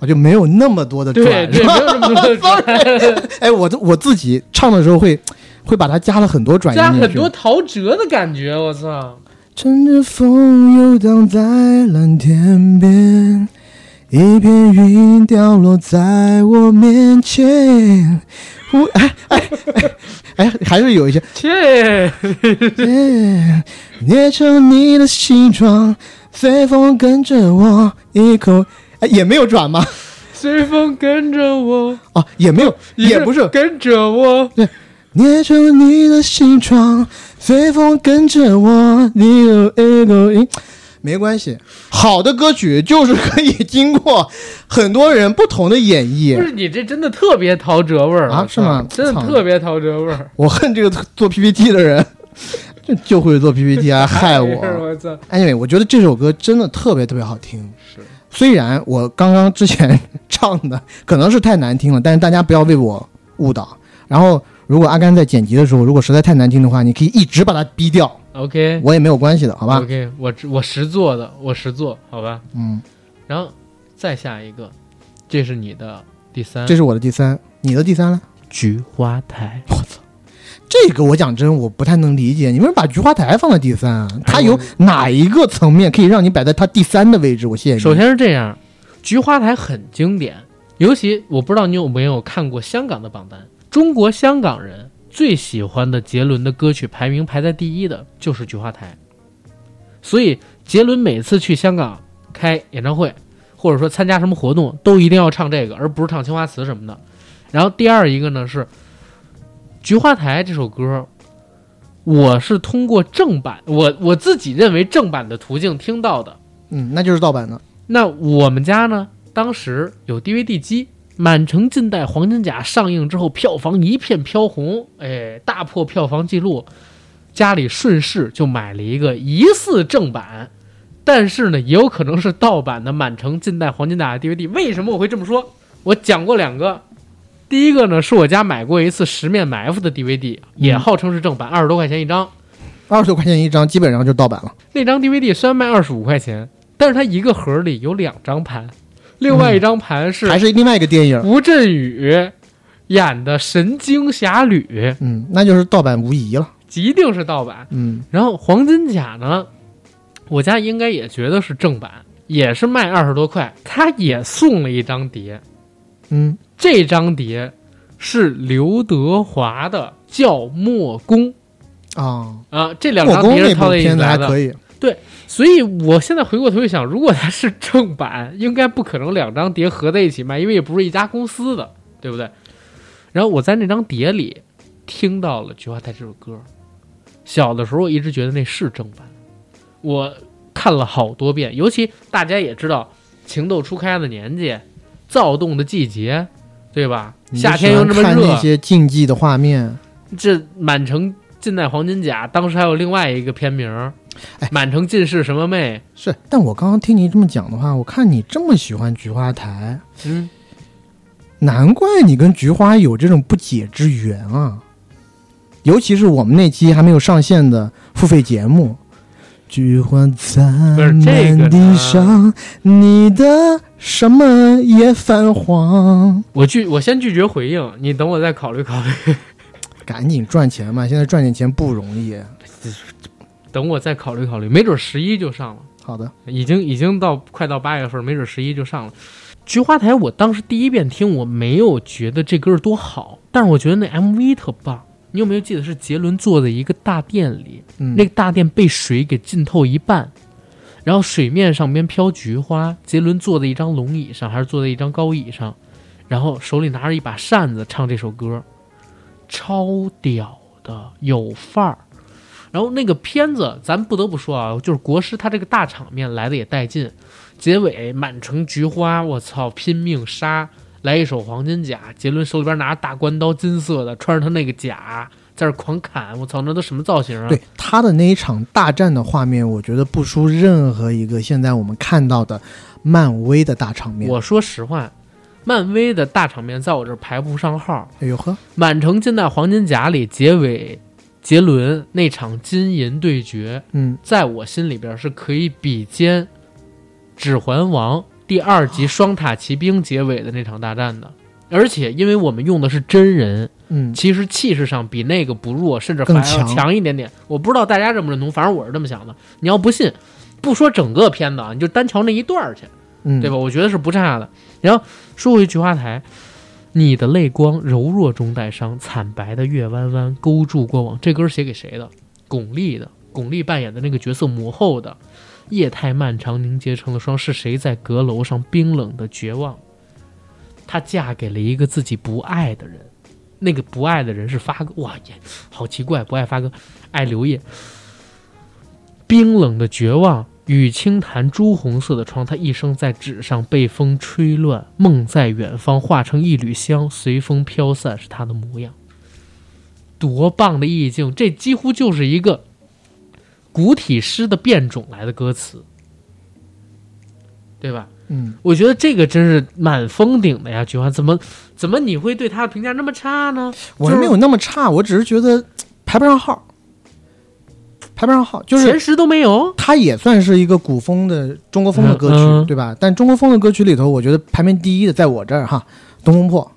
啊，就没有那么多的对转。对，没有这么多 转， 哎，我我自己唱的时候会会把它加了很多转音加进去。很多陶喆的感觉，我操！乘着风游荡在蓝天边，一片云掉落在我面前。我哎哎哎哎，还是有哎一些。切，捏成你的西装，随风跟着我，一口哎也没有转吗？ 随风跟着我，哦，也没有，也不是。跟着我，捏住你的心窗，随风跟着我，你有一个音。没关系，好的歌曲就是可以经过很多人不同的演不绎是你这真的特别陶喆味儿啊，是？吗？真的操特别陶喆味儿，我恨这个做 PPT 的人，就就会做 PPT 哎啊，害我。我操！ Anyway，我觉得这首歌真的特别特别好听。是，虽然我刚刚之前 唱的可能是太难听了，但是大家不要被我误导。然后，如果阿甘在剪辑的时候，如果实在太难听的话，你可以一直把它逼 掉， OK，我也没有关系的，好吧？ OK，我只我实做的，我实做，好吧。嗯，然后再下一个，这是你的第三，这是我的第三，你的第三了。菊花台。这个我讲真，我不太能理解，你为什么把菊花台放在第三啊？哎它有哪一个层面可以让你摆在它第三的位置？我谢谢你。首，先是这样，菊花台很经典，尤其我不知道你有没有看过香港的榜单，中国香港人最喜欢的杰伦的歌曲排名排在第一的就是菊花台，所以杰伦每次去香港开演唱会，或者说参加什么活动，都一定要唱这个，而不是唱青花瓷什么的。然后第二一个呢是《菊花台》这首歌，我是通过正版，我我自己认为正版的途径听到的。嗯，那就是盗版的。那我们家呢，当时有 DVD 机，《满城尽带黄金甲》上映之后，票房一片飘红，哎，大破票房记录。家里顺势就买了一个疑似正版，但是呢，也有可能是盗版的《满城尽带黄金甲》的 DVD。为什么我会这么说？我讲过两个，第一个呢是我家买过一次《十面埋伏》的 DVD，也号称是正版，二十多块钱一张。二十多块钱一张，基本上就是盗版了。那张 DVD 虽然卖二十五块钱，但是它一个盒里有两张盘，另外一张盘是嗯还是另外一个电影，吴镇宇演的《神经侠侣》，嗯，那就是盗版无疑了。一定是盗版。嗯，然后黄金甲呢，我家应该也觉得是正版，也是卖二十多块，他也送了一张碟，嗯，这张碟是刘德华的《叫墨宫》啊，啊，这两莫张宫碟那是部套在一起片子来还的。可以，所以我现在回过头去想，如果它是正版，应该不可能两张碟合在一起卖，因为也不是一家公司的，对不对？然后我在那张碟里听到了《菊花台》这首歌。小的时候一直觉得那是正版，我看了好多遍。尤其大家也知道，情窦初开的年纪，躁动的季节，对吧？你就夏天又这喜么欢看热，那些竞技的画面，这满城尽带黄金甲，当时还有另外一个片名儿，哎满城尽是什么妹？是。但我刚刚听你这么讲的话，我看你这么喜欢菊花台，嗯。难怪你跟菊花有这种不解之缘啊。尤其是我们那期还没有上线的付费节目，菊花残不是这个满地呢上，你的什么也泛黄。我拒，我先拒绝回应，你等我再考虑考虑， 赶紧赚钱嘛，现在赚点钱不容易。等我再考虑考虑，没准十一就上了，好的，已经已经到快到八月份，没准十一就上了。菊花台，我当时第一遍听，我没有觉得这歌儿多好，但是我觉得那 MV 特棒。你有没有记得是杰伦坐在一个大殿里，嗯，那个大殿被水给浸透一半，然后水面上边飘菊花。杰伦坐在一张龙椅上，还是坐在一张高椅上，然后手里拿着一把扇子唱这首歌，超屌的，有范儿。然后那个片子，咱不得不说啊，就是国师他这个大场面来的也带劲，结尾满城菊花，我操，拼命杀，来一手黄金甲，杰伦手里边拿着大关刀，金色的，穿着他那个甲在这狂砍，我操，那都什么造型啊？对他的那一场大战的画面，我觉得不输任何一个现在我们看到的漫威的大场面。我说实话，漫威的大场面在我这儿排不上号，哎呦呵， 《满城尽带黄金甲》里结尾，杰伦那场金银对决，嗯，在我心里边是可以比肩《指环王》第二集双塔奇兵结尾的那场大战的。而且，因为我们用的是真人，嗯，其实气势上比那个不弱，甚至更反而要强强一点点。我不知道大家认不认同，反正我是这么想的。你要不信，不说整个片子啊，你就单瞧那一段儿去。嗯，对吧？？我觉得是不差的。然后说回菊花台，你的泪光柔弱中带伤，惨白的月弯弯勾住过往。这歌儿写给谁的？巩俐的，巩俐扮演的那个角色母后的。夜太漫长凝结成了霜，是谁在阁楼上冰冷的绝望？她嫁给了一个自己不爱的人，那个不爱的人是发哥，哇也好奇怪，不爱发哥，爱刘烨。冰冷的绝望与轻弹朱红色的窗，她一生在纸上被风吹乱，梦在远方化成一缕香，随风飘散，是她的模样。多棒的意境！这几乎就是一个古体诗的变种来的歌词，对吧？嗯，我觉得这个真是蛮封顶的呀，菊花，怎么怎么你会对他的评价那么差呢？我没有那么差，我只是觉得排不上号，排不上号，就是前十都没有，它也算是一个古风的中国风的歌曲，嗯嗯对吧？但中国风的歌曲里头，我觉得排名第一的在我这儿哈，《东风破》，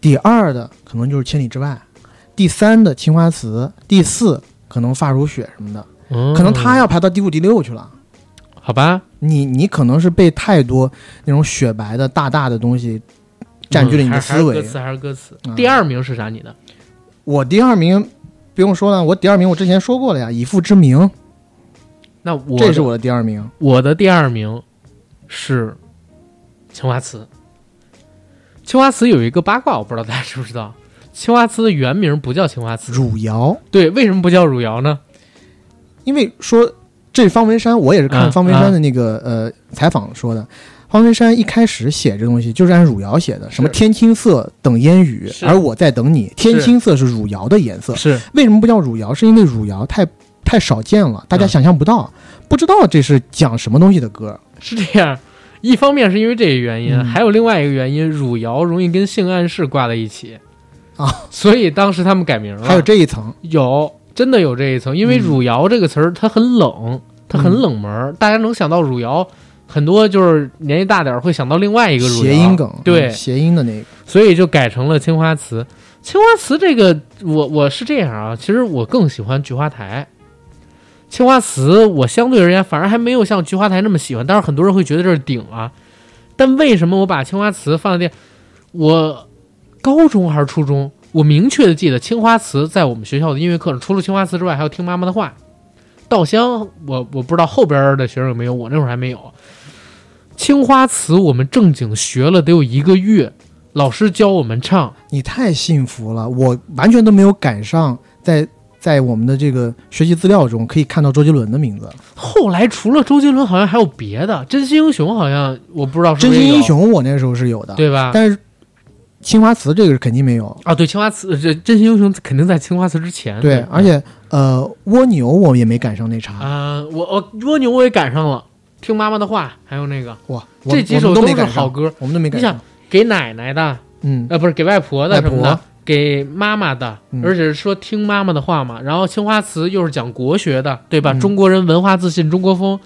第二的可能就是《千里之外》，第三的《青花瓷》，第四可能《发如雪》什么的，可可能他要排到第五、第六去了。好吧，你你可能是被太多那种雪白的大大的东西占据了你嗯的还思是还维。是歌词还是歌词嗯。第二名是啥？你的我第二名不用说了，我第二名我之前说过了呀，《以父之名》，那我这是我我的第二名。我的第二名是青花瓷。青花瓷有一个八卦，我不知道大家知不知道。青花瓷的原名不叫青花瓷，汝窑，对，为什么不叫汝窑呢？因为说这方文山，我也是看嗯方文山的那个、呃采访说的。方文山一开始写这东西就是按汝窑写的，什么天青色等烟雨，是而我在等你。天青色是汝窑的颜色，是为什么不叫汝窑？是因为汝窑太太少见了，大家嗯想象不到，不知道这是讲什么东西的歌。是这样，一方面是因为这个原因，嗯还有另外一个原因，汝窑容易跟性暗示挂在一起啊，所以当时他们改名了。还有这一层，有真的有这一层，因为嗯汝窑这个词儿它很冷，它很冷门儿，大家能想到汝窑，很多就是年纪大点儿会想到另外一个汝窑谐音梗，对嗯谐音的那个，所以就改成了青花瓷。青花瓷这个，我我是这样啊，其实我更喜欢菊花台。青花瓷我相对而言反而还没有像菊花台那么喜欢，但是很多人会觉得这是顶啊。但为什么我把青花瓷放在第？我高中还是初中，我明确的记得青花瓷在我们学校的音乐课上，除了青花瓷之外，还有听妈妈的话。稻香，我我不知道后边的学生有没有，我那会儿还没有。青花瓷我们正经学了得有一个月，老师教我们唱，你太幸福了，我完全都没有赶上在在我们的这个学习资料中可以看到周杰伦的名字。后来除了周杰伦，好像还有别的，《真心英雄》好像我不知道是真不是心有英雄我那时候是有的，嗯对啊吧？但是青花瓷这个是肯定没有。啊，对，青花瓷，这《真心英雄》肯定在青花瓷之前。对，而且呃，蜗牛我也没赶上那茬。啊、我我蜗牛我也赶上了，听妈妈的话，还有那个哇，我这几我首们都没是赶上好，歌，我们都没赶你上。给奶奶的，嗯，呃，不是给外婆的外什婆么的，给妈妈的，嗯而且是说听妈妈的话嘛。然后青花瓷又是讲国学的，对吧？嗯中国人文化自信，中国风，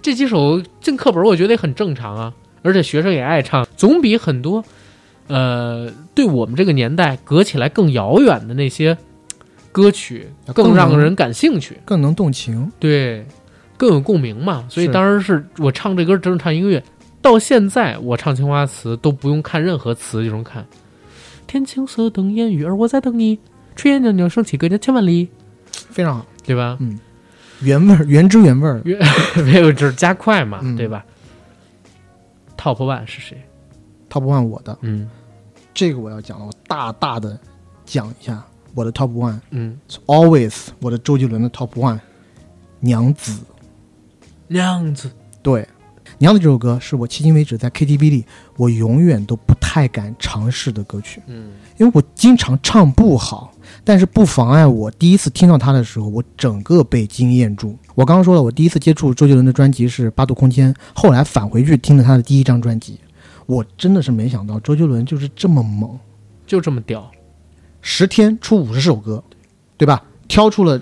这几首进课本，我觉得也很正常啊。而且学生也爱唱，总比很多，呃，对我们这个年代隔起来更遥远的那些歌曲要啊更更让能人感兴趣，更能动情。对，更有共鸣嘛。所以是当时是我唱这歌，只能唱一个月。到现在我唱青花瓷都不用看任何词就能看。天青色等烟雨，而我在等你。炊烟袅袅升起，隔江千万里，非常好，对吧？原味儿，原汁原味儿。 没有，就是加快嘛，嗯对吧？Top One 是谁？ Top One 我的嗯这个我要讲了，我大大的讲一下我的 Top One 嗯，是 Always 我的周杰伦的 Top One，《娘子》。娘子，对，《娘子》这首歌是我迄今为止在 KTV 里我永远都不太敢尝试的歌曲。嗯，因为我经常唱不好，但是不妨碍我第一次听到他的时候，我整个被惊艳住。我刚刚说了，我第一次接触周杰伦的专辑是《八度空间》，后来返回去听了他的第一张专辑，我真的是没想到周杰伦就是这么猛，就这么屌。十天出五十首歌，对吧？挑出了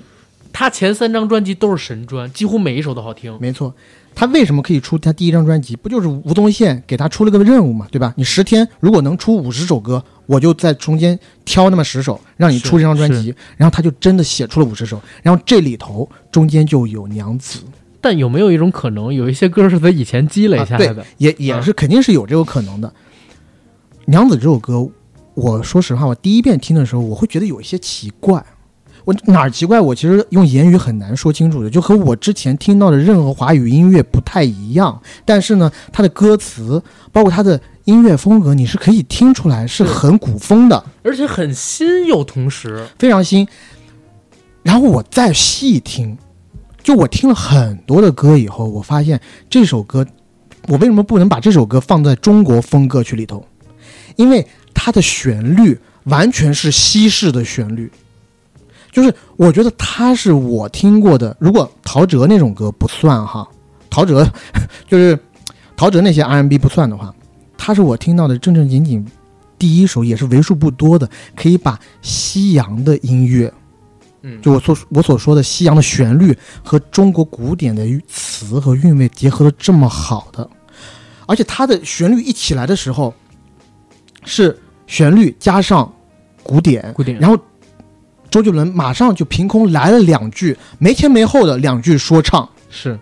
他前三张专辑都是神专，几乎每一首都好听。没错，他为什么可以出他第一张专辑？不就是吴宗宪给他出了个任务嘛，对吧？你十天如果能出五十首歌，我就在中间挑那么十首，让你出这张专辑，然后他就真的写出了五十首，然后这里头中间就有娘子，但有没有一种可能，有一些歌是他以前积累下来啊对的？，也也是肯定是有这个可能的。娘子这首歌，我说实话，我第一遍听的时候，我会觉得有一些奇怪，我哪儿奇怪？我其实用言语很难说清楚的，就和我之前听到的任何华语音乐不太一样。但是呢，它的歌词，包括它的音乐风格，你是可以听出来是是很古风的，而且很新又同时，非常新。然后我再细听，就我听了很多的歌以后，我发现这首歌，我为什么不能把这首歌放在中国风歌曲里头？因为它的旋律完全是西式的旋律，就是我觉得它是我听过的。如果陶喆那种歌不算哈，陶喆 就是陶喆那些 R&B 不算的话，它是我听到的正正经经第一首，也是为数不多的可以把西洋的音乐，嗯就我所我所说的西洋的旋律和中国古典的词和韵味结合的这么好的，而且它的旋律一起来的时候，是旋律加上古典，固定然后周杰伦马上就凭空来了两句没前没后的两句说唱，是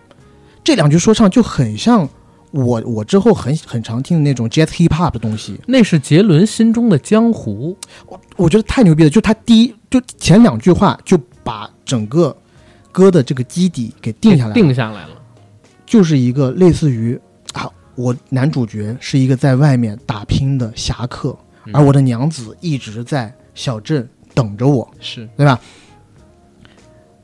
这两句说唱就很像我我之后很很常听的那种 jazz hip hop 的东西，那是杰伦心中的江湖，我觉得太牛逼了，就他第一就前两句话就把整个歌的这个基底给定下来了，定下来了，就是一个类似于啊，我男主角是一个在外面打拼的侠客，嗯而我的娘子一直在小镇等着我，是对吧？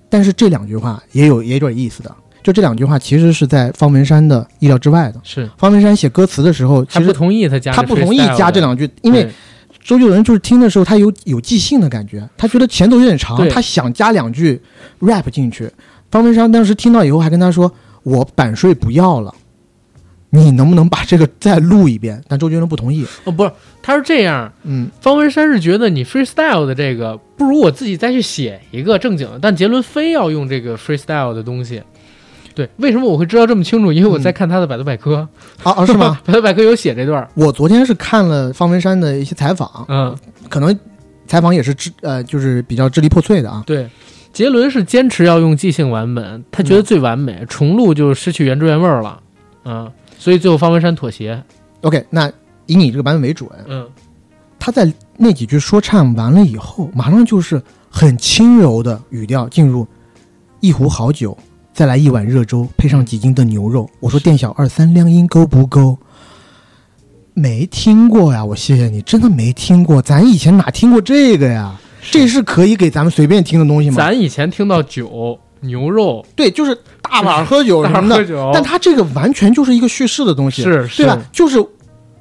但是这两句话也有也有点意思的，就这两句话其实是在方文山的意料之外的。是，方文山写歌词的时候，他其不实同意他加他不同意 freestyle 加这的，两句，因为对周杰伦就是听的时候，他有有即兴的感觉，他觉得前奏有点长，对他想加两句 rap 进去。方文山当时听到以后还跟他说：“我版税不要了，你能不能把这个再录一遍？”但周杰伦不同意。哦不是，他是这样，嗯，方文山是觉得你 freestyle 的这个，不如我自己再去写一个正经的。但杰伦非要用这个 freestyle 的东西。对，为什么我会知道这么清楚？因为我在看他的百度百科，啊嗯啊，是吗？？ 哦百度百科有写这段儿。我昨天是看了方文山的一些采访，嗯，可能采访也是支呃，就是比较支离破碎的啊。对，杰伦是坚持要用即兴版本，他觉得嗯最完美，重录就失去原汁原味儿了。嗯，所以最后方文山妥协。 OK，那以你这个版本为哎准，嗯，他在那几句说唱完了以后，马上就是很轻柔的语调进入一壶好酒，再来一碗热粥，配上几斤的牛肉。我说店小二三两银够不够？没听过呀，我谢谢你，真的没听过，咱以前哪听过这个呀？这是可以给咱们随便听的东西吗？咱以前听到酒、牛肉、对，就是大碗喝酒大什碗么喝的，酒，但它这个完全就是一个叙事的东西，是是对吧？就是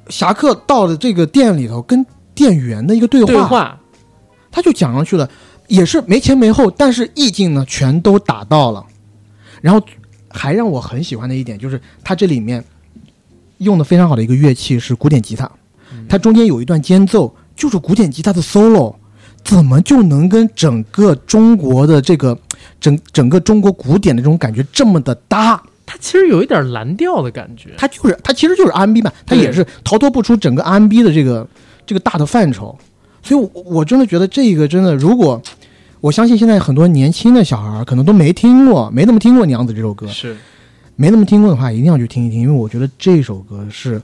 侠客到了这个店里头，跟店员的一个对对话他就讲上去了，也是没前没后，但是意境呢全都打到了。然后还让我很喜欢的一点就是，他这里面用的非常好的一个乐器是古典吉他，它中间有一段间奏就是古典吉他的 solo，怎么就能跟整个中国的这个整整个中国古典的这种感觉这么的搭？他其实有一点蓝调的感觉。它就是它其实就是 R&B 嘛，它对也是逃脱不出整个 R&B 的这个这个大的范畴。所以我，我真的觉得这个真的，如果我相信现在很多年轻的小孩儿可能都没听过，没怎么听过《娘子》这首歌，是，没怎么听过的话，一定要去听一听，因为我觉得这首歌是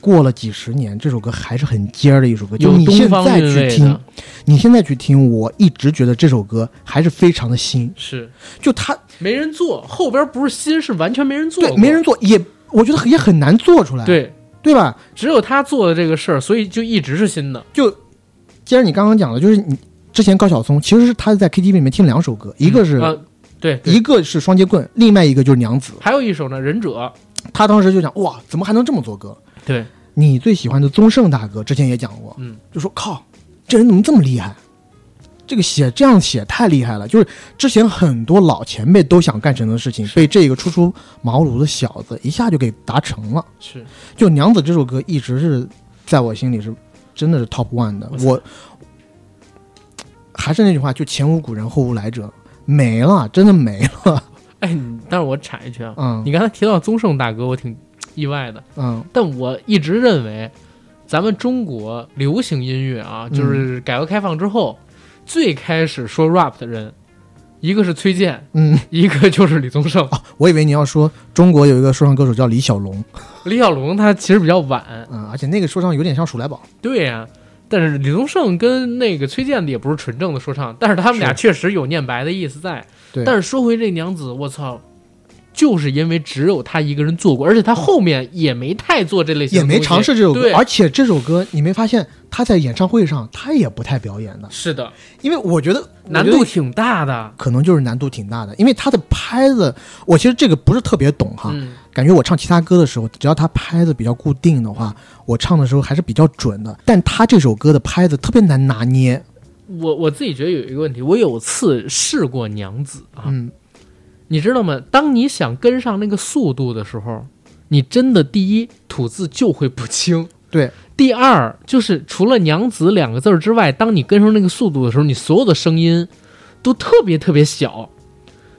过了几十年，这首歌还是很尖儿的一首歌。就有你东现方在韵去味听的，，你现在去听，我一直觉得这首歌还是非常的新，是就它没人做，后边不是新，是完全没人做对过，没人做，也我觉得也很难做出来，对，对吧？只有他做的这个事儿，所以就一直是新的。就接着你刚刚讲的，就是你之前高晓松其实是他在 KTV 里面听两首歌，一个是、啊，对，对一个是双截棍，另外一个就是娘子。还有一首呢，《忍者》。他当时就想，哇，怎么还能这么做歌？对，你最喜欢的宗盛大哥之前也讲过，嗯，就说靠，这人怎么这么厉害？这个写这样写太厉害了，就是之前很多老前辈都想干成的事情，被这个初出茅庐的小子一下就给达成了。是就《娘子》这首歌一直是在我心里是真的是 top one 的哇。塞我还是那句话，就前无古人后无来者，没了，真的没 了。哎，你但是我插一句啊，嗯你刚才提到宗盛大哥，我挺意外的，嗯但我一直认为，咱们中国流行音乐啊，嗯就是改革开放之后，最开始说 rap 的人，一个是崔健，嗯，哦一个就是李宗盛。我以为你要说中国有一个说唱歌手叫李小龙，啊李小龙他其实比较晚，嗯，而且那个说唱有点像鼠来宝，对呀、但是李宗盛跟那个崔健的也不是纯正的说唱，但是他们俩是确实有念白的意思在。对但是说回这娘子，我操，就是因为只有他一个人做过，而且他后面也没太做这类型也的东西，没尝试这首歌对，而且这首歌你没发现他在演唱会上他也不太表演的，是的，因为我觉得难我度觉得啊挺大的。可能就是难度挺大的，因为他的拍子，我其实这个不是特别懂哈，嗯，感觉我唱其他歌的时候，只要他拍子比较固定的话，我唱的时候还是比较准的，但他这首歌的拍子特别难拿捏，我我自己觉得有一个问题，我有次试过娘子啊，嗯，你知道吗？当你想跟上那个速度的时候，你真的第一吐字就会不清，对。第二就是除了“娘子”两个字儿之外，当你跟上那个速度的时候，你所有的声音都特别特别小。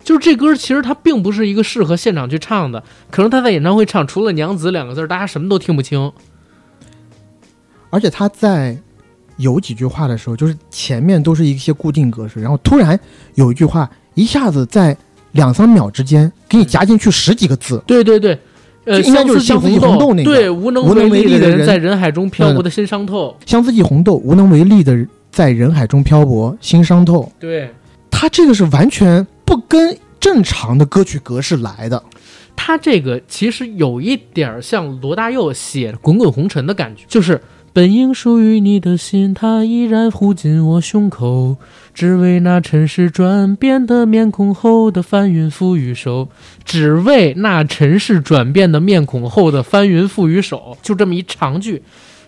就是这歌其实它并不是一个适合现场去唱的，可能他在演唱会唱，除了“娘子”两个字儿，大家什么都听不清。而且他在有几句话的时候，就是前面都是一些固定格式，然后突然有一句话一下子在两三秒之间给你夹进去十几个字，对对对，呃，就应该相就是思相幸逢福一红豆豆那个对，无能无能为力力的人人嗯在人海中漂泊的心伤透，相思一红豆，无能为力的在人海中漂泊，心伤透。对。他这个是完全不跟正常的歌曲格式来的，他这个其实有一点儿像罗大佑写《滚滚红尘》的感觉，就是本应属于你的心，它依然护紧我胸口，只为那尘世转变的面孔后的翻云覆雨手，只为那尘世转变的面孔后的翻云覆雨手，就这么一长句，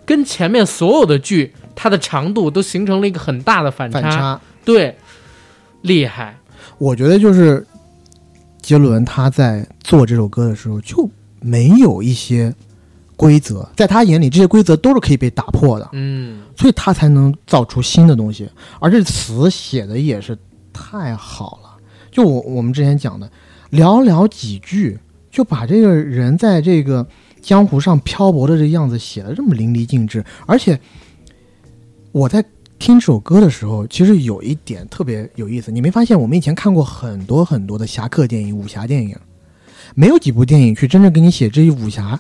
跟前面所有的句它的长度都形成了一个很大的反差，反差。对，厉害，我觉得就是杰伦他在做这首歌的时候就没有一些规则，在他眼里这些规则都是可以被打破的。嗯。所以他才能造出新的东西。而这词写的也是太好了，就我我们之前讲的，寥寥几句就把这个人在这个江湖上漂泊的这样子写的这么淋漓尽致。而且我在听这首歌的时候，其实有一点特别有意思，你没发现我们以前看过很多很多的侠客电影、武侠电影，没有几部电影去真正给你写这一武侠。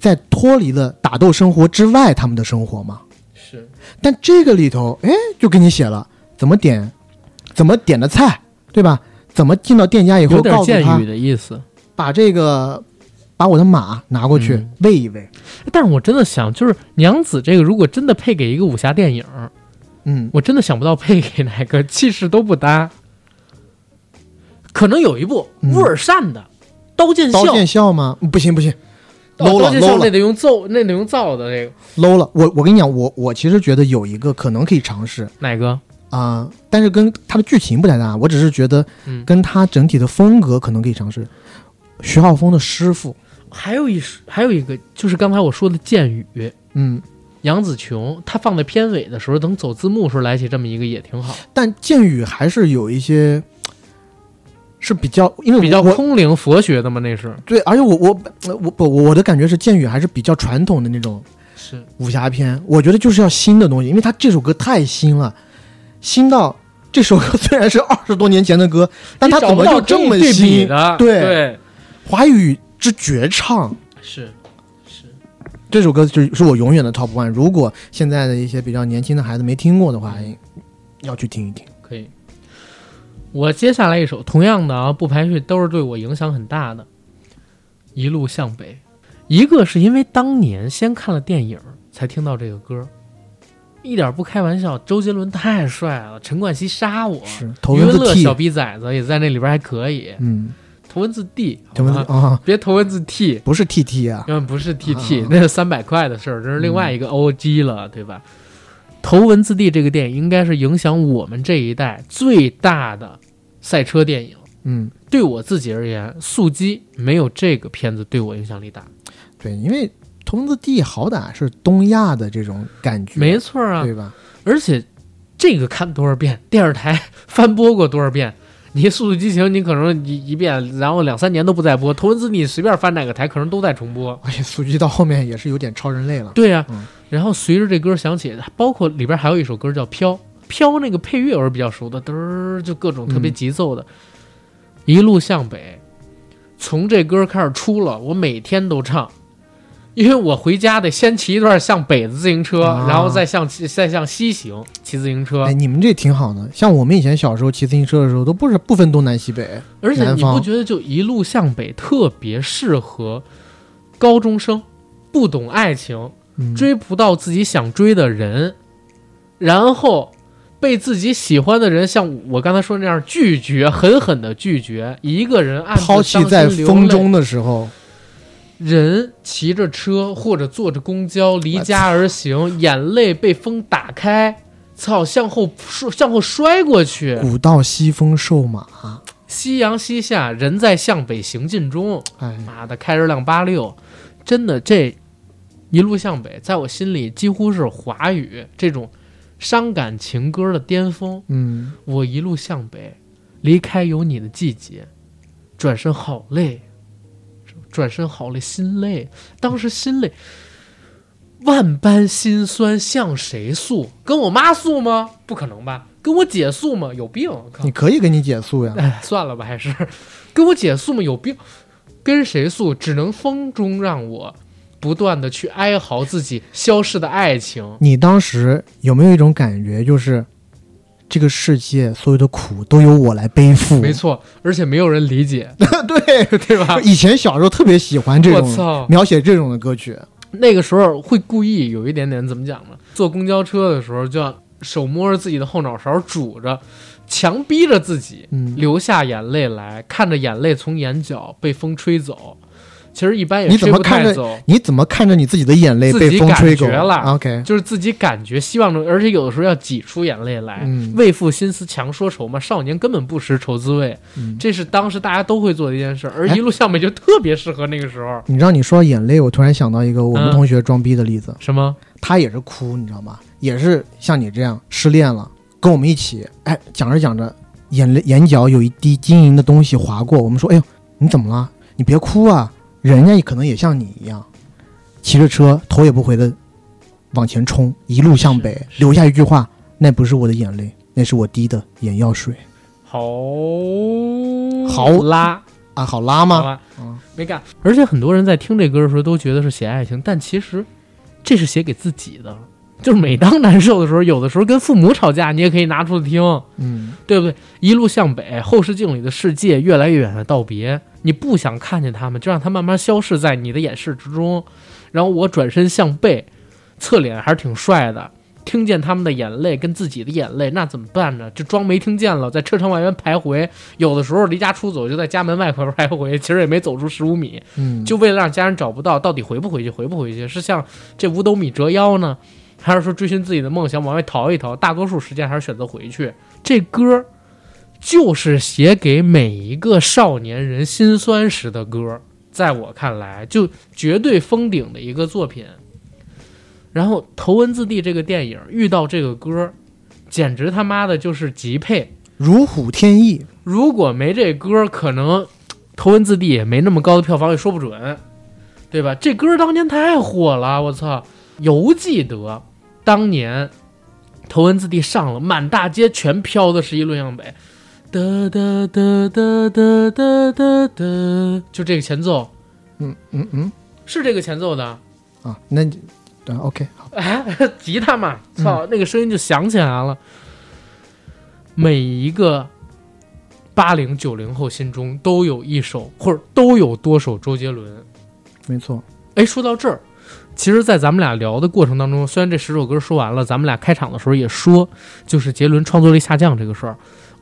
在脱离了打斗生活之外，他们的生活吗？是，但这个里头，哎，就给你写了怎么点，怎么点的菜，对吧？怎么进到店家以后有点告诉剑他雨，的意思。把这个把我的马拿过去、嗯喂一喂。但是我真的想，就是娘子这个，如果真的配给一个武侠电影，嗯，我真的想不到配给哪个，气势都不搭。可能有一部嗯乌尔善的《刀剑笑刀》剑笑吗？嗯不行不行哦， ，low 刀了剑笑 low 那了得用奏，那得用造的这个 low 了。我我跟你讲，我我其实觉得有一个可能可以尝试哪个？啊、但是跟它的剧情不太搭。我只是觉得嗯，跟它整体的风格可能可以尝试。徐浩峰的师傅，还有一还有一个就是刚才我说的剑雨。嗯，杨紫琼，她放在片尾的时候，等走字幕时候来起这么一个也挺好，但剑雨还是有一些是比较，因为比较我空灵佛学的嘛，那是对，而且我我呃我不我的感觉是剑雨还是比较传统的那种是武侠片，我觉得就是要新的东西，因为他这首歌太新了，新到这首歌虽然是二十多年前的歌，但他怎么就这么对比新？的？对对，华语之绝唱，是这首歌就是是我永远的 top one。如果现在的一些比较年轻的孩子没听过的话，要去听一听。可以。我接下来一首，同样的啊，不排序，都是对我影响很大的。一路向北，一个是因为当年先看了电影才听到这个歌，一点不开玩笑，周杰伦太帅了，陈冠希杀我，是头余文文字乐 T，小逼崽子也在那里边还可以，嗯，头文字 D，头文字好吧啊，别头文字 T，不是 TT 啊， 嗯嗯，不是 TT，、啊那是三百块的事儿，这是另外一个 OG 了，对吧？头文字 D 这个电影应该是影响我们这一代最大的赛车电影。嗯。对我自己而言，《速激》没有这个片子对我影响力大。对，因为头文字 D 好歹是东亚的这种感觉，没错啊，对吧？而且这个看多少遍，电视台 翻播过多少遍。你《速度与激情》，你可能一一遍，然后两三年都不再播；《头文字 D》，随便翻哪个台，可能都在重播。而且苏剧到后面也是有点超人类了。对呀、嗯然后随着这歌响起，包括里边还有一首歌叫《飘》，《飘》那个配乐我是比较熟的，嘚儿就各种特别嗯急奏的，一路向北，从这歌开始出了，我每天都唱，因为我回家得先骑一段向北的自行车，啊然后再向西再向西行骑自行车。哎，你们这挺好的，像我们以前小时候骑自行车的时候，都不是不分东南西北，而且南你方不觉得就一路向北特别适合高中生，不懂爱情，嗯、追不到自己想追的人，然后被自己喜欢的人像我刚才说那样拒绝，狠狠的拒绝，一个人暗自抛弃伤心在流风泪中的时候，人骑着车或者坐着公交离家而行，眼泪被风打开，操，向后摔向后摔过去。古道西风瘦马，夕阳西下，人在向北行进中。哎，妈的，开着辆八六，真的这一路向北，在我心里几乎是华语这种伤感情歌的巅峰。嗯，我一路向北，离开有你的季节，转身好累，转身好累，心累。当时心累，万般心酸向谁诉？跟我妈诉吗？不可能吧？跟我姐诉吗？有病！我靠你！可以给你姐 诉呀，哎，算了吧，还是跟我姐诉吗？有病！跟谁诉？只能风中让我不断的去哀嚎自己消逝的爱情。你当时有没有一种感觉，就是这个世界所有的苦都由我来背负？没，错，而且没有人理解， 对，对吧？以前小时候特别喜欢这我操种描写这种的歌曲，那个时候会故意有一点点怎么讲呢？坐公交车的时候，就要手摸着自己的后脑勺拄着，强逼着自己嗯，流下眼泪来，看着眼泪从眼角被风吹走。其实一般也你怎吹么不看太着走，你怎么看着你自己的眼泪自己被风吹走啊感觉了？OK，就是自己感觉希望中，而且有的时候要挤出眼泪来。嗯为赋新词强说愁嘛，少年根本不识愁滋味，嗯这是当时大家都会做的一件事，而哎一路向北就特别适合那个时候。你让你说眼泪，我突然想到一个我嗯们同学装逼的例子，什么？他也是哭，你知道吗？也是像你这样失恋了，跟我们一起，哎，讲着讲着，眼泪眼角有一滴晶莹的东西划过，我们说，哎呦，你怎么了？你别哭啊，人家也可能也像你一样，骑着车头也不回的往前冲，一路向北，是是留下一句话：那不是我的眼泪，那是我滴的眼药水好好拉啊！好拉好吗？吧嗯，没干。而且很多人在听这歌的时候都觉得是写爱情，但其实这是写给自己的。就是每当难受的时候，有的时候跟父母吵架，你也可以拿出来听，嗯，对不对？一路向北，后视镜里的世界越来越远的道别，你不想看见他们，就让他慢慢消逝在你的眼视之中。然后我转身向背，侧脸还是挺帅的，听见他们的眼泪跟自己的眼泪，那怎么办呢？就装没听见了，在车窗外面徘徊。有的时候离家出走，就在家门外边徘徊，其实也没走出十五米，嗯，就为了让家人找不到，到底回不回去？回不回去？是像这五斗米折腰呢，还是说追寻自己的梦想往外逃一逃？大多数时间还是选择回去。这歌儿就是写给每一个少年人心酸时的歌儿，在我看来，就绝对封顶的一个作品。然后《头文字 D》这个电影遇到这个歌儿，简直他妈的就是极配。如虎添翼，如果没这歌，可能头文字 D 也没那么高的票房，也说不准，对吧？这歌当年太火了，我操！犹记得当年头文字 D 上了，满大街全飘的是一路向北，哒哒哒哒哒哒哒哒，就这个前奏嗯嗯嗯是这个前奏的，啊，那你对 OK 好。 吉他嘛，操，那个声音就响起来了。每一个八零九零后心中都有一首，或者都有多首周杰伦。没错，哎，说到这儿，其实，在咱们俩聊的过程当中，虽然这十首歌说完了，咱们俩开场的时候也说，就是杰伦创作力下降这个事儿，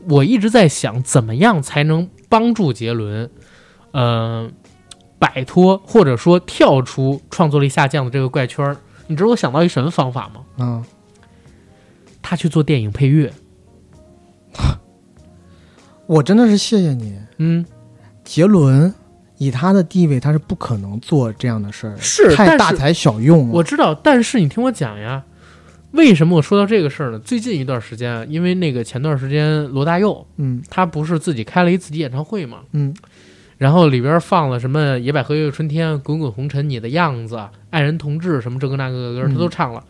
我一直在想，怎么样才能帮助杰伦，呃，摆脱或者说跳出创作力下降的这个怪圈儿。你知道我想到一什么方法吗？啊，他去做电影配乐。我真的是谢谢你，嗯，杰伦。以他的地位，他是不可能做这样的事儿的，是但太是大材小用了。我知道，但是你听我讲呀，为什么我说到这个事儿呢？最近一段时间啊，因为那个前段时间罗大佑嗯他不是自己开了一自己演唱会嘛，嗯然后里边放了什么《野百合也有春天》《滚滚红尘》《你的样子》《爱人同志》什么这个那个的歌，嗯他都唱了。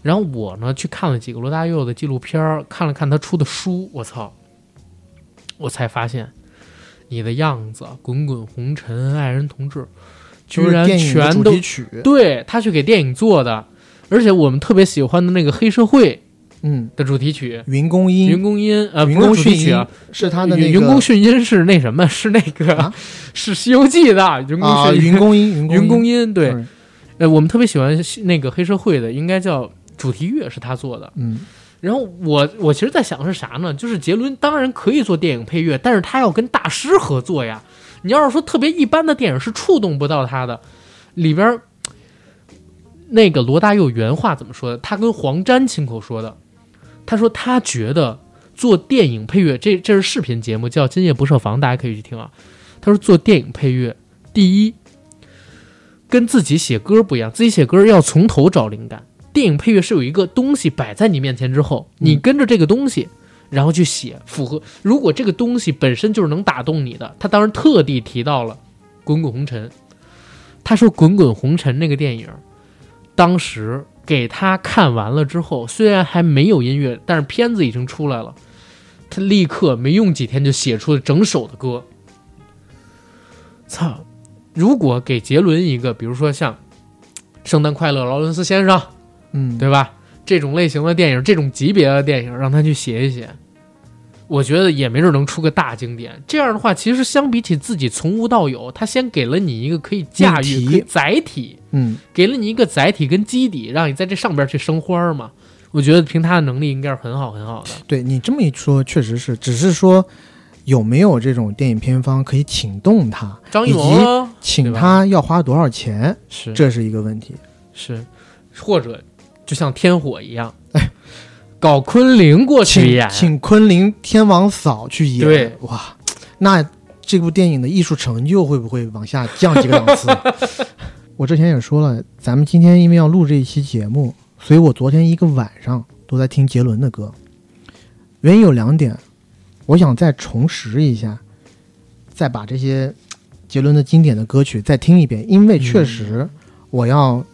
然后我呢去看了几个罗大佑的纪录片儿，看了看他出的书，我操，我才发现《你的样子》《滚滚红尘》《爱人同志》居然就是电影的全主都题曲，对他去给电影做的，而且我们特别喜欢的那个黑社会嗯，的主题曲。云公音，云公音，呃，云不公是主题迅曲啊音，是他的那云个云宫迅音是那什么？ 是那个、啊是《西游记》的云宫啊，迅云公音，云嗯云宫公音，音。对， Sorry，呃，我们特别喜欢西那个黑社会的，应该叫主题乐是他做的。嗯，然后我我其实在想是啥呢？就是杰伦当然可以做电影配乐，但是他要跟大师合作呀。你要是说特别一般的电影是触动不到他的，里边儿那个罗大佑原话怎么说的？他跟黄沾亲口说的，他说他觉得做电影配乐，这这是视频节目叫《今夜不设防》，大家可以去听啊。他说做电影配乐，第一跟自己写歌不一样，自己写歌要从头找灵感。电影配乐是有一个东西摆在你面前之后，你跟着这个东西，然后去写符合。如果这个东西本身就是能打动你的，他当时特地提到了《滚滚红尘》，他说《滚滚红尘》那个电影，当时给他看完了之后，虽然还没有音乐，但是片子已经出来了，他立刻没用几天就写出了整首的歌。操！如果给杰伦一个，比如说像《圣诞快乐，劳伦斯先生》，嗯，对吧？这种类型的电影，这种级别的电影，让他去写一写，我觉得也没准能出个大经典。这样的话，其实相比起自己从无到有，他先给了你一个可以驾驭命题可以载体，嗯，给了你一个载体跟基底，让你在这上边去生花儿嘛。我觉得凭他的能力，应该是很好很好的。对你这么一说，确实是，只是说有没有这种电影片方可以请动他，张艺谋啊请对吧他要花多少钱，是这是一个问题。是，或者就像天火一样，搞昆凌过去哎请演，请昆凌天王嫂去演，对哇，那这部电影的艺术成就会不会往下降几个档次？ 我之前也说了，咱们今天因为要录这一期节目，所以我昨天一个晚上都在听杰伦的歌。原因有两点，我想再重拾一下，再把这些杰伦的经典的歌曲再听一遍，因为确实我要，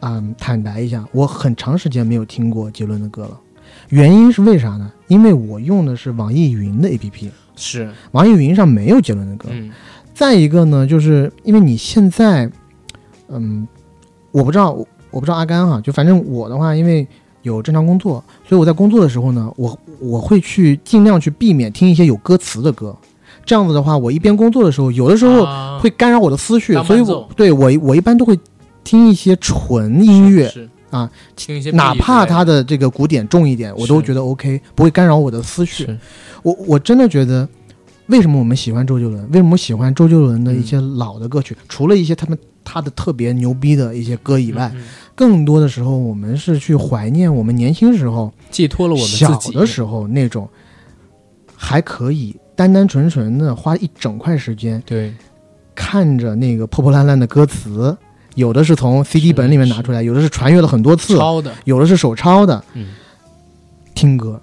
嗯，坦白一下，我很长时间没有听过杰伦的歌了。原因是为啥呢？因为我用的是网易云的 APP，是，网易云上没有杰伦的歌。嗯，再一个呢，就是因为你现在，嗯，我不知道，我我不知道阿甘哈，就反正我的话，因为有正常工作，所以我在工作的时候呢，我我会去尽量去避免听一些有歌词的歌。这样子的话，我一边工作的时候，有的时候啊会干扰我的思绪，当伴所以我奏对我我一般都会听一些纯音乐，是啊，听一些 B 之类的，哪怕它的这个鼓点重一点，我都是觉得 OK，不会干扰我的思绪。是嗯我我真的觉得，为什么我们喜欢周杰伦？为什么我喜欢周杰伦的一些嗯老的歌曲？除了一些他们他的特别牛逼的一些歌以外，嗯嗯更多的时候我们是去怀念我们年轻时候、寄托了我们自己小的时候那种还可以单单纯纯的花一整块时间对，看着那个破破烂烂的歌词，有的是从 CD 是本里面拿是出来，有的是传阅了很多次，抄的，有的是手抄的。嗯，听歌，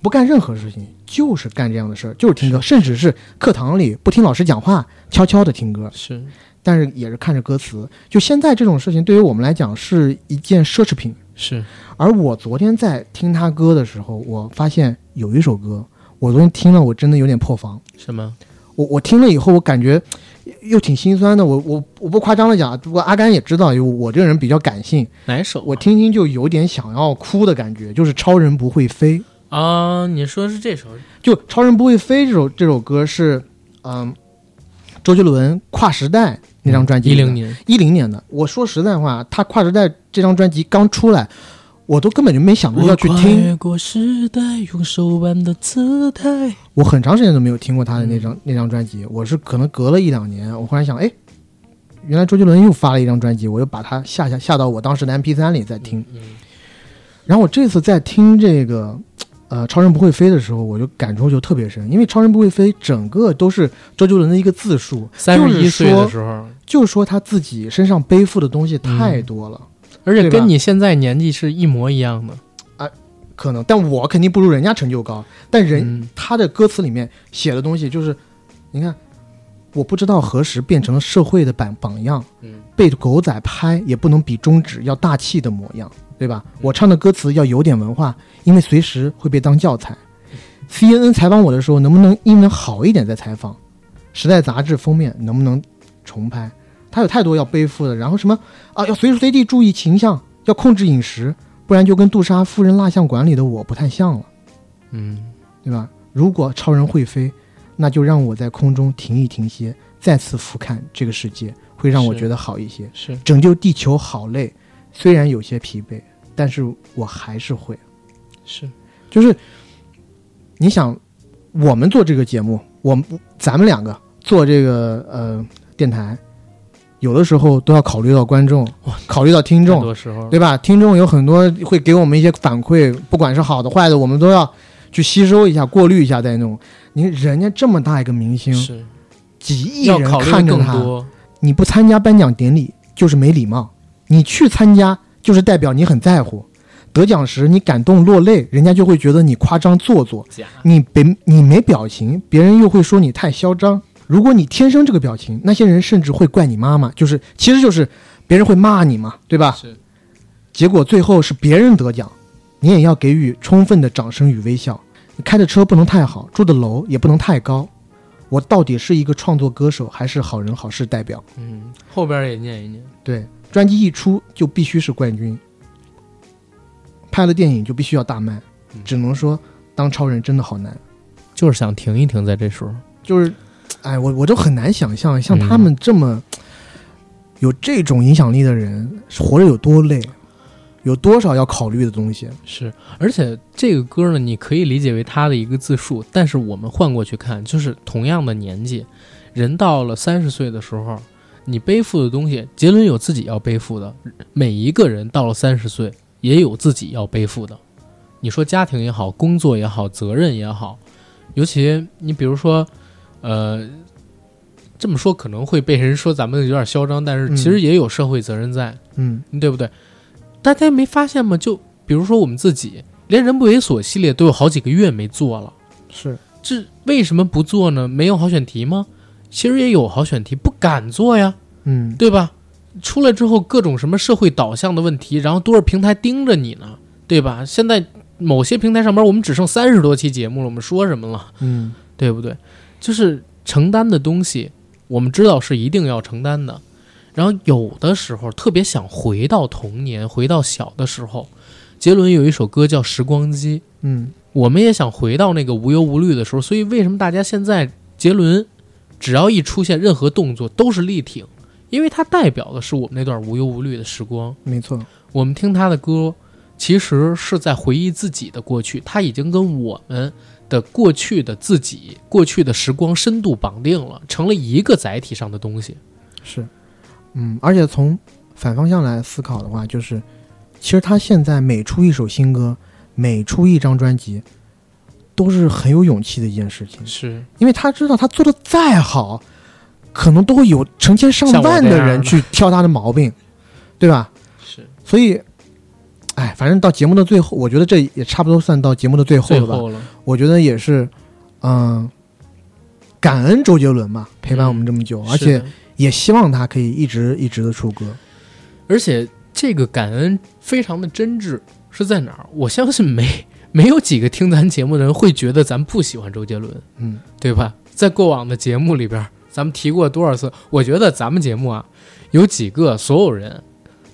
不干任何事情，就是干这样的事儿，就是听歌，甚至是课堂里不听老师讲话，悄悄的听歌，是但是也是看着歌词。就现在这种事情，对于我们来讲是一件奢侈品。是，而我昨天在听他歌的时候，我发现有一首歌，我昨天听了，我真的有点破防。什么？我我听了以后，我感觉呃又挺心酸的。我我我不夸张的讲，不过阿甘也知道，因为我这个人比较感性，哪一首啊？我听听就有点想要哭的感觉，就是《超人不会飞》。啊，你说是这首？就《超人不会飞》这首这首歌是，嗯，周杰伦跨时代那张专嗯辑一零年，一零年的。我说实在话，他跨时代这张专辑刚出来，我都根本就没想过要去听，越过时代，用手腕的姿态。我很长时间都没有听过他的嗯那张、那张专辑。我是可能隔了一两年，我忽然想，哎，原来周杰伦又发了一张专辑，我又把它下下下到我当时的 MP 三里再听。嗯，然后我这次在听这个呃《超人不会飞》的时候，我就感触就特别深，因为《超人不会飞》整个都是周杰伦的一个自述，三就十一是岁的说时候，就说他自己身上背负的东西太嗯多了，而且对吧跟你现在年纪是一模一样的。可能，但我肯定不如人家成就高，但人、嗯他的歌词里面写的东西就是，你看，我不知道何时变成了社会的榜榜样，嗯被狗仔拍也不能比中指要大气的模样，嗯对吧？我唱的歌词要有点文化，因为随时会被当教材。CNN 采访我的时候，能不能英文好一点再采访？时代杂志封面能不能重拍？他有太多要背负的，然后什么啊，要随时随地注意形象，要控制饮食，不然就跟杜莎《夫人蜡像馆》里的我不太像了，嗯，对吧？如果超人会飞，那就让我在空中停一停歇，再次俯瞰这个世界，会让我是觉得好一些。是拯救地球好累，虽然有些疲惫，但是我还是会。是，就是你想，我们做这个节目，我们咱们两个做这个呃电台，有的时候都要考虑到观众，考虑到听太众，多时候了对吧？听众有很多会给我们一些反馈，不管是好的坏的，我们都要去吸收一下、过滤一下再弄。你人家这么大一个明星，是几亿要人考虑的看着更他，多，你不参加颁奖典礼就是没礼貌，你去参加就是代表你很在乎。得奖时你感动落泪，人家就会觉得你夸张做作；假你别你没表情，别人又会说你太嚣张。如果你天生这个表情，那些人甚至会怪你妈妈，就是其实就是别人会骂你嘛，对吧？是结果最后是别人得奖，你也要给予充分的掌声与微笑。你开的车不能太好，住的楼也不能太高。我到底是一个创作歌手，还是好人好事代表？嗯，后边也念一念，对，专辑一出就必须是冠军，拍了电影就必须要大卖。只能说，当超人真的好难，就是想停一停，在这时候，就是，哎，我我都很难想象，像他们这么、有这种影响力的人，活着有多累，有多少要考虑的东西。是，而且这个歌呢，你可以理解为他的一个自述，但是我们换过去看，就是同样的年纪，人到了三十岁的时候，你背负的东西，杰伦有自己要背负的，每一个人到了三十岁也有自己要背负的。你说家庭也好，工作也好，责任也好，尤其你比如说，呃，这么说可能会被人说咱们有点嚣张，但是其实也有社会责任在。嗯，对不对？大家没发现吗？就比如说我们自己，连《人不猥琐》系列都有好几个月没做了，是这为什么不做呢？没有好选题吗？其实也有好选题，不敢做呀，嗯，对吧？出来之后，各种什么社会导向的问题，然后多少平台盯着你呢，对吧？现在某些平台上面，我们只剩三十多期节目了，我们说什么了？嗯，对不对？就是承担的东西，我们知道是一定要承担的。然后有的时候特别想回到童年，回到小的时候。杰伦有一首歌叫《时光机》，嗯，我们也想回到那个无忧无虑的时候。所以为什么大家现在杰伦只要一出现任何动作都是力挺，因为它代表的是我们那段无忧无虑的时光。没错，我们听他的歌，其实是在回忆自己的过去，他已经跟我们的过去的自己、过去的时光深度绑定了，成了一个载体上的东西。是，嗯，而且从反方向来思考的话，就是其实他现在每出一首新歌，每出一张专辑，都是很有勇气的一件事情。是，因为他知道他做的再好，可能都会有成千上万的人去挑他的毛病，对吧？是所以，哎，反正到节目的最后，我觉得这也差不多算到节目的最后最了吧。后了，我觉得也是，嗯、感恩周杰伦吧，陪伴我们这么久，而嗯是且的也希望他可以一直一直的出歌。而且这个感恩非常的真挚，是在哪儿？我相信没没有几个听咱节目的人会觉得咱不喜欢周杰伦，嗯，对吧？在过往的节目里边，咱们提过多少次？我觉得咱们节目啊，有几个所有人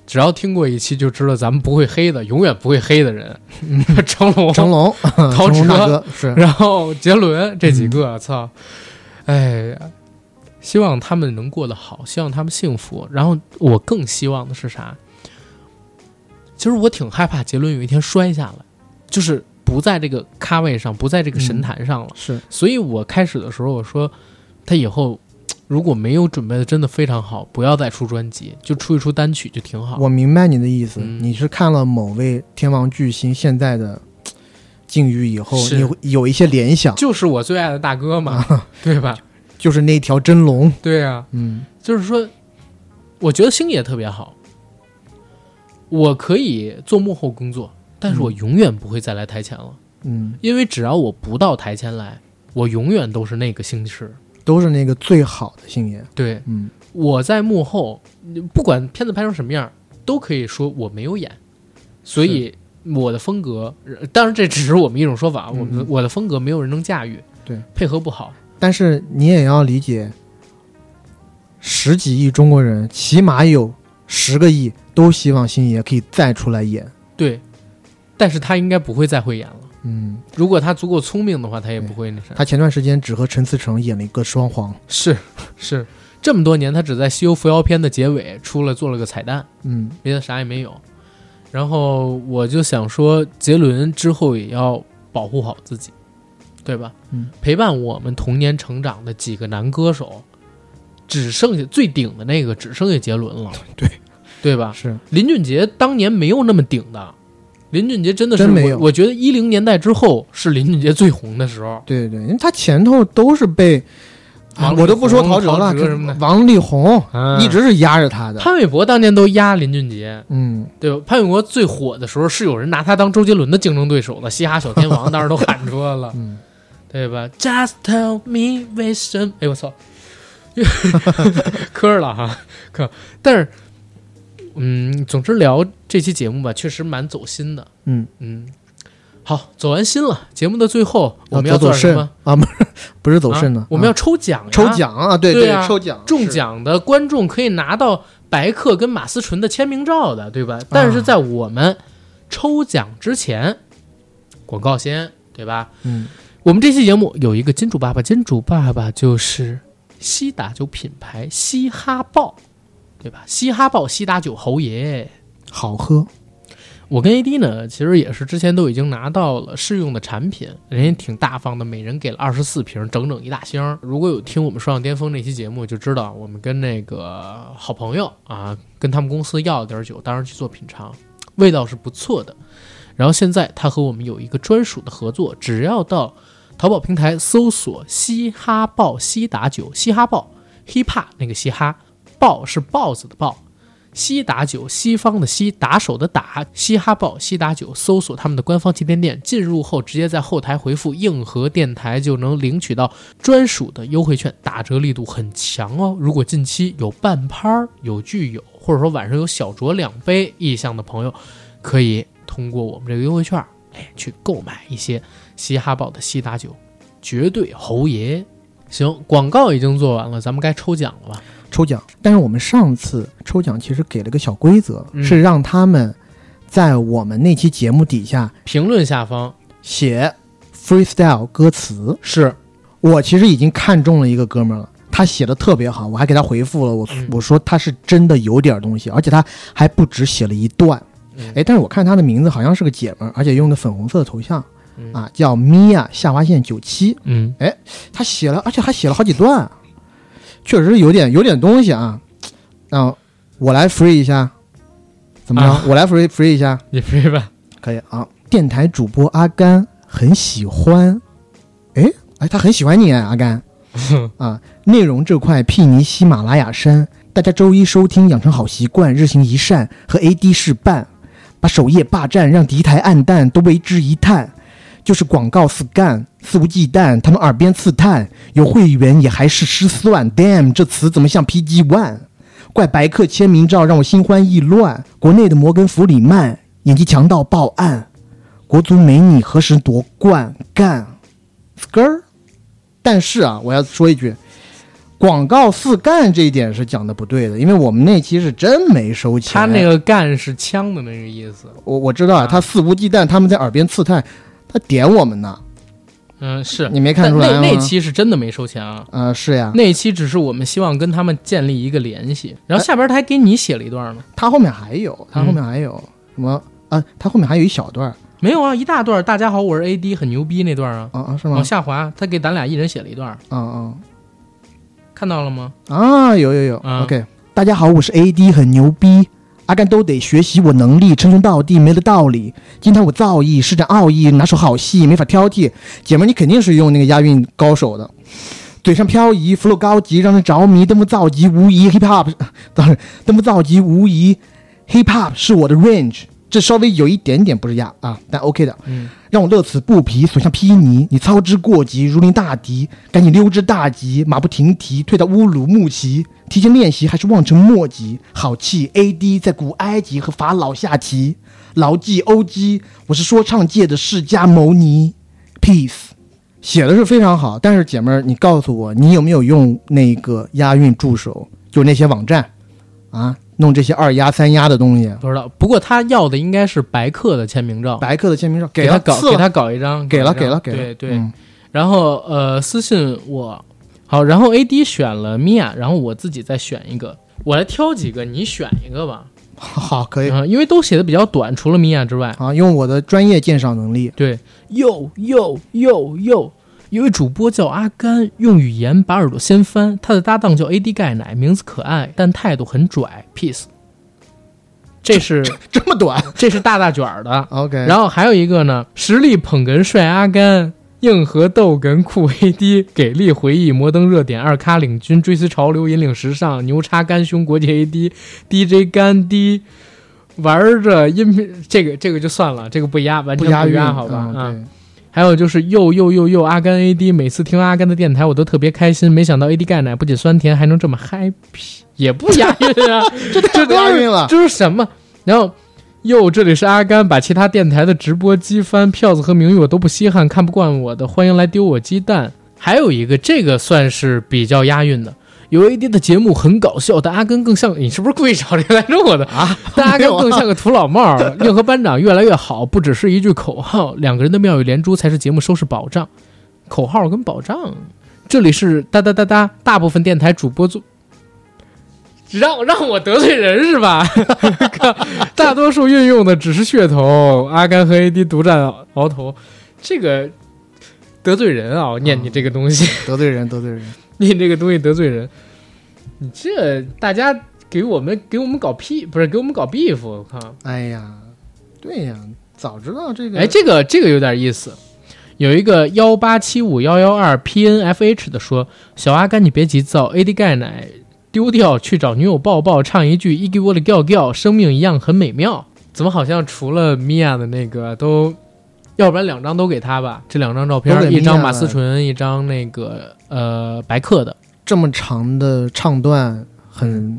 只要听过一期就知道咱们不会黑的，永远不会黑的人， 成龙、成 嗯龙，成陶喆龙大哥嗯是， 然后杰伦这几个，操、哎呀，希望他们能过得好，希望他们幸福。然后我更希望的是啥？其实我挺害怕杰伦有一天摔下来，就是不在这个咖位上，不在这个神坛上了。是，所以我开始的时候我说，他以后如果没有准备的真的非常好，不要再出专辑，就出一出单曲就挺好。我明白你的意思，嗯你是看了某位天王巨星现在的嘖境遇以后，是你会有一些联想，就是我最爱的大哥嘛，对吧？就是那条真龙，对呀、嗯就是说，我觉得星爷特别好，我可以做幕后工作，但是我永远不会再来台前了，嗯，因为只要我不到台前来，我永远都是那个星矢。都是那个最好的星爷，对，嗯我在幕后，不管片子拍成什么样，都可以说我没有演，所以我的风格，呃当然这只是我们一种说法，我们嗯嗯我的风格没有人能驾驭，对，配合不好，但是你也要理解，十几亿中国人，起码有十个亿都希望星爷可以再出来演。对，但是他应该不会再会演了。嗯，如果他足够聪明的话，他也不会那啥。他前段时间只和陈思诚演了一个双簧。是是，这么多年他只在《西游伏妖篇》的结尾出了做了个彩蛋，嗯，别的啥也没有。然后我就想说，杰伦之后也要保护好自己，对吧？嗯，陪伴我们童年成长的几个男歌手，只剩下最顶的那个只剩下杰伦了，对对吧？是林俊杰当年没有那么顶的，林俊杰真的是真没我有我觉得一零年代之后是林俊杰最红的时候，对对对，因为他前头都是被，啊王力我都不说宏陶喆了，陶喆什么的可王力宏、嗯一直是压着他的。潘玮柏当年都压林俊杰，嗯，对吧？潘玮柏最火的时候是有人拿他当周杰伦的竞争对手的，嘻哈小天王当时都喊出来了，嗯对吧？Just tell me 为什么？哎我操， 磕了哈磕，但是嗯，总之聊这期节目吧，确实蛮走心的，嗯嗯。好，走完心了。节目的最后，我们要走做走点什肾么？啊，不是不是走肾呢、啊我们要啊抽奖呀，抽奖啊，对对啊抽奖中是奖的观众可以拿到白客跟马思纯的签名照的，对吧？但是在我们抽奖之前，广告先，对吧？嗯，我们这期节目有一个金主爸爸，金主爸爸就是西打酒品牌嘻哈豹，对吧？嘻哈豹西打酒侯爷。好喝，我跟 AD 呢，其实也是之前都已经拿到了试用的产品，人家挺大方的，每人给了二十四瓶，整整一大箱。如果有听我们《双向巅峰》那期节目，就知道我们跟那个好朋友啊，跟他们公司要了点酒，当时去做品尝，味道是不错的。然后现在他和我们有一个专属的合作，只要到淘宝平台搜索“嘻哈豹西打酒”，嘻哈豹 hiphop 那个嘻哈，豹是豹子的豹，西打酒，西方的西，打手的打，嘻哈豹西打酒，搜索他们的官方旗舰店，进入后直接在后台回复“硬核电台”就能领取到专属的优惠券，打折力度很强哦。如果近期有半拍儿、有聚友，或者说晚上有小酌两杯意向的朋友，可以通过我们这个优惠券，哎，去购买一些嘻哈豹的西打酒，绝对侯爷。行，广告已经做完了，咱们该抽奖了吧？抽奖。但是我们上次抽奖其实给了个小规则，嗯是让他们在我们那期节目底下评论下方写 freestyle 歌词。是我其实已经看中了一个哥们儿了，他写的特别好，我还给他回复了，我、嗯我说他是真的有点东西，而且他还不止写了一段嗯。哎，但是我看他的名字好像是个姐们儿，而且用的粉红色的头像嗯啊，叫米娅下划线九七，嗯，他写了，而且还写了好几段，确实有点有点东西啊。那、我来 free 一下，怎么着？啊我来 free free 一下，你飞吧。可以啊。电台主播阿甘很喜欢，哎哎，他很喜欢你啊，阿 甘啊。内容这块睥睨喜马拉雅山，大家周一收听，养成好习惯，日行一善，和 AD 事伴，把首页霸占，让敌台暗淡，都为之一叹。就是广告肆干，肆无忌惮，他们耳边刺探，有会员也还是失算。Damn，这词怎么像 PG One？怪白客签名照让我心欢意乱。国内的摩根弗里曼演技强到爆暗，国足没你何时夺冠？干，skr。但是啊，我要说一句，广告四干这一点是讲的不对的，因为我们那期是真没收钱。他那个干是枪的那个意思。我我知道啊，他肆无忌惮，他们在耳边刺探，他点我们呢。嗯，是你没看出来但那吗那期是真的没收钱啊。啊、是呀，那期只是我们希望跟他们建立一个联系，然后下边他还给你写了一段呢。他后面还有，他后面还有、什么啊？他后面还有一小段儿没有啊，一大段。大家好，我是 AD，很牛逼那段啊。啊啊，是吗往？下滑，他给咱俩一人写了一段，啊啊看到了吗？啊，有有有、啊 o k 大家好，我是 AD，很牛逼。阿甘都得学习我能力，称兄道弟没得道理。今天我造诣施展奥义，拿手好戏没法挑剔。姐们儿，你肯定是用那个押韵高手的，嘴上漂移，flow 高级，让人着迷，登不造极无疑。Hip Hop，当然登不造极无疑。Hip Hop 是我的 range，这稍微有一点点不是押啊，但 OK 的。嗯，让我乐此不疲，所向披靡。你操之过急，如临大敌，赶紧溜之大吉，马不停蹄，退到乌鲁木齐。提前练习还是望尘莫及，好气 AD 在古埃及和法老下棋，牢记 OG，我是说唱界的释迦牟尼，peace。写的是非常好，但是姐妹儿，你告诉我，你有没有用那个押韵助手？就是那些网站啊，弄这些二丫三丫的东西，不知道。不过他要的应该是白客的签名照，白客的签名照给了他搞赐给了他搞一张，给了搞一给张了给了，对对。嗯然后呃，私信我，好，然后 AD 选了 Mia，然后我自己再选一个，我来挑几个，你选一个吧。好可以嗯，因为都写的比较短，除了 Mia 之外，啊，用我的专业鉴赏能力，对，又又又又，有一位主播叫阿甘，用语言把耳朵掀翻。他的搭档叫 AD 钙奶，名字可爱，但态度很拽。Peace。这是这么短这是大大卷儿的。 ，OK，然后还有一个呢，实力捧哏帅阿甘，硬核逗哏酷 AD，给力回忆摩登热点二咖领军，追随潮流引领时尚，牛叉干胸国际 AD DJ 干滴，玩着音频这个这个就算了，这个不押，完不全押韵，押好吧？啊，嗯还有就是又又又又阿甘 AD，每次听阿甘的电台我都特别开心，没想到 AD 钙奶不仅酸甜，还能这么 happy，也不押韵啊，这 对，这不押韵了，这是什么？然后，哟，这里是阿甘，把其他电台的直播机翻，票子和名誉我都不稀罕，看不惯我的，欢迎来丢我鸡蛋。还有一个，这个算是比较押韵的。有 AD 的节目很搞笑，但阿甘更像你是不是故意找这个来弄我的 啊？但阿甘更像个土老帽儿。硬核班长越来越好，不只是一句口号，两个人的妙语连珠才是节目收视保障。口号跟保障，这里是哒哒哒哒，大部分电台主播做。让让我得罪人是吧？ 大多数运用的只是噱头，阿甘和 AD 独占鳌头，这个得罪人啊！我念你这个东西， 得罪人，得罪人，你这个东西得罪人，你这大家给我们给我们搞屁，不是给我们搞 beef，我靠！哎呀，对呀，早知道这个，哎，这个这个有点意思。有一个幺八七五幺幺二 PNFH 的说：“小阿甘，你别急躁，AD 钙奶丢掉去找女友抱抱，唱一句 Iggy w a l g i g i 生命一样很美妙。”怎么好像除了 Mia 的那个都，要不然两张都给他吧？这两张照都给片，一 Mia 张马思了纯，一张那个呃白客的。这么长的唱段很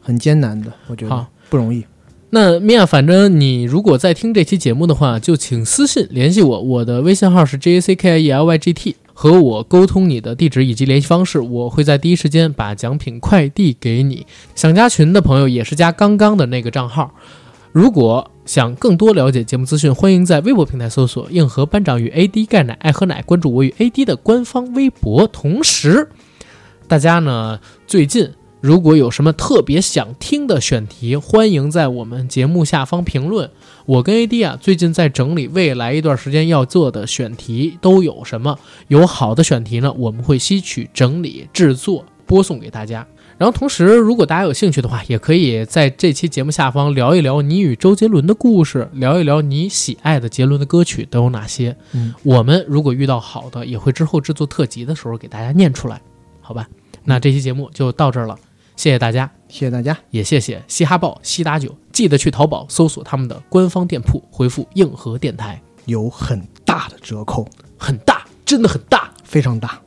很艰难的，我觉得好不容易。那米娅，反正你如果在听这期节目的话，就请私信联系我，我的微信号是 J A C K I E L Y G T，和我沟通你的地址以及联系方式，我会在第一时间把奖品快递给你。想加群的朋友也是加刚刚的那个账号。如果想更多了解节目资讯，欢迎在微博平台搜索“硬核班长与 AD 钙奶爱喝奶”，关注我与 AD 的官方微博。同时，大家呢最近如果有什么特别想听的选题，欢迎在我们节目下方评论。我跟 AD 啊，最近在整理未来一段时间要做的选题都有什么，有好的选题呢，我们会吸取、整理、制作、播送给大家。然后同时，如果大家有兴趣的话，也可以在这期节目下方聊一聊你与周杰伦的故事，聊一聊你喜爱的杰伦的歌曲都有哪些。嗯，我们如果遇到好的，也会之后制作特辑的时候给大家念出来，好吧？那这期节目就到这儿了，谢谢大家。谢谢大家，也谢谢嘻哈报、西达酒，记得去淘宝搜索他们的官方店铺，回复“硬核电台有很大的折扣，”，很大，真的很大。非常大。